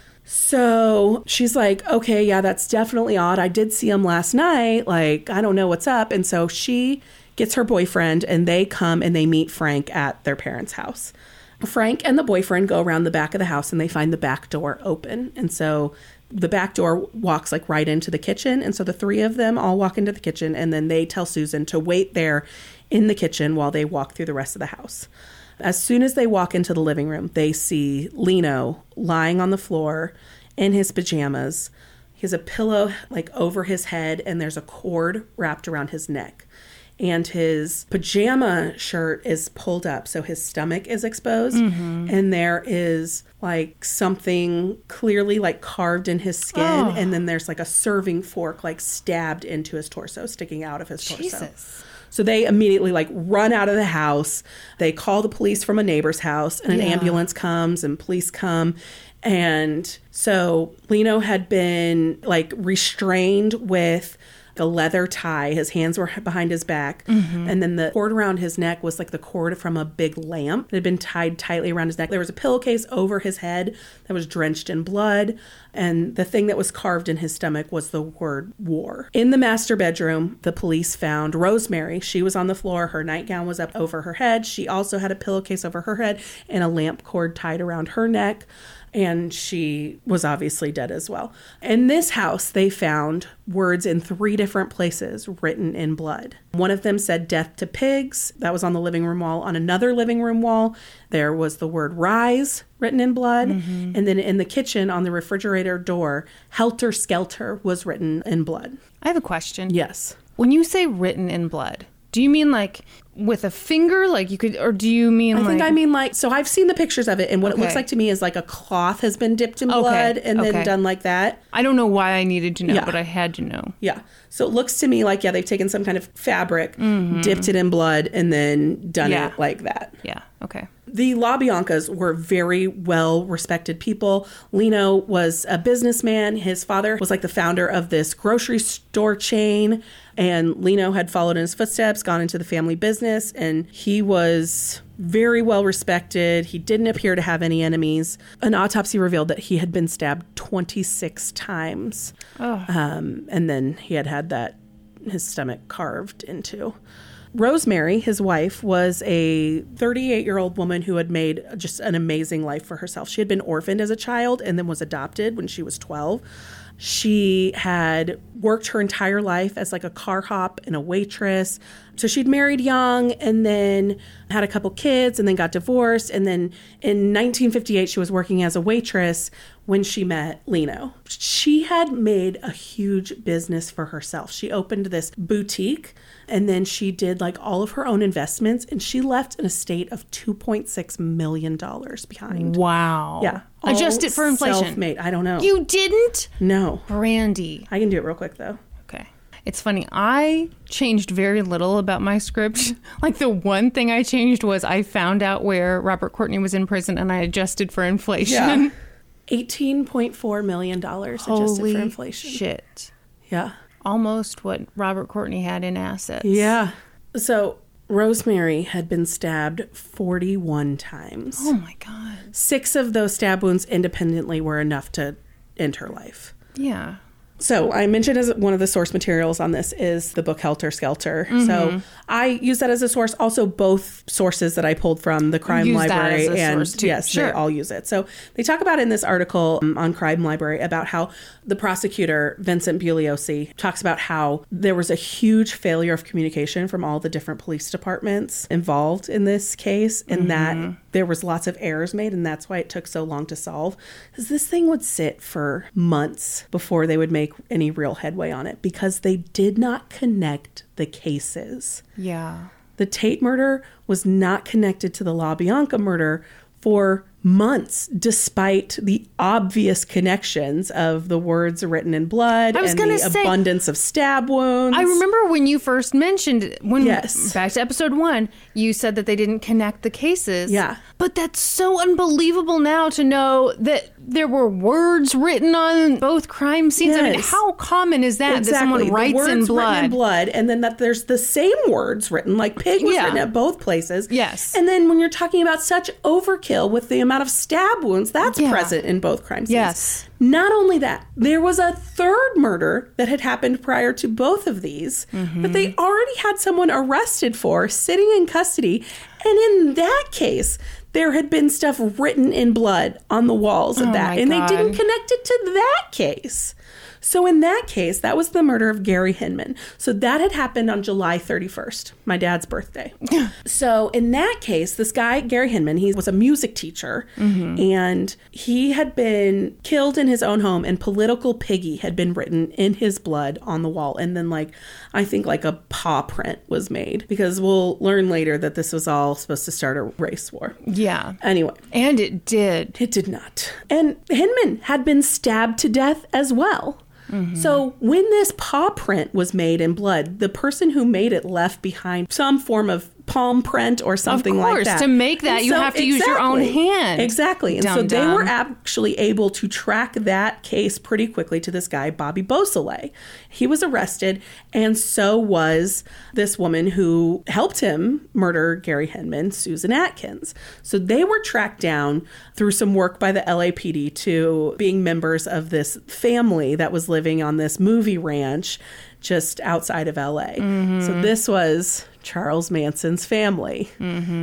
S2: so she's like okay yeah that's definitely odd i did see him last night like i don't know what's up and so she gets her boyfriend and they come and they meet frank at their parents house frank and the boyfriend go around the back of the house and they find the back door open and so the back door walks like right into the kitchen and so the three of them all walk into the kitchen and then they tell susan to wait there in the kitchen while they walk through the rest of the house as soon as they walk into the living room they see lino lying on the floor in his pajamas he has a pillow like over his head and there's a cord wrapped around his neck and his pajama shirt is pulled up so his stomach is exposed
S1: Mm-hmm.
S2: and there is like something clearly like carved in his skin
S1: Oh.
S2: and then there's like a serving fork like stabbed into his torso sticking out of his torso
S1: Jesus.
S2: so they immediately like run out of the house they call the police from a neighbor's house and an
S1: Yeah.
S2: ambulance comes and police come and so lino had been like restrained with a leather tie his hands were behind his back and then the cord around his neck was like the cord from a big lamp it had been tied tightly around his neck there was a pillowcase over his head that was drenched in blood and the thing that was carved in his stomach was the word war in the master bedroom the police found rosemary she was on the floor her nightgown was up over her head she also had a pillowcase over her head and a lamp cord tied around her neck and she was obviously dead as well. In this house, they found words in three different places written in blood. One of them said death to pigs, that was on the living room wall. On another living room wall, there was the word rise written in blood. And then in the kitchen on the refrigerator door, helter skelter was written in blood.
S1: I have a question.
S2: Yes.
S1: When you say written in blood, Do you mean like with a finger? Like you could, or do you mean
S2: I
S1: like.
S2: think I mean like so I've seen the pictures of it and what it
S1: Okay.
S2: looks like to me is like a cloth has been dipped in
S1: Okay,
S2: blood and
S1: okay.
S2: then done like that.
S1: I don't know why I needed to know,
S2: Yeah.
S1: but I had to know.
S2: Yeah. So it looks to me like yeah, they've taken some kind of fabric, dipped it in blood and then done
S1: Mm-hmm. Yeah.
S2: it like that.
S1: Yeah. Okay.
S2: The LaBiancas were very well respected people. Lino was a businessman. His father was like the founder of this grocery store chain. And Lino had followed in his footsteps, gone into the family business, and he was very well respected. He didn't appear to have any enemies. An autopsy revealed that he had been stabbed 26 times. Um, and then he had had that, his stomach carved into. Rosemary, his wife, was a 38 year old woman who had made just an amazing life for herself. She had been orphaned as a child and then was adopted when she was 12. She had worked her entire life as like a car hop and a waitress. So she'd married young and then had a couple kids and then got divorced. And then in 1958, she was working as a waitress when she met Lino. She had made a huge business for herself. She opened this boutique and then she did like all of her own investments and she left an estate of 2.6 million dollars behind.
S1: Wow.
S2: Yeah.
S1: Adjust
S2: All
S1: it for inflation.
S2: Self-made. I don't know.
S1: You didn't?
S2: no.
S1: Brandy.
S2: I can do it real quick though.
S1: Okay. It's funny. I changed very little about my
S2: (laughs)
S1: script. Like the one thing I changed was I found out where Robert Courtney was in prison and I adjusted for inflation.
S2: (laughs) Yeah. 18.4 million dollars adjusted
S1: (laughs) Holy
S2: for inflation.
S1: shit.
S2: Yeah.
S1: Almost what Robert Courtney had in assets.
S2: Yeah. So Rosemary had been stabbed 41 times.
S1: Oh my god.
S2: Six of those stab wounds independently were enough to end her life.
S1: Yeah.
S2: So I mentioned as one of the source materials on this is the book Helter Skelter.
S1: Mm-hmm.
S2: So I use that as a source. Also, both sources that I pulled from the Crime
S1: Use that
S2: Library
S1: as a
S2: and
S1: source, too.
S2: yes, they
S1: Sure.
S2: all use it. So they talk about in this article um, on Crime Library about how the prosecutor Vincent Bugliosi talks about how there was a huge failure of communication from all the different police departments involved in this case, and that there was lots of errors made, and that's why it took so long to solve. Because this thing would sit for months before they would make any real headway on it because they did not connect the cases.
S1: Yeah.
S2: The Tate murder was not connected to the LaBianca murder for months, despite the obvious connections of the words written in blood
S1: I was
S2: and
S1: gonna
S2: the
S1: say-
S2: abundance of stab wounds.
S1: I remember when you first mentioned it, when
S2: Yes.
S1: back to episode one, you said that they didn't connect the cases.
S2: Yeah.
S1: But that's so unbelievable now to know that there were words written on both crime scenes. I mean,
S2: Yes.
S1: how common is that that someone
S2: The
S1: writes
S2: words
S1: in
S2: written
S1: blood?
S2: in blood, and then that there's the same words written, like pig was
S1: Yeah.
S2: written at both places.
S1: Yes.
S2: And then when you're talking about such overkill with the amount of stab wounds, that's
S1: Yeah.
S2: present in both crime scenes.
S1: Yes.
S2: Not only that, there was a third murder that had happened prior to both of these
S1: Mm-hmm.
S2: that they already had someone arrested for, sitting in custody. And in that case, there had been stuff written in blood on the walls of
S1: my
S2: that, and they didn't
S1: God.
S2: connected to that case. So in that case, that was the murder of Gary Hinman. So that had happened on July 31st, my dad's
S1: (laughs)
S2: birthday. so in that case, this guy Gary Hinman, he was a music teacher
S1: Mm-hmm.
S2: and he had been killed in his own home and political piggy had been written in his blood on the wall and then like I think like a paw print was made because we'll learn later that this was all supposed to start a race war.
S1: Yeah.
S2: Anyway,
S1: And it did.
S2: it did not. And Hinman had been stabbed to death as well.
S1: Mm-hmm.
S2: So when this paw print was made in blood, the person who made it left behind some form of palm print or something
S1: course,
S2: like that.
S1: to make that, you have to use your own hand.
S2: Exactly. And so they
S1: Dum-dum.
S2: were actually able to track that case pretty quickly to this guy Bobby Beausoleil. He was arrested and so was this woman who helped him murder Gary Henman, Susan Atkins. So they were tracked down through some work by the LAPD to being members of this family that was living on this movie ranch just outside of LA. So this was Charles Manson's family.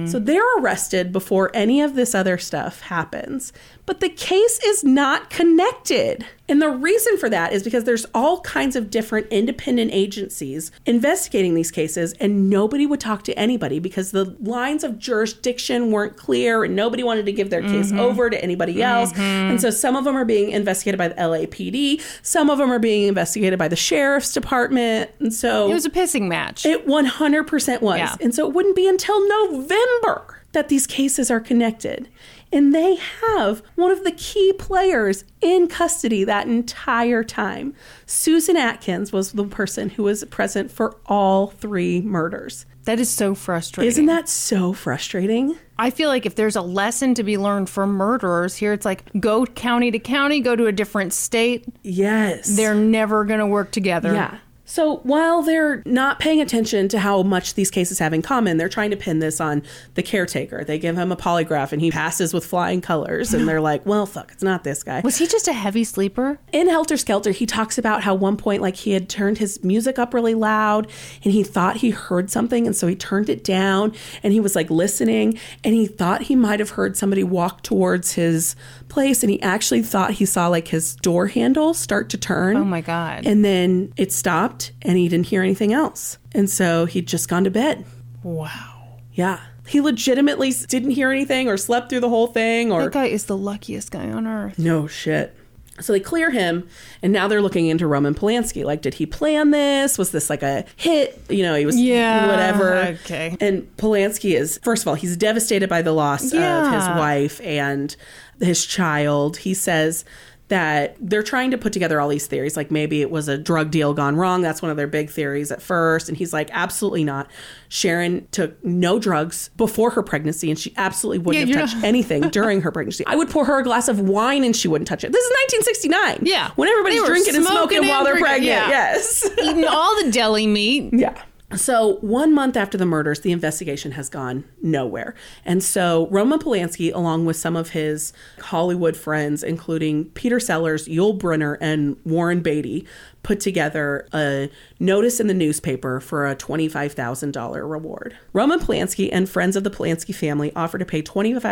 S2: So they're arrested before any of this other stuff happens. But the case is not connected. And the reason for that is because there's all kinds of different independent agencies investigating these cases, and nobody would talk to anybody because the lines of jurisdiction weren't clear and nobody wanted to give their case
S1: Mm-hmm.
S2: over to anybody else. And so some of them are being investigated by the LAPD, some of them are being investigated by the sheriff's department. And so
S1: It was a pissing match.
S2: it 100% was.
S1: Yeah.
S2: And so it wouldn't be until November that these cases are connected. And they have one of the key players in custody that entire time. Susan Atkins was the person who was present for all three murders.
S1: that is so frustrating.
S2: Isn't that so frustrating?
S1: I feel like if there's a lesson to be learned for murderers here, it's like go county to county, go to a different state.
S2: Yes.
S1: They're never going to work together.
S2: Yeah. So while they're not paying attention to how much these cases have in common, they're trying to pin this on the caretaker. They give him a polygraph and he passes with flying colors, and they're like, well, fuck, it's not this guy.
S1: Was he just a heavy sleeper?
S2: In Helter Skelter, he talks about how one point, like, he had turned his music up really loud and he thought he heard something, and so he turned it down and he was like listening and he thought he might have heard somebody walk towards his place, and he actually thought he saw like his door handle start to turn.
S1: Oh my God.
S2: And then it stopped and he didn't hear anything else. And so he'd just gone to bed.
S1: Wow.
S2: Yeah. He legitimately s- didn't hear anything or slept through the whole thing or
S1: That guy is the luckiest guy on earth.
S2: no shit. So they clear him, and now they're looking into Roman Polanski. Like, did he plan this? Was this like a hit? You know, he was
S1: Yeah,
S2: whatever.
S1: okay.
S2: And Polanski is first of all, he's devastated by the loss of his
S1: Yeah.
S2: wife and his child. He says that they're trying to put together all these theories. Like maybe it was a drug deal gone wrong. That's one of their big theories at first. And he's like, absolutely not. Sharon took no drugs before her pregnancy, and she absolutely wouldn't
S1: Yeah,
S2: have
S1: you're
S2: touched anything
S1: (laughs)
S2: during her pregnancy. I would pour her a glass of wine and she wouldn't touch it. This is 1969.
S1: Yeah.
S2: When everybody's
S1: They were
S2: drinking and
S1: smoking
S2: smoking while
S1: and
S2: they're
S1: drinking, yeah.
S2: pregnant. Yes.
S1: (laughs)
S2: (laughs)
S1: Eating all the deli meat.
S2: Yeah. So, one month after the murders, the investigation has gone nowhere. And so, Roman Polanski, along with some of his Hollywood friends, including Peter Sellers, Yul Brynner, and Warren Beatty, put together a notice in the newspaper for a $25,000 reward. Roman Polanski and friends of the Polanski family offer to pay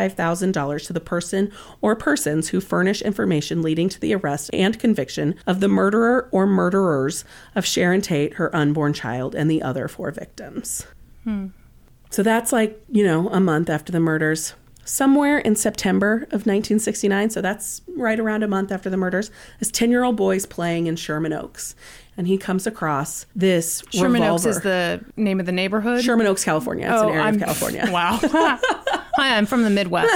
S2: $25,000 to the person or persons who furnish information leading to the arrest and conviction of the murderer or murderers of Sharon Tate, her unborn child, and the other four victims.
S1: Hmm.
S2: So that's like, you know, a month after the murders. Somewhere in September of 1969, so that's right around a month after the murders, this 10 year old boy's playing in Sherman Oaks. And he comes across this
S1: Sherman
S2: revolver.
S1: Oaks is the name of the neighborhood.
S2: Sherman Oaks, California. It's an area
S1: Oh, I'm-
S2: of California.
S1: (laughs)
S2: (laughs)
S1: Wow. Hi, I'm from the Midwest.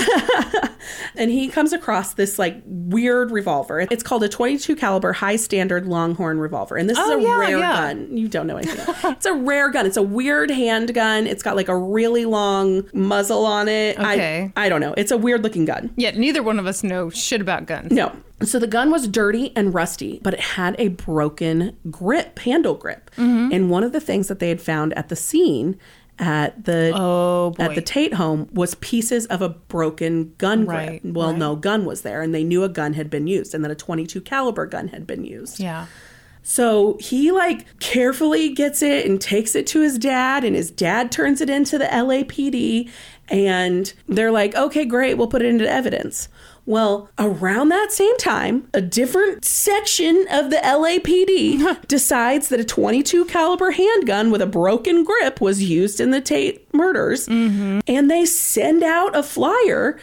S2: and he comes across this like weird revolver. It's called a 22 caliber high standard Longhorn revolver, and this
S1: Oh,
S2: is a
S1: yeah,
S2: rare
S1: yeah.
S2: gun. You don't know anything. it's a rare gun. It's a weird handgun. It's got like a really long muzzle on it. I-
S1: Okay.
S2: I don't know. It's a weird looking gun.
S1: Yet neither one of us know shit about guns.
S2: No. So the gun was dirty and rusty, but it had a broken grip, handle grip.
S1: Mm-hmm.
S2: And one of the things that they had found at the scene at the
S1: Oh, boy.
S2: at the Tate home was pieces of a broken gun
S1: Right,
S2: grip. Well, no gun was there, and they knew a gun had been used, and that a 22 caliber gun had been used.
S1: Yeah.
S2: So he like carefully gets it and takes it to his dad, and his dad turns it into the LAPD. And they're like, okay, great, we'll put it into evidence. Well, around that same time, a different section of the LAPD decides that a 22 caliber handgun with a broken grip was used in the Tate murders, and they send out a flyer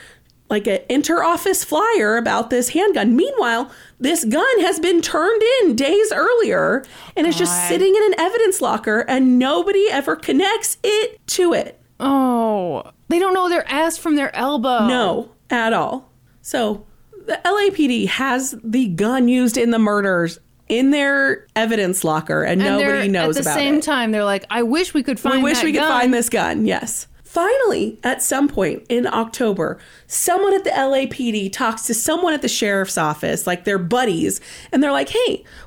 S2: like an interoffice flyer about this handgun. Meanwhile, this gun has been turned in days earlier and is just
S1: God.
S2: sitting in an evidence locker and nobody ever connects it to it.
S1: Oh, they don't know their ass from their elbow.
S2: No, at all. So the LAPD has the gun used in the murders in their evidence locker and,
S1: And they're-
S2: nobody knows
S1: At the
S2: about
S1: same
S2: it.
S1: time, they're like, I wish we could find.
S2: I wish
S1: that
S2: we could
S1: gun.
S2: find this gun. Yes. Finally, at some point in October, someone at the LAPD talks to someone at the sheriff's office, like their buddies, and they're like, "Hey,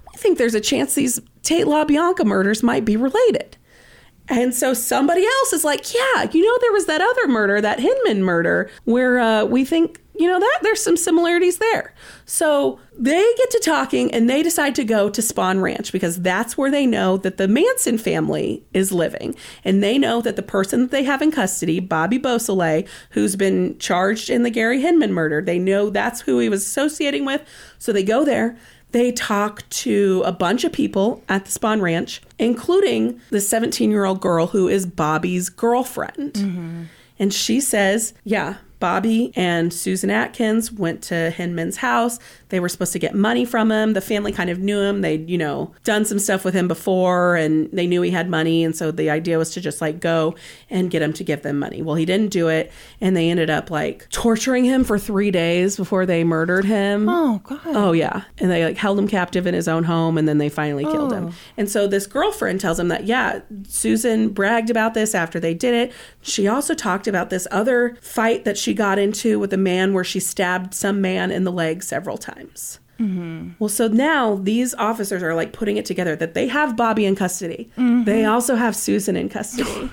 S2: we think there's a chance these Tate LaBianca murders might be related." And so somebody else is like, "Yeah, you know, there was that other murder, that Hinman murder, where uh, we think." You know that there's some similarities there. So they get to talking and they decide to go to Spawn Ranch because that's where they know that the Manson family is living. And they know that the person that they have in custody, Bobby Beausoleil, who's been charged in the Gary Hinman murder, they know that's who he was associating with. So they go there. They talk to a bunch of people at the Spawn Ranch, including the 17 year old girl who is Bobby's girlfriend. And she says, Yeah, Bobby and Susan Atkins went to Hinman's house. They were supposed to get money from him. The family kind of knew him. They'd, you know, done some stuff with him before and they knew he had money. And so the idea was to just like go and get him to give them money. Well, he didn't do it. And they ended up like torturing him for three days before they murdered him.
S1: Oh, God.
S2: Oh yeah, and they like held him captive in his own home, and then they finally killed him. And so this girlfriend tells him that yeah, Susan bragged about this after they did it. She also talked about this other fight that she got into with a man where she stabbed some man in the leg several times. Well, so now these officers are like putting it together that they have Bobby in custody. They also have Susan in custody.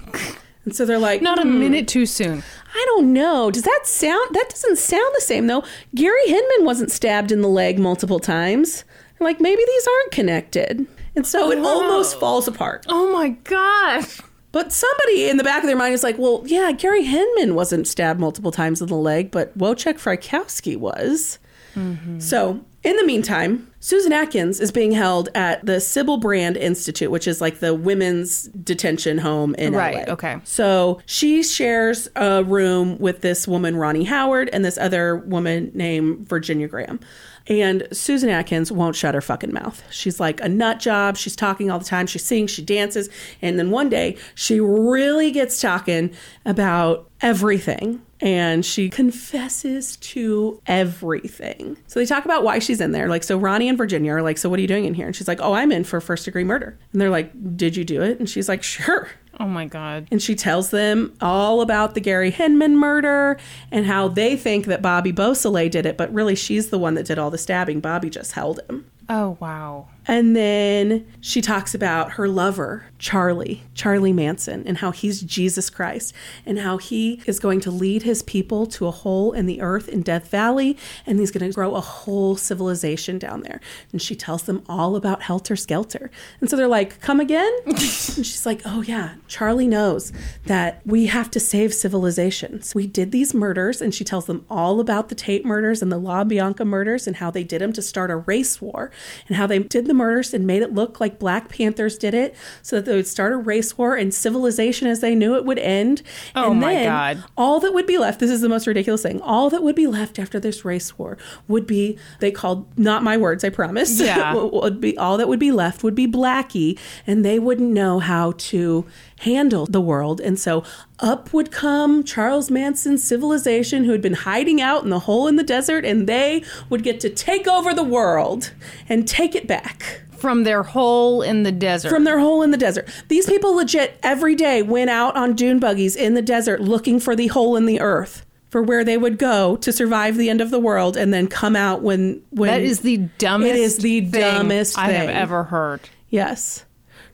S2: and so they're like,
S1: Not a minute too soon.
S2: I don't know. Does that sound? That doesn't sound the same though. Gary Hinman wasn't stabbed in the leg multiple times. Like maybe these aren't connected. And so it almost falls apart.
S1: Oh, my God.
S2: But somebody in the back of their mind is like, well, yeah, Gary Hinman wasn't stabbed multiple times in the leg, but Wojciech Frykowski was.
S1: Mm-hmm.
S2: So, in the meantime, Susan Atkins is being held at the Sybil Brand Institute, which is like the women's detention home in
S1: Right,
S2: LA.
S1: okay.
S2: So she shares a room with this woman, Ronnie Howard, and this other woman named Virginia Graham. And Susan Atkins won't shut her fucking mouth. She's like a nut job. She's talking all the time. She sings, she dances. And then one day she really gets talking about everything. And she confesses to everything. So they talk about why she's in there. Like, so Ronnie and Virginia are like, So what are you doing in here? And she's like, Oh, I'm in for first degree murder. And they're like, Did you do it? And she's like, Sure.
S1: Oh, my God.
S2: And she tells them all about the Gary Hinman murder and how they think that Bobby Beausoleil did it, but really she's the one that did all the stabbing. Bobby just held him.
S1: Oh, wow.
S2: And then she talks about her lover, Charlie, Charlie Manson, and how he's Jesus Christ and how he is going to lead his people to a hole in the earth in Death Valley and he's going to grow a whole civilization down there. And she tells them all about Helter Skelter. And so they're like, come again? (laughs) and she's like, oh yeah, Charlie knows that we have to save civilizations. We did these murders. And she tells them all about the Tate murders and the La Bianca murders and how they did them to start a race war and how they did the murders and made it look like Black Panthers did it so that they would start a race war and civilization as they knew it would end.
S1: Oh
S2: and
S1: my
S2: then
S1: God.
S2: All that would be left, this is the most ridiculous thing, all that would be left after this race war would be, they called, not my words, I promise. (laughs)
S1: Yeah.
S2: would be all that would be left would be Blackie, and they wouldn't know how to handle the world. And so up would come Charles Manson's civilization, who had been hiding out in the hole in the desert, and they would get to take over the world and take it back
S1: From their hole in the desert.
S2: from their hole in the desert. These people legit every day went out on dune buggies in the desert looking for the hole in the earth. For where they would go to survive the end of the world, and then come out when when
S1: that is the dumbest.
S2: It is the
S1: thing
S2: dumbest
S1: I have
S2: thing.
S1: ever heard.
S2: Yes.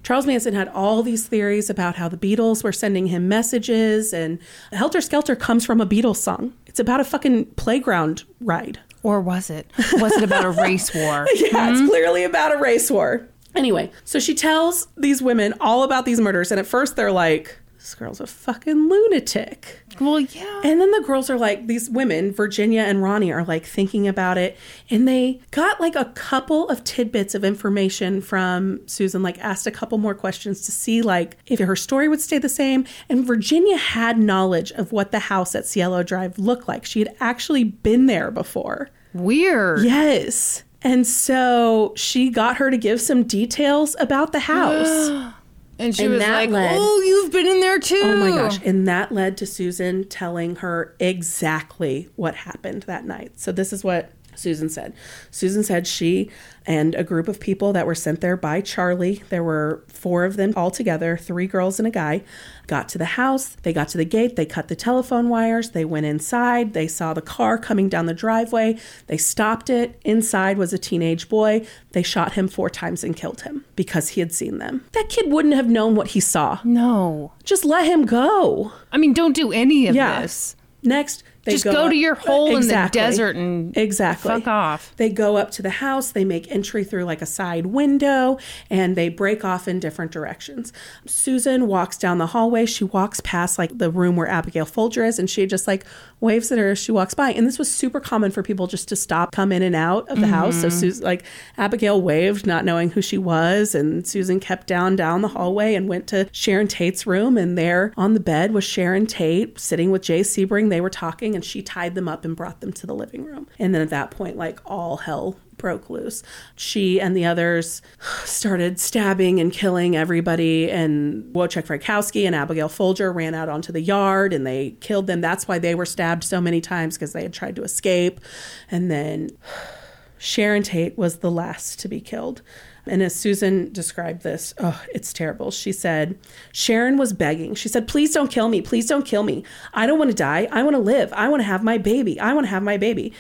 S2: Charles Manson had all these theories about how the Beatles were sending him messages, and Helter Skelter comes from a Beatles song. It's about a fucking playground ride.
S1: Or was it? Was it (laughs) about a race war?
S2: (laughs) Yeah, it's clearly about a race war. Anyway, so she tells these women all about these murders, and at first they're like, this girl's a fucking lunatic.
S1: Well, yeah.
S2: And then the girls are like, these women, Virginia and Ronnie, are like thinking about it. And they got like a couple of tidbits of information from Susan, like asked a couple more questions to see like if her story would stay the same. And Virginia had knowledge of what the house at Cielo Drive looked like. She had actually been there before.
S1: Weird.
S2: Yes. And so she got her to give some details about the house.
S1: And she
S2: And
S1: was
S2: that
S1: like,
S2: led-
S1: "Oh, you've been in there too."
S2: Oh my gosh. And that led to Susan telling her exactly what happened that night. So this is what Susan said. Susan said she and a group of people that were sent there by Charlie, there were four of them altogether, three girls and a guy, got to the house. They got to the gate. They cut the telephone wires. They went inside. They saw the car coming down the driveway. They stopped it. Inside was a teenage boy. They shot him four times and killed him because he had seen them. That kid wouldn't have known what he saw
S1: No.
S2: just let him go.
S1: I mean, don't do any of
S2: Yeah.
S1: this.
S2: Next, They
S1: Just go to your hole in the desert and
S2: exactly
S1: fuck off.
S2: They go up to the house. They make entry through like a side window, and they break off in different directions. Susan walks down the hallway. She walks past like the room where Abigail Folger is, and she just like waves at her as she walks by. And this was super common for people just to stop, come in and out of the
S1: Mm-hmm.
S2: house. So Susan, like Abigail, waved, not knowing who she was, and Susan kept down down the hallway and went to Sharon Tate's room. And there on the bed was Sharon Tate sitting with Jay Sebring. They were talking, and she tied them up and brought them to the living room. And then at that point, like all hell broke loose. She and the others (sighs) started stabbing and killing everybody. And Wojciech Frykowski and Abigail Folger ran out onto the yard and they killed them. That's why they were stabbed so many times because they had tried to escape. And then Sharon Tate was the last to be killed. And as Susan described this, oh, it's terrible. She said, Sharon was begging. She said, Please don't kill me. Please don't kill me. I don't want to die. I want to live. I want to have my baby. I want to have my baby.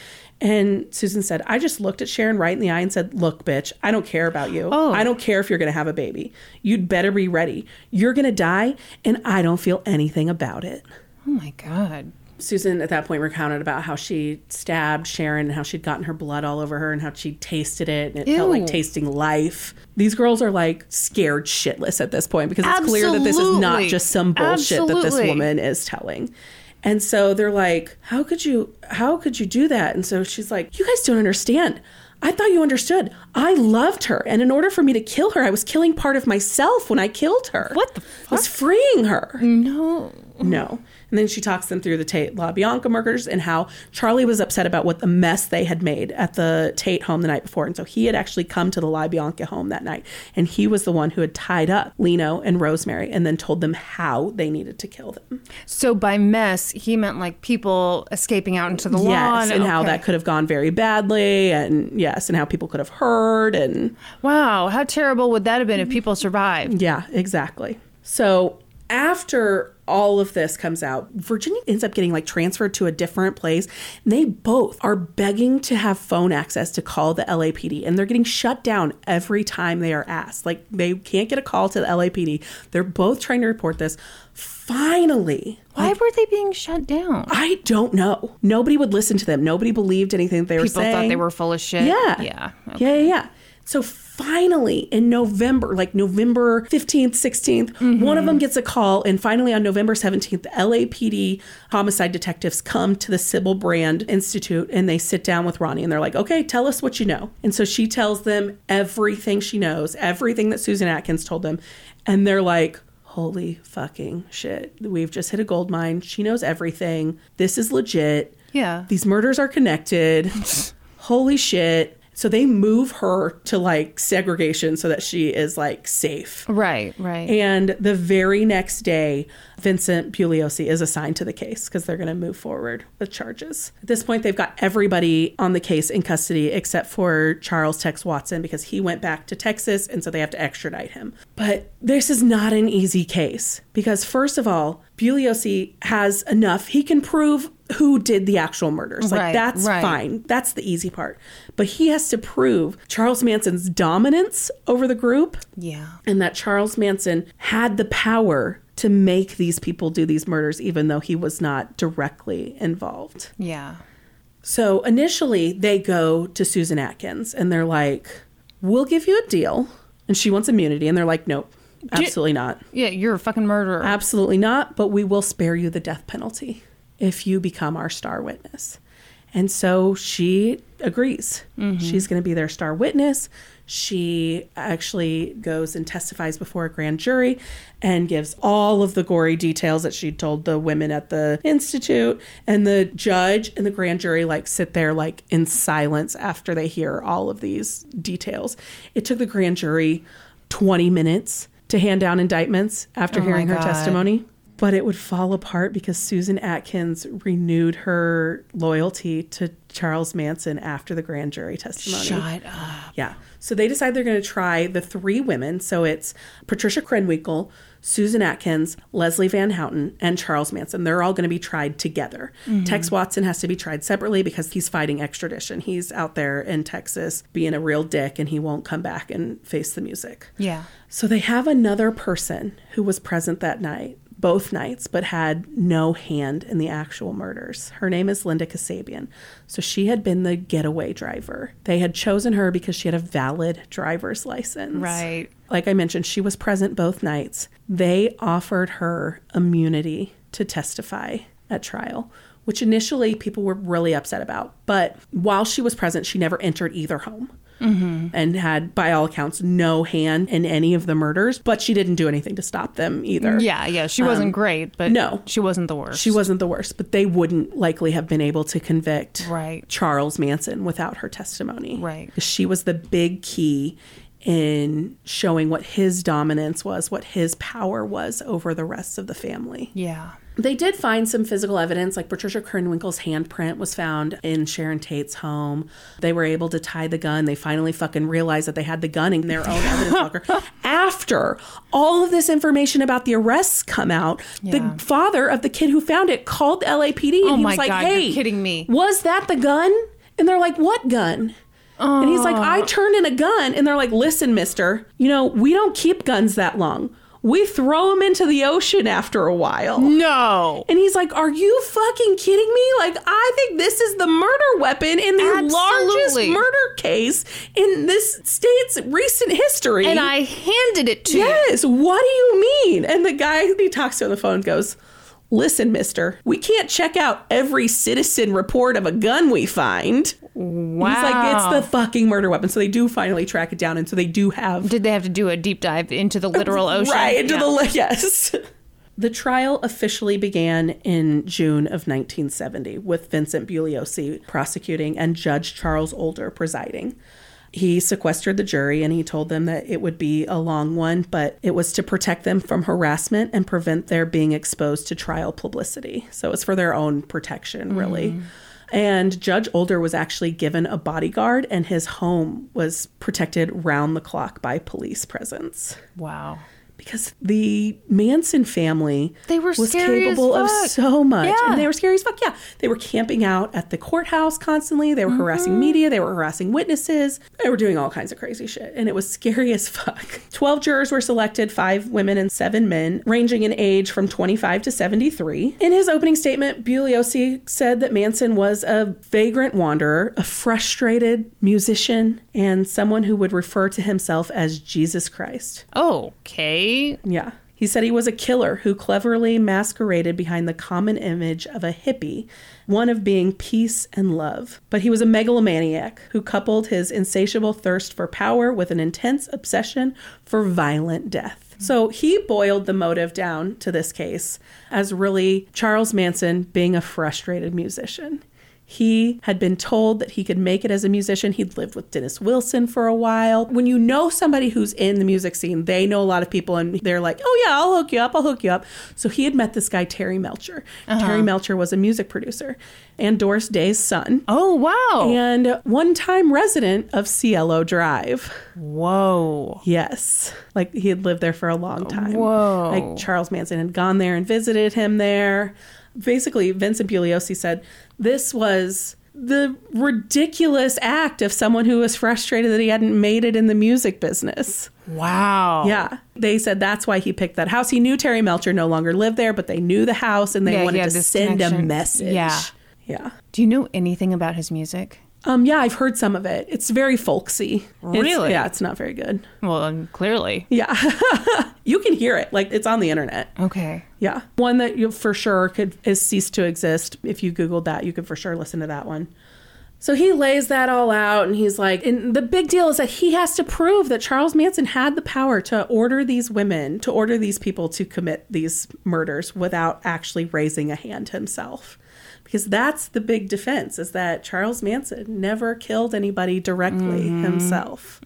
S2: And Susan said, I just looked at Sharon right in the eye and said, Look, bitch, I don't care about you.
S1: Oh.
S2: I don't care if you're going to have a baby. You'd better be ready. You're going to die, and I don't feel anything about it.
S1: Oh my god.
S2: Susan at that point recounted about how she stabbed Sharon and how she'd gotten her blood all over her and how she tasted it and it felt like
S1: Ew.
S2: tasting life. These girls are like scared shitless at this point because it's clear that this is not
S1: Absolutely.
S2: just some bullshit that this
S1: Absolutely.
S2: woman is telling. And so they're like, "How could you how could you do that?" And so she's like, "You guys don't understand. I thought you understood. I loved her, and in order for me to kill her, I was killing part of myself when I killed her.
S1: What the
S2: I was freeing her.
S1: No.
S2: No. And then she talks them through the Tate LaBianca murders and how Charlie was upset about what the mess they had made at the Tate home the night before. And so he had actually come to the LaBianca home that night. And he was the one who had tied up Lino and Rosemary and then told them how they needed to kill them.
S1: So by mess, he meant like people escaping out into the lawn
S2: yes. And how
S1: Okay.
S2: that could have gone very badly. And yes. And how people could have heard. And
S1: Wow, how terrible would that have been if people survived?
S2: Yeah, exactly. So after all of this comes out, Virginia ends up getting like transferred to a different place. And they both are begging to have phone access to call the LAPD, and they're getting shut down every time they are asked. Like they can't get a call to the LAPD. They're both trying to report this. Finally,
S1: Why were they being shut down?
S2: I don't know. Nobody would listen to them. Nobody believed anything they were
S1: People
S2: saying.
S1: thought they were full of shit.
S2: Yeah.
S1: Yeah.
S2: Yeah, yeah, yeah. So finally in November, like November 15th, 16th, one of them gets a call. And finally on November 17th, the LAPD homicide detectives come to the Sybil Brand Institute and they sit down with Ronnie and they're like, okay, tell us what you know. And so she tells them everything she knows, everything that Susan Atkins told them. And they're like, holy fucking shit. We've just hit a gold mine. She knows everything. This is legit.
S1: Yeah.
S2: These murders are connected. Holy shit. So they move her to like segregation so that she is like safe.
S1: Right, right.
S2: And the very next day, Vincent Bugliosi is assigned to the case because they're going to move forward with charges. At this point, they've got everybody on the case in custody except for Charles Tex Watson because he went back to Texas and so they have to extradite him. But this is not an easy case because, first of all, Bugliosi has enough. He can prove who did the actual murders. Like,
S1: Right,
S2: that's
S1: right.
S2: fine fine. That's the easy part. But he has to prove Charles Manson's dominance over the group.
S1: Yeah.
S2: And that Charles Manson had the power to make these people do these murders, even though he was not directly involved.
S1: yeah.
S2: So initially, they go to Susan Atkins and they're like, We'll give you a deal. And she wants immunity. And they're like, Nope, absolutely not.
S1: Yeah, you're a fucking murderer.
S2: Absolutely not, but we will spare you the death penalty if you become our star witness. And so she agrees. She's going to be their star witness. She actually goes and testifies before a grand jury and gives all of the gory details that she told the women at the institute and the judge and the grand jury like sit there like in silence after they hear all of these details. It took the grand jury 20 minutes to hand down indictments after
S1: Oh my
S2: hearing her
S1: God.
S2: testimony, but it would fall apart because Susan Atkins renewed her loyalty to Charles Manson after the grand jury testimony.
S1: Shut up.
S2: Yeah. So they decide they're going to try the three women. So it's Patricia Krenwinkel, Susan Atkins, Leslie Van Houten, and Charles Manson. They're all going to be tried together.
S1: Mm-hmm.
S2: Tex Watson has to be tried separately because he's fighting extradition. He's out there in Texas being a real dick and he won't come back and face the music.
S1: Yeah.
S2: So they have another person who was present that night both nights, but had no hand in the actual murders. Her name is Linda Kasabian. So she had been the getaway driver. They had chosen her because she had a valid driver's license.
S1: Right.
S2: Like I mentioned, she was present both nights. They offered her immunity to testify at trial, which initially people were really upset about. But while she was present, she never entered either home and had, by all accounts, no hand in any of the murders, but she didn't do anything to stop them either.
S1: Yeah, yeah. She wasn't great, but
S2: Um, no.
S1: she wasn't the worst.
S2: She wasn't the worst, but they wouldn't likely have been able to convict
S1: Right.
S2: Charles Manson without her testimony.
S1: Right.
S2: She was the big key in showing what his dominance was, what his power was over the rest of the family.
S1: yeah.
S2: They did find some physical evidence, like Patricia Kernwinkle's handprint was found in Sharon Tate's home. They were able to tie the gun. They finally fucking realized that they had the gun in their own
S1: (laughs)
S2: evidence locker. After all of this information about the arrests come out,
S1: Yeah.
S2: the father of the kid who found it called the LAPD and
S1: Oh
S2: he
S1: my
S2: was like,
S1: God, you're
S2: "Hey,
S1: kidding me."
S2: Was that the gun?" And they're like, "What gun?" And he's like, I turned in a gun. And they're like, listen, mister, you know, we don't keep guns that long. We throw them into the ocean after a while.
S1: No.
S2: And he's like, Are you fucking kidding me? Like, I think this is the murder weapon in the largest
S1: Absolutely.
S2: murder case in this state's recent history.
S1: And I handed it to you.
S2: Yes, what do you mean? And the guy he talks to on the phone goes, Listen, mister, we can't check out every citizen report of a gun we find.
S1: Wow.
S2: He's like, It's the fucking murder weapon. So they do finally track it down. And so they do have
S1: Did they have to do a deep dive into the literal ocean?
S2: (laughs) Right into
S1: Yeah.
S2: the li- yes. The trial officially began in June of 1970 with Vincent Bugliosi prosecuting and Judge Charles Older presiding. He sequestered the jury and he told them that it would be a long one, but it was to protect them from harassment and prevent their being exposed to trial publicity. So it's for their own protection, really.
S1: Mm.
S2: And Judge Older was actually given a bodyguard, and his home was protected round the clock by police presence
S1: Wow.
S2: because the Manson family
S1: They were
S2: was
S1: scary as
S2: capable
S1: fuck.
S2: of so much,
S1: Yeah.
S2: and they were scary as fuck. Yeah, they were camping out at the courthouse constantly. They were harassing
S1: Mm-hmm.
S2: media. They were harassing witnesses. They were doing all kinds of crazy shit, and it was scary as fuck. (laughs) Twelve jurors were selected: five women and seven men, ranging in age from twenty-five to seventy-three. In his opening statement, Bugliosi said that Manson was a vagrant wanderer, a frustrated musician, and someone who would refer to himself as Jesus Christ.
S1: Okay.
S2: Yeah. He said he was a killer who cleverly masqueraded behind the common image of a hippie, one of being peace and love. But he was a megalomaniac who coupled his insatiable thirst for power with an intense obsession for violent death. So he boiled the motive down to this case as really Charles Manson being a frustrated musician. He had been told that he could make it as a musician. He'd lived with Dennis Wilson for a while. When you know somebody who's in the music scene, they know a lot of people and they're like, oh, yeah, I'll hook you up. I'll hook you up. So he had met this guy, Terry Melcher. Terry Melcher was a music producer and Doris Day's son.
S1: Oh, wow.
S2: And one time resident of Cielo Drive.
S1: Whoa.
S2: Yes. Like he had lived there for a long time.
S1: Whoa.
S2: Like Charles Manson had gone there and visited him there. Basically, Vincent Bugliosi said this was the ridiculous act of someone who was frustrated that he hadn't made it in the music business.
S1: Wow.
S2: Yeah. They said that's why he picked that house. He knew Terry Melcher no longer lived there, but they knew the house and they
S1: Yeah, he
S2: wanted
S1: had
S2: to
S1: this
S2: send a
S1: connection.
S2: message.
S1: Yeah.
S2: Yeah.
S1: Do you know anything about his music?
S2: Um, yeah, I've heard some of it. It's very folksy. It's-
S1: Really?
S2: yeah, it's not very good.
S1: Well, um, clearly.
S2: Yeah. (laughs) you can hear it. Like it's on the internet.
S1: Okay.
S2: Yeah. One that you for sure could is ceased to exist. If you Googled that, you could for sure listen to that one. So he lays that all out and he's like, and the big deal is that he has to prove that Charles Manson had the power to order these women, to order these people to commit these murders without actually raising a hand himself. Because that's the big defense is that Charles Manson never killed anybody directly himself.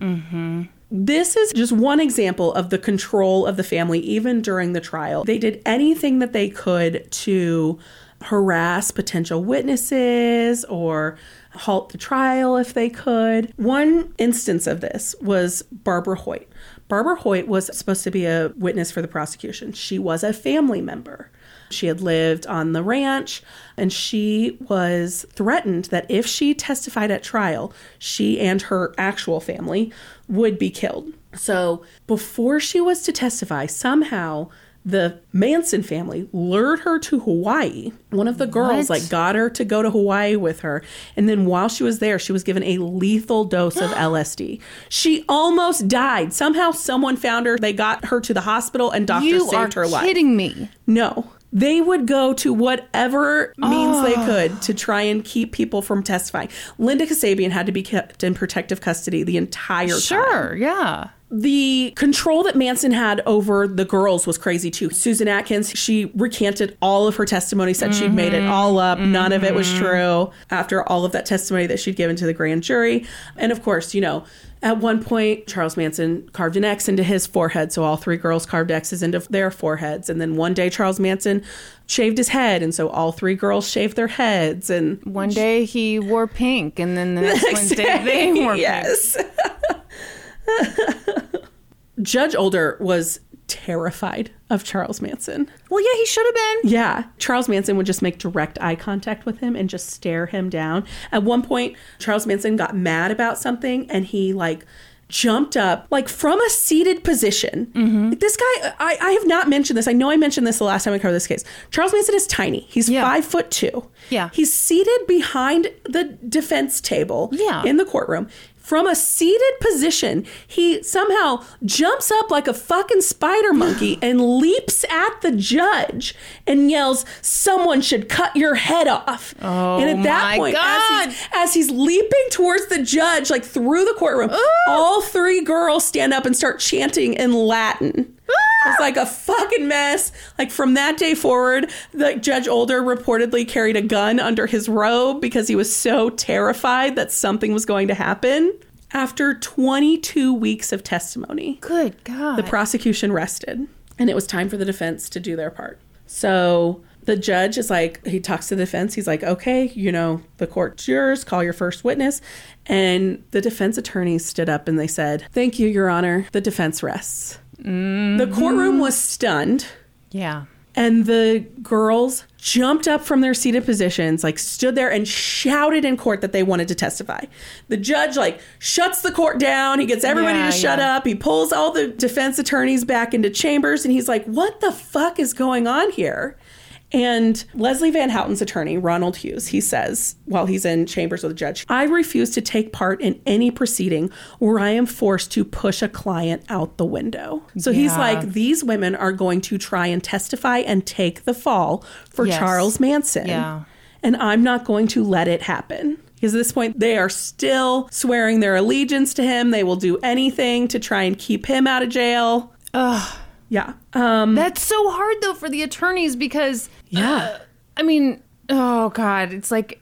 S2: This is just one example of the control of the family, even during the trial. They did anything that they could to harass potential witnesses or halt the trial if they could. One instance of this was Barbara Hoyt. Barbara Hoyt was supposed to be a witness for the prosecution, she was a family member. She had lived on the ranch and she was threatened that if she testified at trial, she and her actual family would be killed. So before she was to testify, somehow the Manson family lured her to Hawaii. One of the girls
S1: What?
S2: like got her to go to Hawaii with her, and then while she was there, she was given a lethal
S1: (gasps)
S2: dose of LSD. She almost died. Somehow, someone found her. They got her to the hospital, and doctors
S1: you are
S2: saved her life.
S1: kidding me.
S2: No. They would go to whatever means they could to try and keep people from testifying. Linda Kasabian had to be kept in protective custody the entire time.
S1: Sure, yeah.
S2: The control that Manson had over the girls was crazy too. Susan Atkins, she recanted all of her testimony, said she'd made it all up, none of it was true after all of that testimony that she'd given to the grand jury. And of course, you know, at one point, Charles Manson carved an X into his forehead, so all three girls carved X's into their foreheads. And then one day, Charles Manson shaved his head, and so all three girls shaved their heads. And
S1: One day he wore pink, and
S2: (laughs)
S1: then the next Wednesday they wore pink.
S2: yes. (laughs) Judge Older was terrified of Charles Manson.
S1: Well, yeah, he should have been.
S2: Yeah, Charles Manson would just make direct eye contact with him and just stare him down. At one point, Charles Manson got mad about something and he like jumped up like from a seated position.
S1: Mm-hmm.
S2: This guy, I, I have not mentioned this. I know I mentioned this the last time I covered this case. Charles Manson is tiny. He's
S1: Yeah.
S2: five foot two.
S1: Yeah.
S2: he's seated behind the defense table.
S1: Yeah.
S2: in the courtroom. From a seated position, he somehow jumps up like a
S1: (sighs)
S2: fucking spider monkey and leaps at the judge and yells, Someone should cut your head off.
S1: Oh
S2: and at that
S1: my
S2: point, as he's, as he's leaping towards the judge, like through the courtroom, all three girls stand up and start chanting in Latin. It's like a fucking mess. Like from that day forward, the Judge Older reportedly carried a gun under his robe because he was so terrified that something was going to happen. After 22 weeks of testimony,
S1: Good God.
S2: the prosecution rested and it was time for the defense to do their part. So the judge is like, he talks to the defense. He's like, okay, you know, the court's yours, call your first witness. And the defense attorneys stood up and they said, thank you, Your Honor. The defense rests. The courtroom was stunned.
S1: yeah.
S2: And the girls jumped up from their seated positions, like stood there and shouted in court that they wanted to testify. The judge, like, shuts the court down. He gets everybody
S1: Yeah,
S2: to shut
S1: yeah.
S2: up. He pulls all the defense attorneys back into chambers and he's like, what the fuck is going on here? And Leslie Van Houten's attorney, Ronald Hughes, he says, while he's in chambers with the judge, I refuse to take part in any proceeding where I am forced to push a client out the window. So he's
S1: Yeah.
S2: like, these women are going to try and testify and take the fall for
S1: Yes.
S2: Charles Manson.
S1: Yeah.
S2: And I'm not going to let it happen. Because at this point, they are still swearing their allegiance to him. They will do anything to try and keep him out of jail. Ugh. Yeah. Um,
S1: That's so hard, though, for the attorneys because, uh,
S2: yeah.
S1: I mean, oh God, it's like,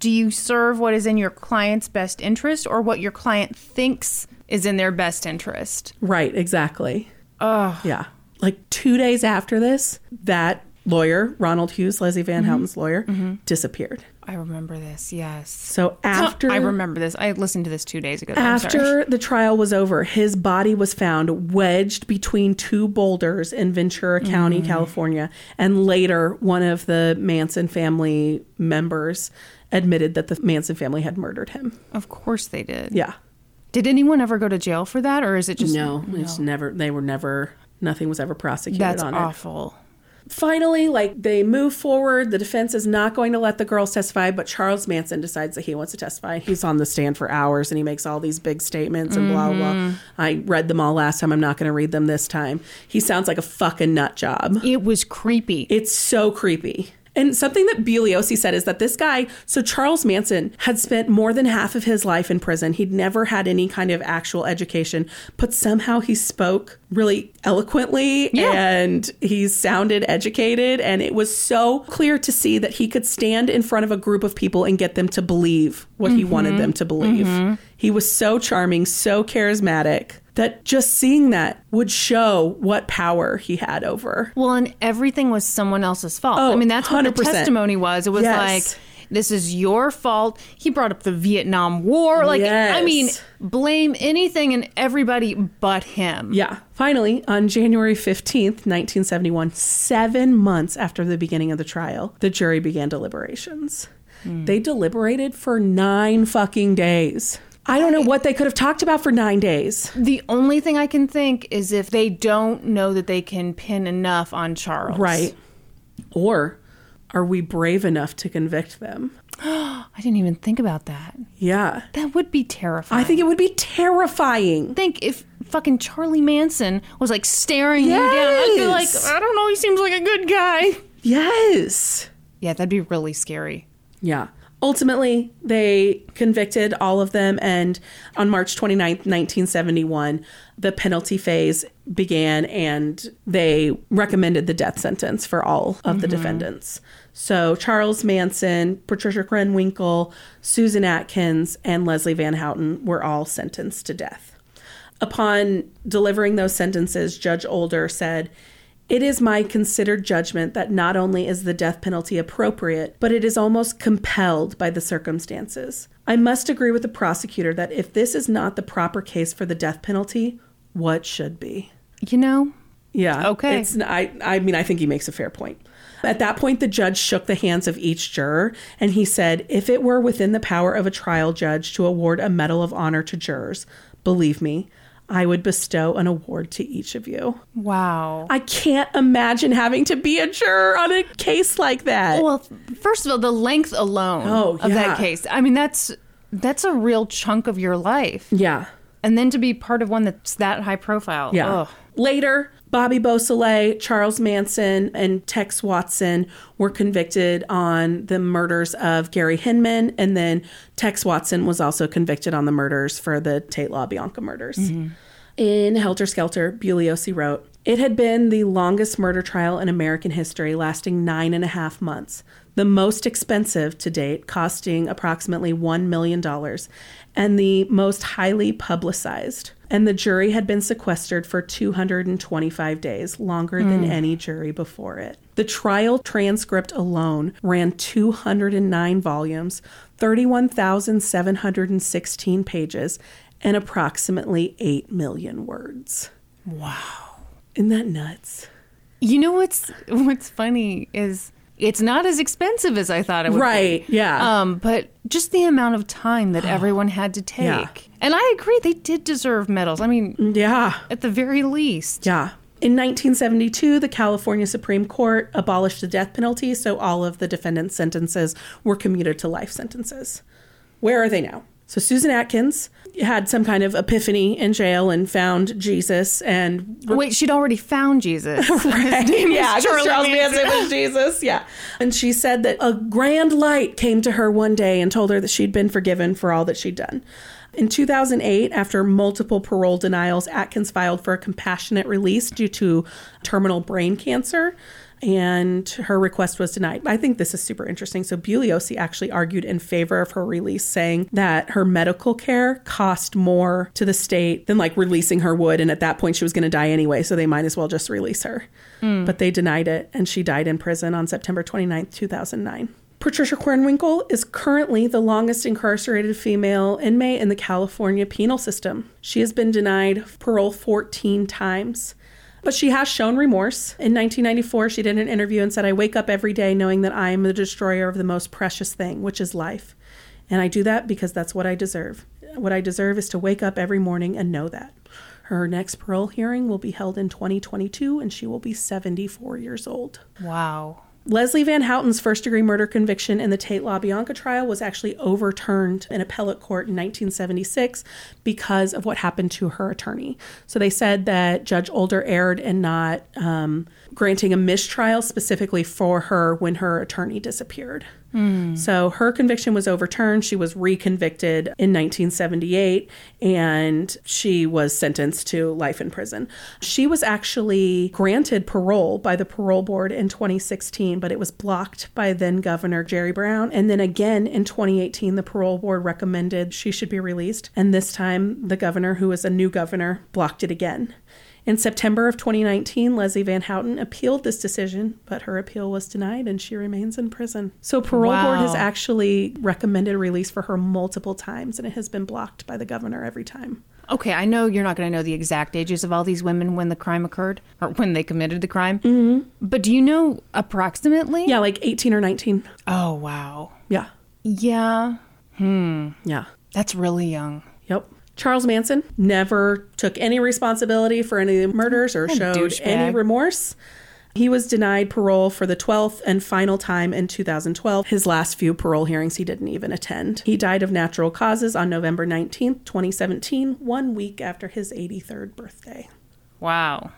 S1: do you serve what is in your client's best interest or what your client thinks is in their best interest?
S2: Right, exactly. Yeah. Like two days after this, that lawyer, Ronald Hughes, Leslie Van
S1: Mm-hmm.
S2: Houten's lawyer, disappeared.
S1: I remember this, yes.
S2: So after
S1: I remember this. I listened to this two days ago. I'm sorry.
S2: (laughs) after the trial was over, his body was found wedged between two boulders in Ventura County, California. And later, one of the Manson family members admitted that the Manson family had murdered him.
S1: Of course they did.
S2: Yeah.
S1: Did anyone ever go to jail for that or is it just.
S2: No, it's never, they were never, nothing was ever prosecuted
S1: That's
S2: on it.
S1: awful.
S2: finally, like they move forward. The defense is not going to let the girls testify, but Charles Manson decides that he wants to testify. He's on the stand for hours and he makes all these big statements and blah, blah, blah. I read them all last time. I'm not going to read them this time. He sounds like a fucking nut job.
S1: It was creepy.
S2: It's so creepy. And something that Bugliosi said is that this guy, so Charles Manson, had spent more than half of his life in prison. He'd never had any kind of actual education, but somehow he spoke really eloquently
S1: Yeah.
S2: and he sounded educated. And it was so clear to see that he could stand in front of a group of people and get them to believe what he wanted them to believe. He was so charming, so charismatic. That just seeing that would show what power he had over
S1: Well, and everything was someone else's fault.
S2: Oh,
S1: I mean, that's what the
S2: 100%.
S1: testimony was. It was
S2: Yes.
S1: like, this is your fault. He brought up the Vietnam War. Like, I
S2: Yes.
S1: mean, blame anything and everybody but him.
S2: Yeah. Finally, on January 15th, 1971, seven months after the beginning of the trial, the Hmm. jury began deliberations. They deliberated for nine fucking days. I don't know what they could have talked about for nine days.
S1: The only thing I can think is if they don't know that they can pin enough on Charles.
S2: Right. Or are we brave enough to convict them?
S1: I didn't even think about that.
S2: Yeah.
S1: That would be terrifying.
S2: I think it would be terrifying.
S1: think if fucking Charlie Manson was like staring you down, I'd be like,
S2: Yes.
S1: I don't know, he seems like a good guy.
S2: Yes.
S1: Yeah, that'd be really scary.
S2: Yeah. Ultimately, they convicted all of them, and on March 29th, 1971, the penalty phase began and they recommended the death sentence for all of the defendants. So, Charles Manson, Patricia Krenwinkel, Susan Atkins, and Leslie Van Houten were all sentenced to death. Upon delivering those sentences, Judge Older said, It is my considered judgment that not only is the death penalty appropriate, but it is almost compelled by the circumstances. I must agree with the prosecutor that if this is not the proper case for the death penalty, what should be?
S1: You know?
S2: Yeah.
S1: Okay.
S2: It's, I, I mean, I think he makes a fair point. At that point, the judge shook the hands of each juror and he said, If it were within the power of a trial judge to award a Medal of Honor to jurors, believe me, I would bestow an award to each of you.
S1: Wow.
S2: I can't imagine having to be a juror on a case like that.
S1: well, f- first of all, the length alone
S2: Oh,
S1: of
S2: yeah.
S1: that case. I mean, that's that's a real chunk of your life.
S2: yeah.
S1: And then to be part of one that's that high profile.
S2: Yeah.
S1: Ugh.
S2: Later, Bobby Beausoleil, Charles Manson, and Tex Watson were convicted on the murders of Gary Hinman, and then Tex Watson was also convicted on the murders for the Tate Law Bianca murders. In Helter Skelter, Bugliosi wrote, It had been the longest murder trial in American history, lasting nine and a half months, the most expensive to date, costing approximately $1 million, and the most highly publicized. And the jury had been sequestered for 225 days, longer than any jury before it. The trial transcript alone ran 209 volumes, 31,716 pages, and approximately 8 million words. Wow. Isn't that nuts?
S1: You know what's (laughs) what's funny is it's not as expensive as I thought it would
S2: Right,
S1: be.
S2: yeah.
S1: Um, but just the amount of time
S2: (sighs)
S1: that everyone had to take.
S2: Yeah.
S1: And I agree, they did deserve medals. I mean,
S2: Yeah.
S1: at the very least.
S2: Yeah. Um, In 1972, the California Supreme Court abolished the death penalty, so all of the defendants' sentences were commuted to life sentences. Where are they now? So Susan Atkins had some kind of epiphany in jail and found Jesus and
S1: Wait, she'd already found Jesus. His name is
S2: (laughs) yeah, 'cause
S1: Charlie
S2: (laughs) Charles
S1: Manson.
S2: Manson was Jesus. Yeah. And she said that a grand light came to her one day and told her that she'd been forgiven for all that she'd done. In 2008, after multiple parole denials, Atkins filed for a compassionate release due to terminal brain cancer, and her request was denied. I think this is super interesting. So, Bugliosi actually argued in favor of her release, saying that her medical care cost more to the state than like releasing her would. And at that point, she was going to die anyway, so they might as well just release her. But they denied it, and she died in prison on September 29th, 2009. Patricia Cornwinkle is currently the longest incarcerated female inmate in the California penal system. She has been denied parole 14 times. But she has shown remorse. In 1994, she did an interview and said, I wake up every day knowing that I am the destroyer of the most precious thing, which is life. And I do that because that's what I deserve. What I deserve is to wake up every morning and know that. Her next parole hearing will be held in 2022, and she will be 74 years old.
S1: Wow.
S2: Leslie Van Houten's first degree murder conviction in the Tate LaBianca trial was actually overturned in appellate court in 1976 because of what happened to her attorney. So they said that Judge Older erred in not um, granting a mistrial specifically for her when her attorney disappeared. So her conviction was overturned. She was reconvicted in 1978 and she was sentenced to life in prison. She was actually granted parole by the parole board in 2016, but it was blocked by then Governor Jerry Brown. And then again in 2018, the parole board recommended she should be released. And this time, the governor, who is a new governor, blocked it again. In September of 2019, Leslie Van Houten appealed this decision, but her appeal was denied and she remains in prison. So, parole board has
S1: Wow.
S2: actually recommended release for her multiple times and it has been blocked by the governor every time.
S1: Okay, I know you're not going to know the exact ages of all these women when the crime occurred or when they committed the crime. But do you know approximately?
S2: Mm-hmm. Yeah, like 18 or 19.
S1: Oh, wow.
S2: Yeah.
S1: Yeah.
S2: Yeah.
S1: That's really young.
S2: Yep. Charles Manson never took any responsibility for any of the murders or showed
S1: douchebag.
S2: any remorse. He was denied parole for the 12th and final time in 2012. His last few parole hearings he didn't even attend. He died of natural causes on November 19th, 2017, one week after his 83rd birthday.
S1: Wow.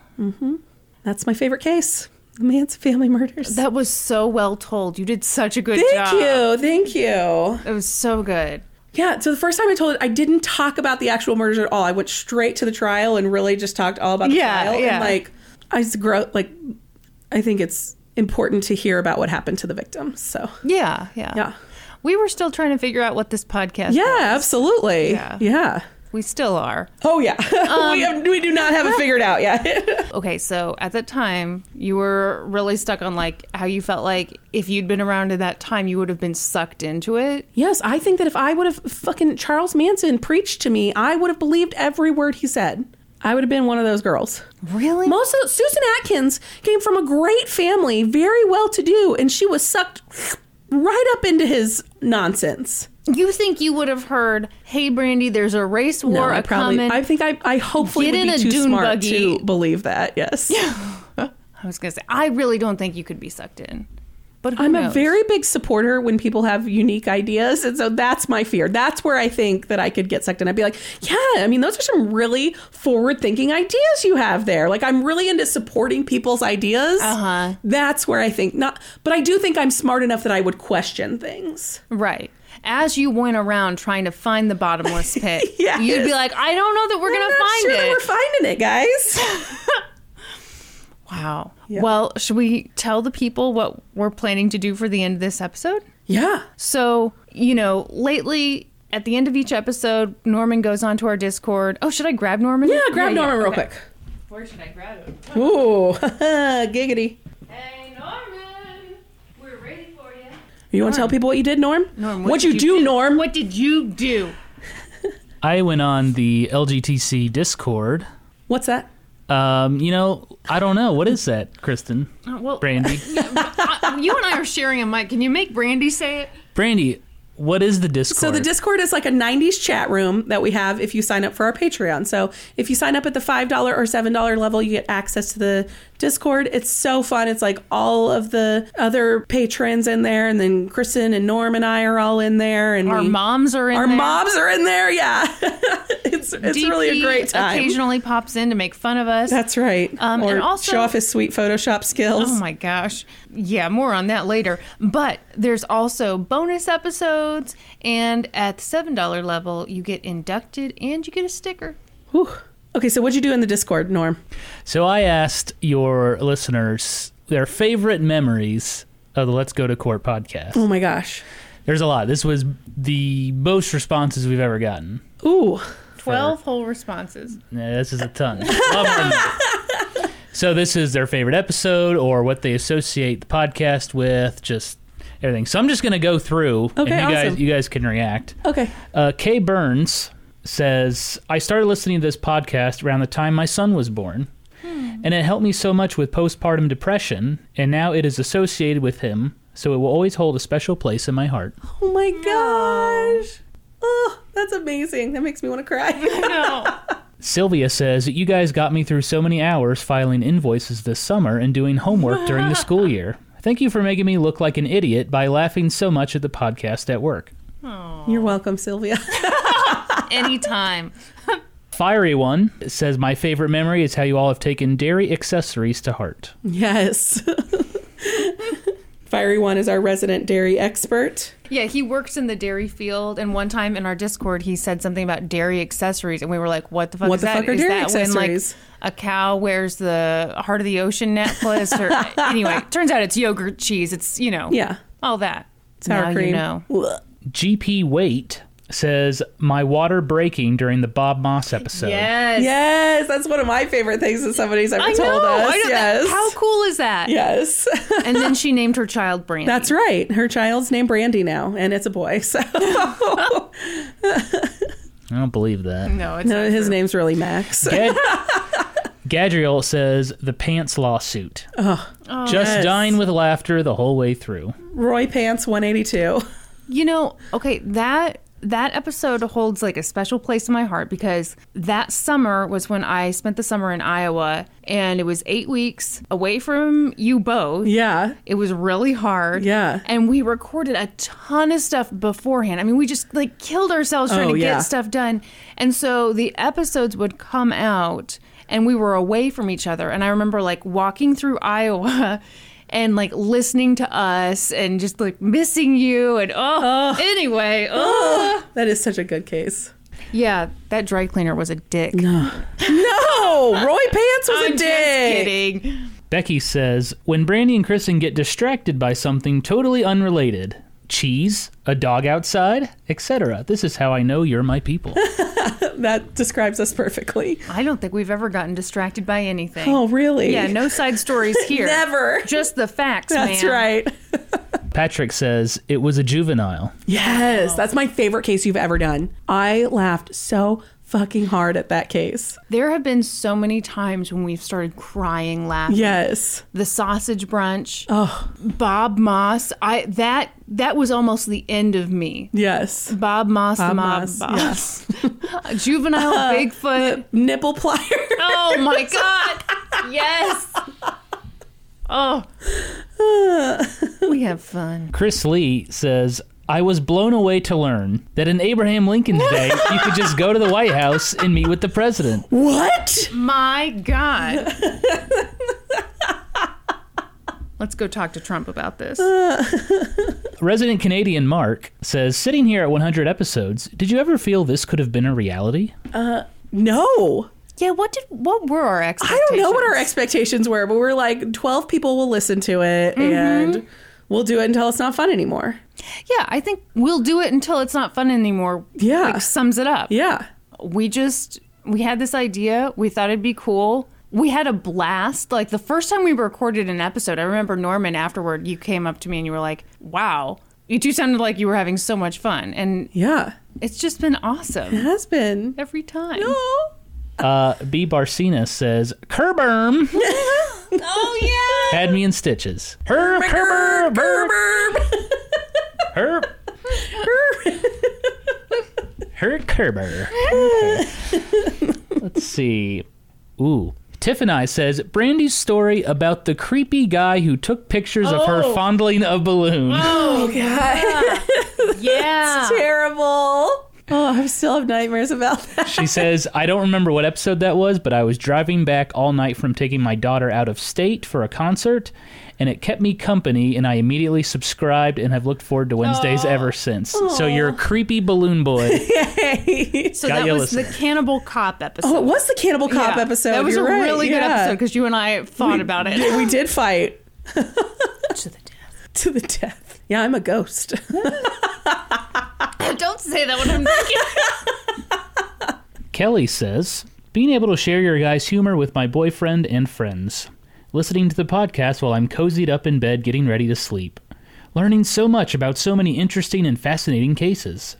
S2: That's my favorite case. The Manson family murders.
S1: That was so well told. You did such a good
S2: Thank
S1: job.
S2: you. Thank you.
S1: It was so good.
S2: Yeah, so the first time I told it, I didn't talk about the actual murders at all. I went straight to the trial and really just talked all about the
S1: Yeah,
S2: trial.
S1: yeah.
S2: And like, I was grow like, I think it's important to hear about what happened to the victim. So
S1: Yeah, yeah.
S2: Yeah.
S1: We were still trying to figure out what this podcast
S2: yeah, absolutely.
S1: Yeah.
S2: yeah.
S1: We still are.
S2: Oh yeah, (laughs) we, have, we do not have it figured out yet. (laughs)
S1: Okay, so at that time, you were really stuck on like how you felt like if you'd been around at that time, you would have been sucked into it.
S2: yes, I think that if I would have fucking Charles Manson preached to me, I would have believed every word he said. I would have been one of those girls.
S1: Really?
S2: Most of Susan Atkins came from a great family, very well to do, and she was sucked right up into his nonsense.
S1: You think you would have heard, "Hey, Brandy, there's a race war,
S2: I
S1: a common."
S2: I think I, I hopefully
S1: Get
S2: would
S1: in
S2: be
S1: a
S2: too
S1: dune
S2: smart
S1: buggy.
S2: to believe that.
S1: (laughs)
S2: Yes,
S1: I was gonna say, I really don't think you could be sucked in. But who
S2: I'm a
S1: knows?
S2: very big supporter when people have unique ideas, and so that's my fear. That's where I think that I could get sucked in. I'd be like, yeah, I mean, those are some really forward-thinking ideas you have there. Like, I'm really into supporting people's ideas.
S1: Uh-huh.
S2: That's where I think not, but I do think I'm smart enough that I would question things.
S1: right. As you went around trying to find the
S2: (laughs)
S1: bottomless pit,
S2: Yes.
S1: you'd be like, "I don't know that we're
S2: I'm
S1: gonna
S2: not
S1: find
S2: sure
S1: it."
S2: that we're finding it, guys.
S1: Wow. Well, should we tell the people what we're planning to do for the end of this episode?
S2: yeah.
S1: So, you know, lately at the end of each episode, Norman goes onto our Discord. Oh, should I grab Norman?
S2: Yeah, grab Norman real
S1: okay.
S2: quick.
S1: Where should I grab him?
S2: Ooh, (laughs) giggity.
S1: Hey, Norman. We're ready for you.
S2: You want to tell people what you did, Norm?
S1: Norm,
S2: what'd you do, Norm?
S1: What did you do?
S3: I went on the LGTC Discord.
S2: What's that?
S3: Um, you know, I don't know. What is that, Kristen?
S1: Uh, Well,
S3: Brandy.
S1: uh, you and I are sharing a mic. Can you make Brandy say it?
S3: Brandy, what is the Discord?
S2: So the Discord is like a 90s chat room that we have if you sign up for our Patreon. So if you sign up at the $5 or $7 level, you get access to the Discord. It's so fun. It's like all of the other patrons in there and then Kristen and Norm and I are all in there and
S1: Our
S2: we-
S1: moms are in
S2: our
S1: there.
S2: mobs are in there. Yeah. (laughs) it's it's really a
S1: DP
S2: great time.
S1: Occasionally pops in to make fun of us.
S2: That's right.
S1: Um,
S2: or
S1: and also-
S2: show off his sweet Photoshop skills.
S1: Oh my gosh. Yeah, more on that later. But there's also bonus episodes, and at the $7 level, you get inducted and you get a sticker.
S2: Whew. Okay, so what'd you do in the Discord, Norm?
S3: So I asked your listeners their favorite memories of the Let's Go to Court podcast.
S2: Oh my gosh.
S3: There's a lot. This was the most responses we've ever gotten.
S2: Ooh.
S1: 12 whole responses.
S3: Yeah, this is
S2: (laughs)
S3: a ton. A lot more than that. so this is their favorite episode or what they associate the podcast with, just everything. So I'm just going to go through and
S2: Okay,
S3: you
S2: awesome.
S3: guys you guys can react.
S2: Okay.
S3: Uh, Kay Burns says, I started listening to this podcast around the time my son was born, and it helped me so much with postpartum depression, and now it is associated with him, so it will always hold a special place in my heart.
S2: Oh my gosh. Oh, that's amazing. That makes me want to cry.
S1: (laughs) No.
S3: Sylvia says, You guys got me through so many hours filing invoices this summer and doing homework during the school year. Thank you for making me look like an idiot by laughing so much at the podcast at work.
S2: You're welcome, Sylvia.
S1: Anytime.
S3: Fiery One says, My favorite memory is how you all have taken dairy accessories to heart.
S2: (laughs) yes. (laughs) Fiery One is our resident dairy expert.
S1: Yeah, he works in the dairy field, and one time in our Discord, he said something about dairy accessories, and we were like, "What the fuck?
S2: What
S1: is
S2: the
S1: that?
S2: fuck are
S1: Is
S2: dairy
S1: that when, like,
S2: accessories?
S1: a cow wears the heart of the ocean necklace,
S2: (laughs)
S1: or anyway, turns out it's yogurt, cheese, it's you know,
S2: Yeah.
S1: all that
S2: Sour
S1: now
S2: cream.
S1: You know,
S2: Ugh.
S3: GP Wait says my water breaking during the Bob Moss episode.
S1: yes,
S2: Yes, that's one of my favorite things that somebody's ever
S1: I know.
S2: told us.
S1: I know that-
S2: yes.
S1: how cool is that?
S2: Yes. (laughs)
S1: And then she named her child Brandy.
S2: That's right. Her child's named Brandy now, and it's a boy. So
S3: I don't believe that.
S1: no, it's
S2: no, (laughs) his name's really Max.
S3: Gad- (laughs) Gadriel says the pants lawsuit. Just
S2: yes.
S3: dying with laughter the whole way through.
S2: Roy Pants 182.
S1: you know. Okay, that That episode holds like a special place in my heart because that summer was when I spent the summer in Iowa and it was eight weeks away from you both.
S2: Yeah.
S1: It was really hard.
S2: Yeah.
S1: And we recorded a ton of stuff beforehand. I mean, we just like killed ourselves trying
S2: Oh,
S1: to
S2: yeah.
S1: get stuff done. And so the episodes would come out and we were away from each other. And I remember like walking through Iowa (laughs) and like listening to us and just like missing you and oh, anyway, oh.
S2: That is such a good case.
S1: Yeah, that dry cleaner was a dick.
S2: No, Roy Pants was
S1: I'm
S2: a
S1: just
S2: dick.
S1: kidding.
S3: Becky says, when Brandy and Kristen get distracted by something totally unrelated, cheese, a dog outside, etc. This is how I know you're my people.
S2: That describes us perfectly.
S1: I don't think we've ever gotten distracted by anything.
S2: Oh, really?
S1: Yeah, no side stories here.
S2: Never.
S1: Just the facts,
S2: (laughs) That's
S1: man.
S2: right.
S3: Patrick says, it was a juvenile.
S2: Yes, that's my favorite case you've ever done. I laughed so fucking hard at that case.
S1: There have been so many times when we've started crying laughing.
S2: Yes.
S1: The sausage brunch.
S2: Uh,
S1: Oh. Bob Moss. I that that was almost the end of me.
S2: Yes.
S1: Bob Moss, the mob
S2: Moss, Uh,
S1: boss. (laughs) Juvenile Bigfoot.
S2: Nipple (laughs) pliers.
S1: Oh my god. Yes.
S2: (laughs)
S1: Oh. we have fun.
S3: Chris Lee says, I was blown away to learn that in Abraham Lincoln's day, you could just go to the White House and meet with the president.
S2: What?
S1: My
S2: (laughs)
S1: god. Let's go talk to Trump about this.
S3: Resident Canadian Mark says, sitting here at 100 episodes, did you ever feel this could have been a reality?
S2: No.
S1: Yeah, what did what were our
S2: I
S1: expectations?
S2: don't know what our expectations Mm-hmm. were, but we're like 12 people will listen to it and we'll do it until it's not fun anymore.
S1: Yeah, I think we'll do it until it's not fun anymore.
S2: Yeah.
S1: Like, sums it up.
S2: Yeah.
S1: We just we had this idea, we thought it'd be cool. We had a blast. Like the first time we recorded an episode, I remember Norman afterward, you came up to me and you were like, "Wow, you two sounded like you were having so much fun." And
S2: Yeah.
S1: it's just been awesome
S2: It has been.
S1: every time.
S2: Oh.
S3: Uh, B. Barcina says, Kerberm
S1: Oh (laughs) yeah.
S3: had me in stitches. Her, Kerberm, her, her, her, Kerber. Okay. Let's see. Ooh. Tiff and I says, Brandy's story about the creepy guy who took pictures of her
S1: Oh.
S3: fondling a balloon.
S2: Oh, God.
S1: Yeah.
S2: Terrible. Oh, I still have nightmares about
S1: (laughs)
S2: that.
S3: She says, I don't remember what episode that was, but I was driving back all night from taking my daughter out of state for a concert, and it kept me company, and I immediately subscribed and have looked forward to Wednesdays ever since. So you're a creepy balloon boy.
S1: So that
S3: Got you
S1: was
S3: listening.
S1: the Cannibal Cop episode.
S2: Oh, it was the Cannibal Cop
S1: Yeah.
S2: episode.
S1: That was
S2: You're
S1: a
S2: right.
S1: really good
S2: Yeah.
S1: episode because you and I thought about it.
S2: (laughs) Yeah, we did fight
S1: to the death.
S2: to the death. Yeah, I'm a ghost. (laughs)
S1: Don't say that when I'm drinking.
S3: Kelly says, Being able to share your guys' humor with my boyfriend and friends. Listening to the podcast while I'm cozied up in bed getting ready to sleep. Learning so much about so many interesting and fascinating cases.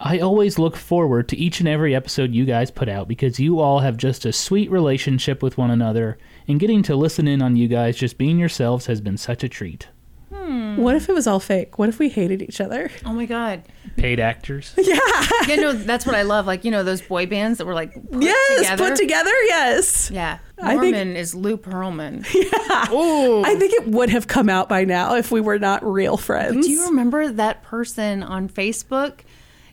S3: I always look forward to each and every episode you guys put out because you all have just a sweet relationship with one another, and getting to listen in on you guys just being yourselves has been such a treat.
S1: Hmm.
S2: what if it was all fake? What if we hated each other?
S1: (laughs) oh my god.
S3: Paid actors.
S1: Yeah, no, that's what I love. Like you know those boy bands that were like put
S2: yes,
S1: together.
S2: put together. Yes.
S1: Yeah,
S2: I think-
S1: Norman is Lou
S2: (laughs)
S1: Pearlman.
S2: I think it would have come out by now if we were not real friends.
S1: Do you remember that person on Facebook? (laughs)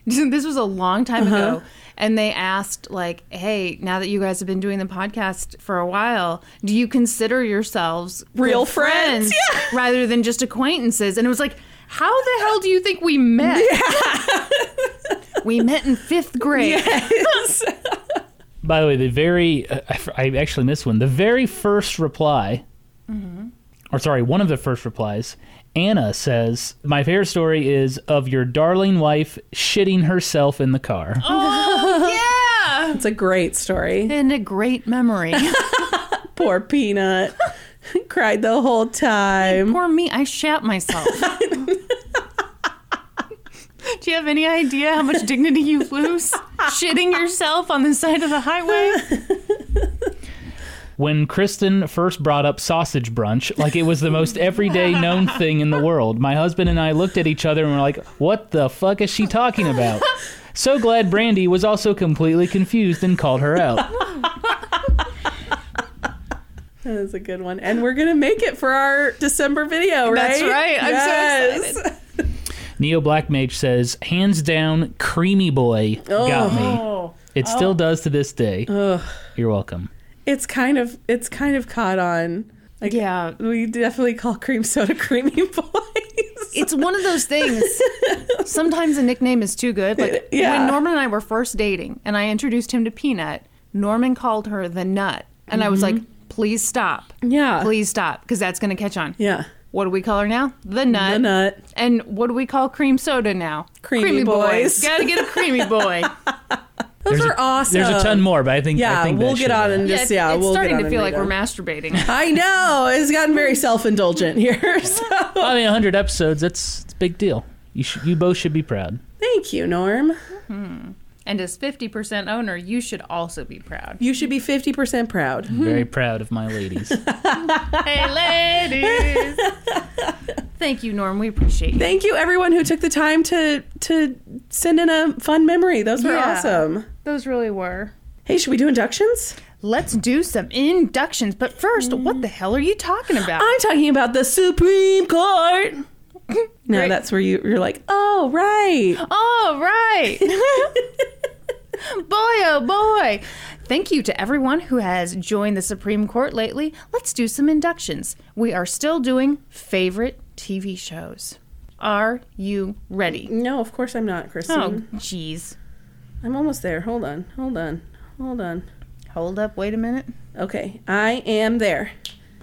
S1: This was a long time
S2: Uh-huh.
S1: ago. And they asked, like, hey, now that you guys have been doing the podcast for a while, do you consider yourselves good
S2: Real (laughs) friends.
S1: rather than just acquaintances? And it was like, how the hell do you think we
S2: (laughs)
S1: met? (laughs) we met in fifth grade.
S2: (laughs) Yes.
S3: By the way, the very uh, I f- I actually missed one. The very first reply, or sorry, one of the first replies. Anna says, "My favorite story is of your darling wife shitting herself in the car."
S1: (laughs) yeah.
S2: it's a great story.
S1: And a great
S2: (laughs)
S1: memory.
S2: Poor
S1: (laughs)
S2: Peanut. Cried the whole time.
S1: Poor me, I shat
S2: (laughs)
S1: myself. Do you have any idea how much dignity you lose shitting yourself on the side of the highway?
S3: When Kristen first brought up sausage brunch, like it was the most everyday known thing in the world, my husband and I looked at each other and were like, what the fuck is she talking about? So glad Brandy was also completely confused and called her out.
S2: That is a good one. And we're going to make it for our December video, right?
S1: That's right. I'm so
S2: excited.
S3: Neo Black Mage says, hands down, creamy boy got me.
S2: Oh.
S3: It still does to this day.
S2: Ugh.
S3: You're welcome.
S2: It's kind of it's kind of caught on. Like,
S1: Yeah.
S2: We definitely call cream soda creamy (laughs) boys.
S1: It's one of those things. Sometimes a nickname is too good. Like
S2: Yeah.
S1: when Norman and I were first dating and I introduced him to Peanut, Norman called her the nut. And I was like, please stop.
S2: Mm-hmm. Yeah.
S1: Please stop because that's going to catch on.
S2: Yeah.
S1: What do we call her now? The nut.
S2: The nut.
S1: And what do we call cream soda now?
S2: Creamy boys.
S1: (laughs) Gotta get a creamy
S2: (laughs)
S1: boy.
S2: Those
S3: There's
S2: are
S3: a-
S2: awesome.
S3: There's a ton more, but I think I
S2: Yeah,
S3: think that
S2: we'll
S3: should-
S2: get on and
S1: yeah,
S2: just yeah,
S1: it's
S2: we'll
S1: starting
S2: get
S1: to
S2: on
S1: feel like
S2: and
S1: we're
S2: read (laughs)
S1: masturbating.
S2: them. I know.
S1: (laughs)
S2: It's gotten very self-indulgent here. (laughs) So
S3: I mean, 100 episodes, that's, it's a big deal. You, should, you both should be proud.
S2: thank you, Norm.
S1: And as 50% owner, you should also be proud. (laughs)
S2: You should be 50% proud.
S3: Very proud of
S2: (laughs)
S3: my ladies.
S1: hey, ladies. Thank you, Norm. We appreciate you.
S2: Thank you everyone who took the time to to send in a fun memory. Those were
S1: Yeah.
S2: awesome.
S1: Those really were.
S2: Hey, should we do inductions?
S1: Let's do some inductions. But first, what the hell are you talking
S2: (gasps)
S1: about?
S2: I'm talking about the Supreme (laughs) Court. No,
S1: Great.
S2: that's where you, you're like, oh, right.
S1: All right. (laughs) boy, oh boy. Thank you to everyone who has joined the Supreme Court lately. Let's do some inductions. We are still doing favorite TV shows. Are you ready?
S2: (laughs) No, of course I'm not, Kristen.
S1: Oh, jeez.
S2: I'm almost there. Hold on. Hold on. Hold on.
S1: Hold up, wait a minute.
S2: Okay, I am there.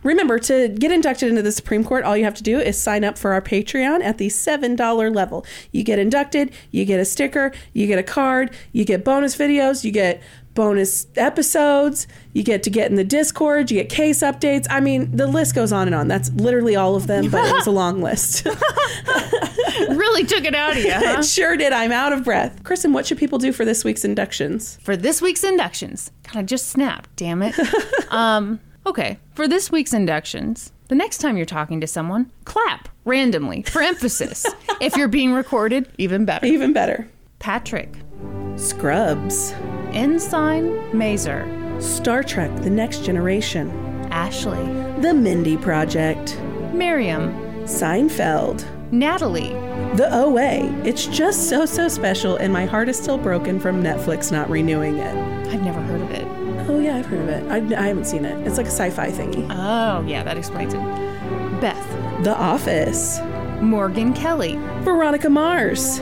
S2: Remember, to get inducted into the Supreme Court, all you have to do is sign up for our Patreon at the $7 level. You get inducted, you get a sticker, you get a card, you get bonus videos, you get bonus episodes, you get to get in the Discord, you get case updates. I mean, the list goes on and on. That's literally all of them, but it was a long
S1: (laughs)
S2: list. (laughs)
S1: Really took it out of you, huh?
S2: it sure did. I'm out of breath. Kristen, what should people do for this week's inductions?
S1: for this week's inductions. God, I just snapped, damn (laughs) it. um, okay, for this week's inductions, the next time you're talking to someone, clap randomly for emphasis. (laughs) if you're being recorded, even better.
S2: Even better.
S1: Patrick,
S2: Scrubs,
S1: Ensign Mazer,
S2: Star Trek The Next Generation.
S1: Ashley,
S2: The Mindy Project,
S1: Miriam,
S2: Seinfeld,
S1: Natalie,
S2: The OA. It's just so, so special, and my heart is still broken from Netflix not renewing it.
S1: I've never heard of it.
S2: Oh, yeah, I've heard of it. I, I haven't seen it. It's like a sci fi thingy.
S1: Oh, yeah, that explains it. Beth,
S2: The Office,
S1: Morgan Kelly,
S2: Veronica Mars,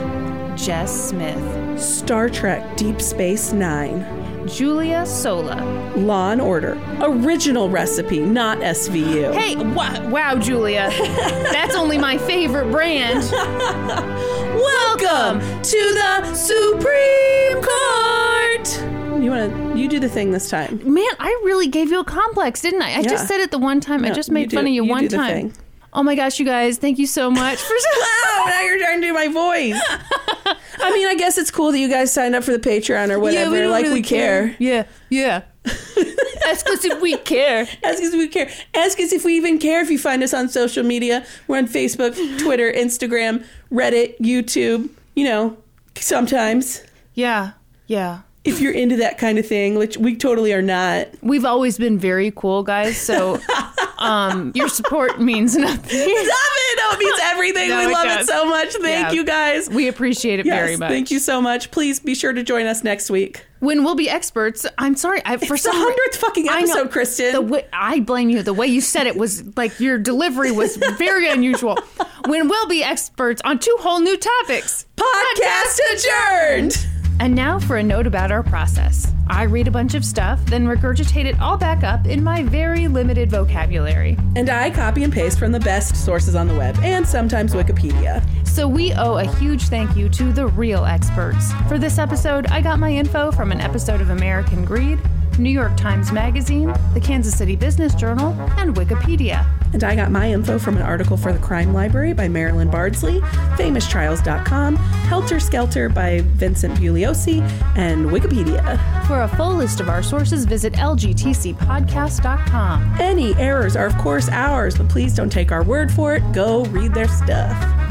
S1: Jess Smith,
S2: Star Trek Deep Space Nine,
S1: Julia Sola.
S2: Law and Order, Original Recipe, not SVU.
S1: Hey, wa- wow,
S2: (laughs)
S1: Julia. That's only my favorite brand.
S2: welcome to the Supreme Court! You want to, you do the thing this time.
S1: Man, I really gave you a complex, didn't I? I
S2: Yeah.
S1: just said it the one time. I
S2: No,
S1: just made
S2: you do-
S1: fun of you,
S2: you
S1: one
S2: do the
S1: time.
S2: thing.
S1: Oh my gosh, you guys, thank you so much for
S2: Wow, Oh, now you're trying to do my voice. I mean, I guess it's cool that you guys signed up for the Patreon or (laughs) whatever.
S1: don't
S2: like,
S1: really
S2: we care.
S1: Yeah,
S2: (laughs)
S1: yeah. That's because we care.
S2: Ask us if we care. Ask us if we even care if you find us on social media. We're on
S1: (laughs)
S2: Facebook, Twitter, Instagram, Reddit, YouTube, you know, sometimes.
S1: Yeah, yeah.
S2: If you're into that kind of thing, which we totally
S1: (laughs)
S2: are not.
S1: We've always been very cool, guys.
S2: (laughs)
S1: So, um, your support means nothing.
S2: Stop it! No, it means
S1: (laughs)
S2: everything.
S1: No,
S2: we
S1: it
S2: love it
S1: does.
S2: so much. Thank
S1: Yeah.
S2: you guys.
S1: We appreciate it
S2: Yes,
S1: very much.
S2: Thank you so much. Please be sure to join us next week.
S1: When we'll be experts, I'm sorry. I, for
S2: It's the
S1: some re-
S2: hundredth fucking
S1: I know.
S2: episode, Kristen.
S1: The way, I blame you. The way you said it was like your delivery was very unusual. When we'll be experts on two whole new topics.
S2: Podcast adjourned.
S1: And now for a note about our process. I read a bunch of stuff, then regurgitate it all back up in my very limited vocabulary.
S2: And I copy and paste from the best sources on the web and sometimes Wikipedia.
S1: So we owe a huge thank you to the real experts. For this episode, I got my info from an episode of American Greed, New York Times Magazine, the Kansas City Business Journal, and Wikipedia.
S2: And I got my info from an article for the Crime Library by Marilyn Bardsley, FamousTrials.com, Helter Skelter by Vincent Bugliosi, and Wikipedia.
S1: For a full list of our sources, visit lgtcpodcast.com.
S2: Any errors are, of course, ours, but please don't take our word for it. Go read their stuff.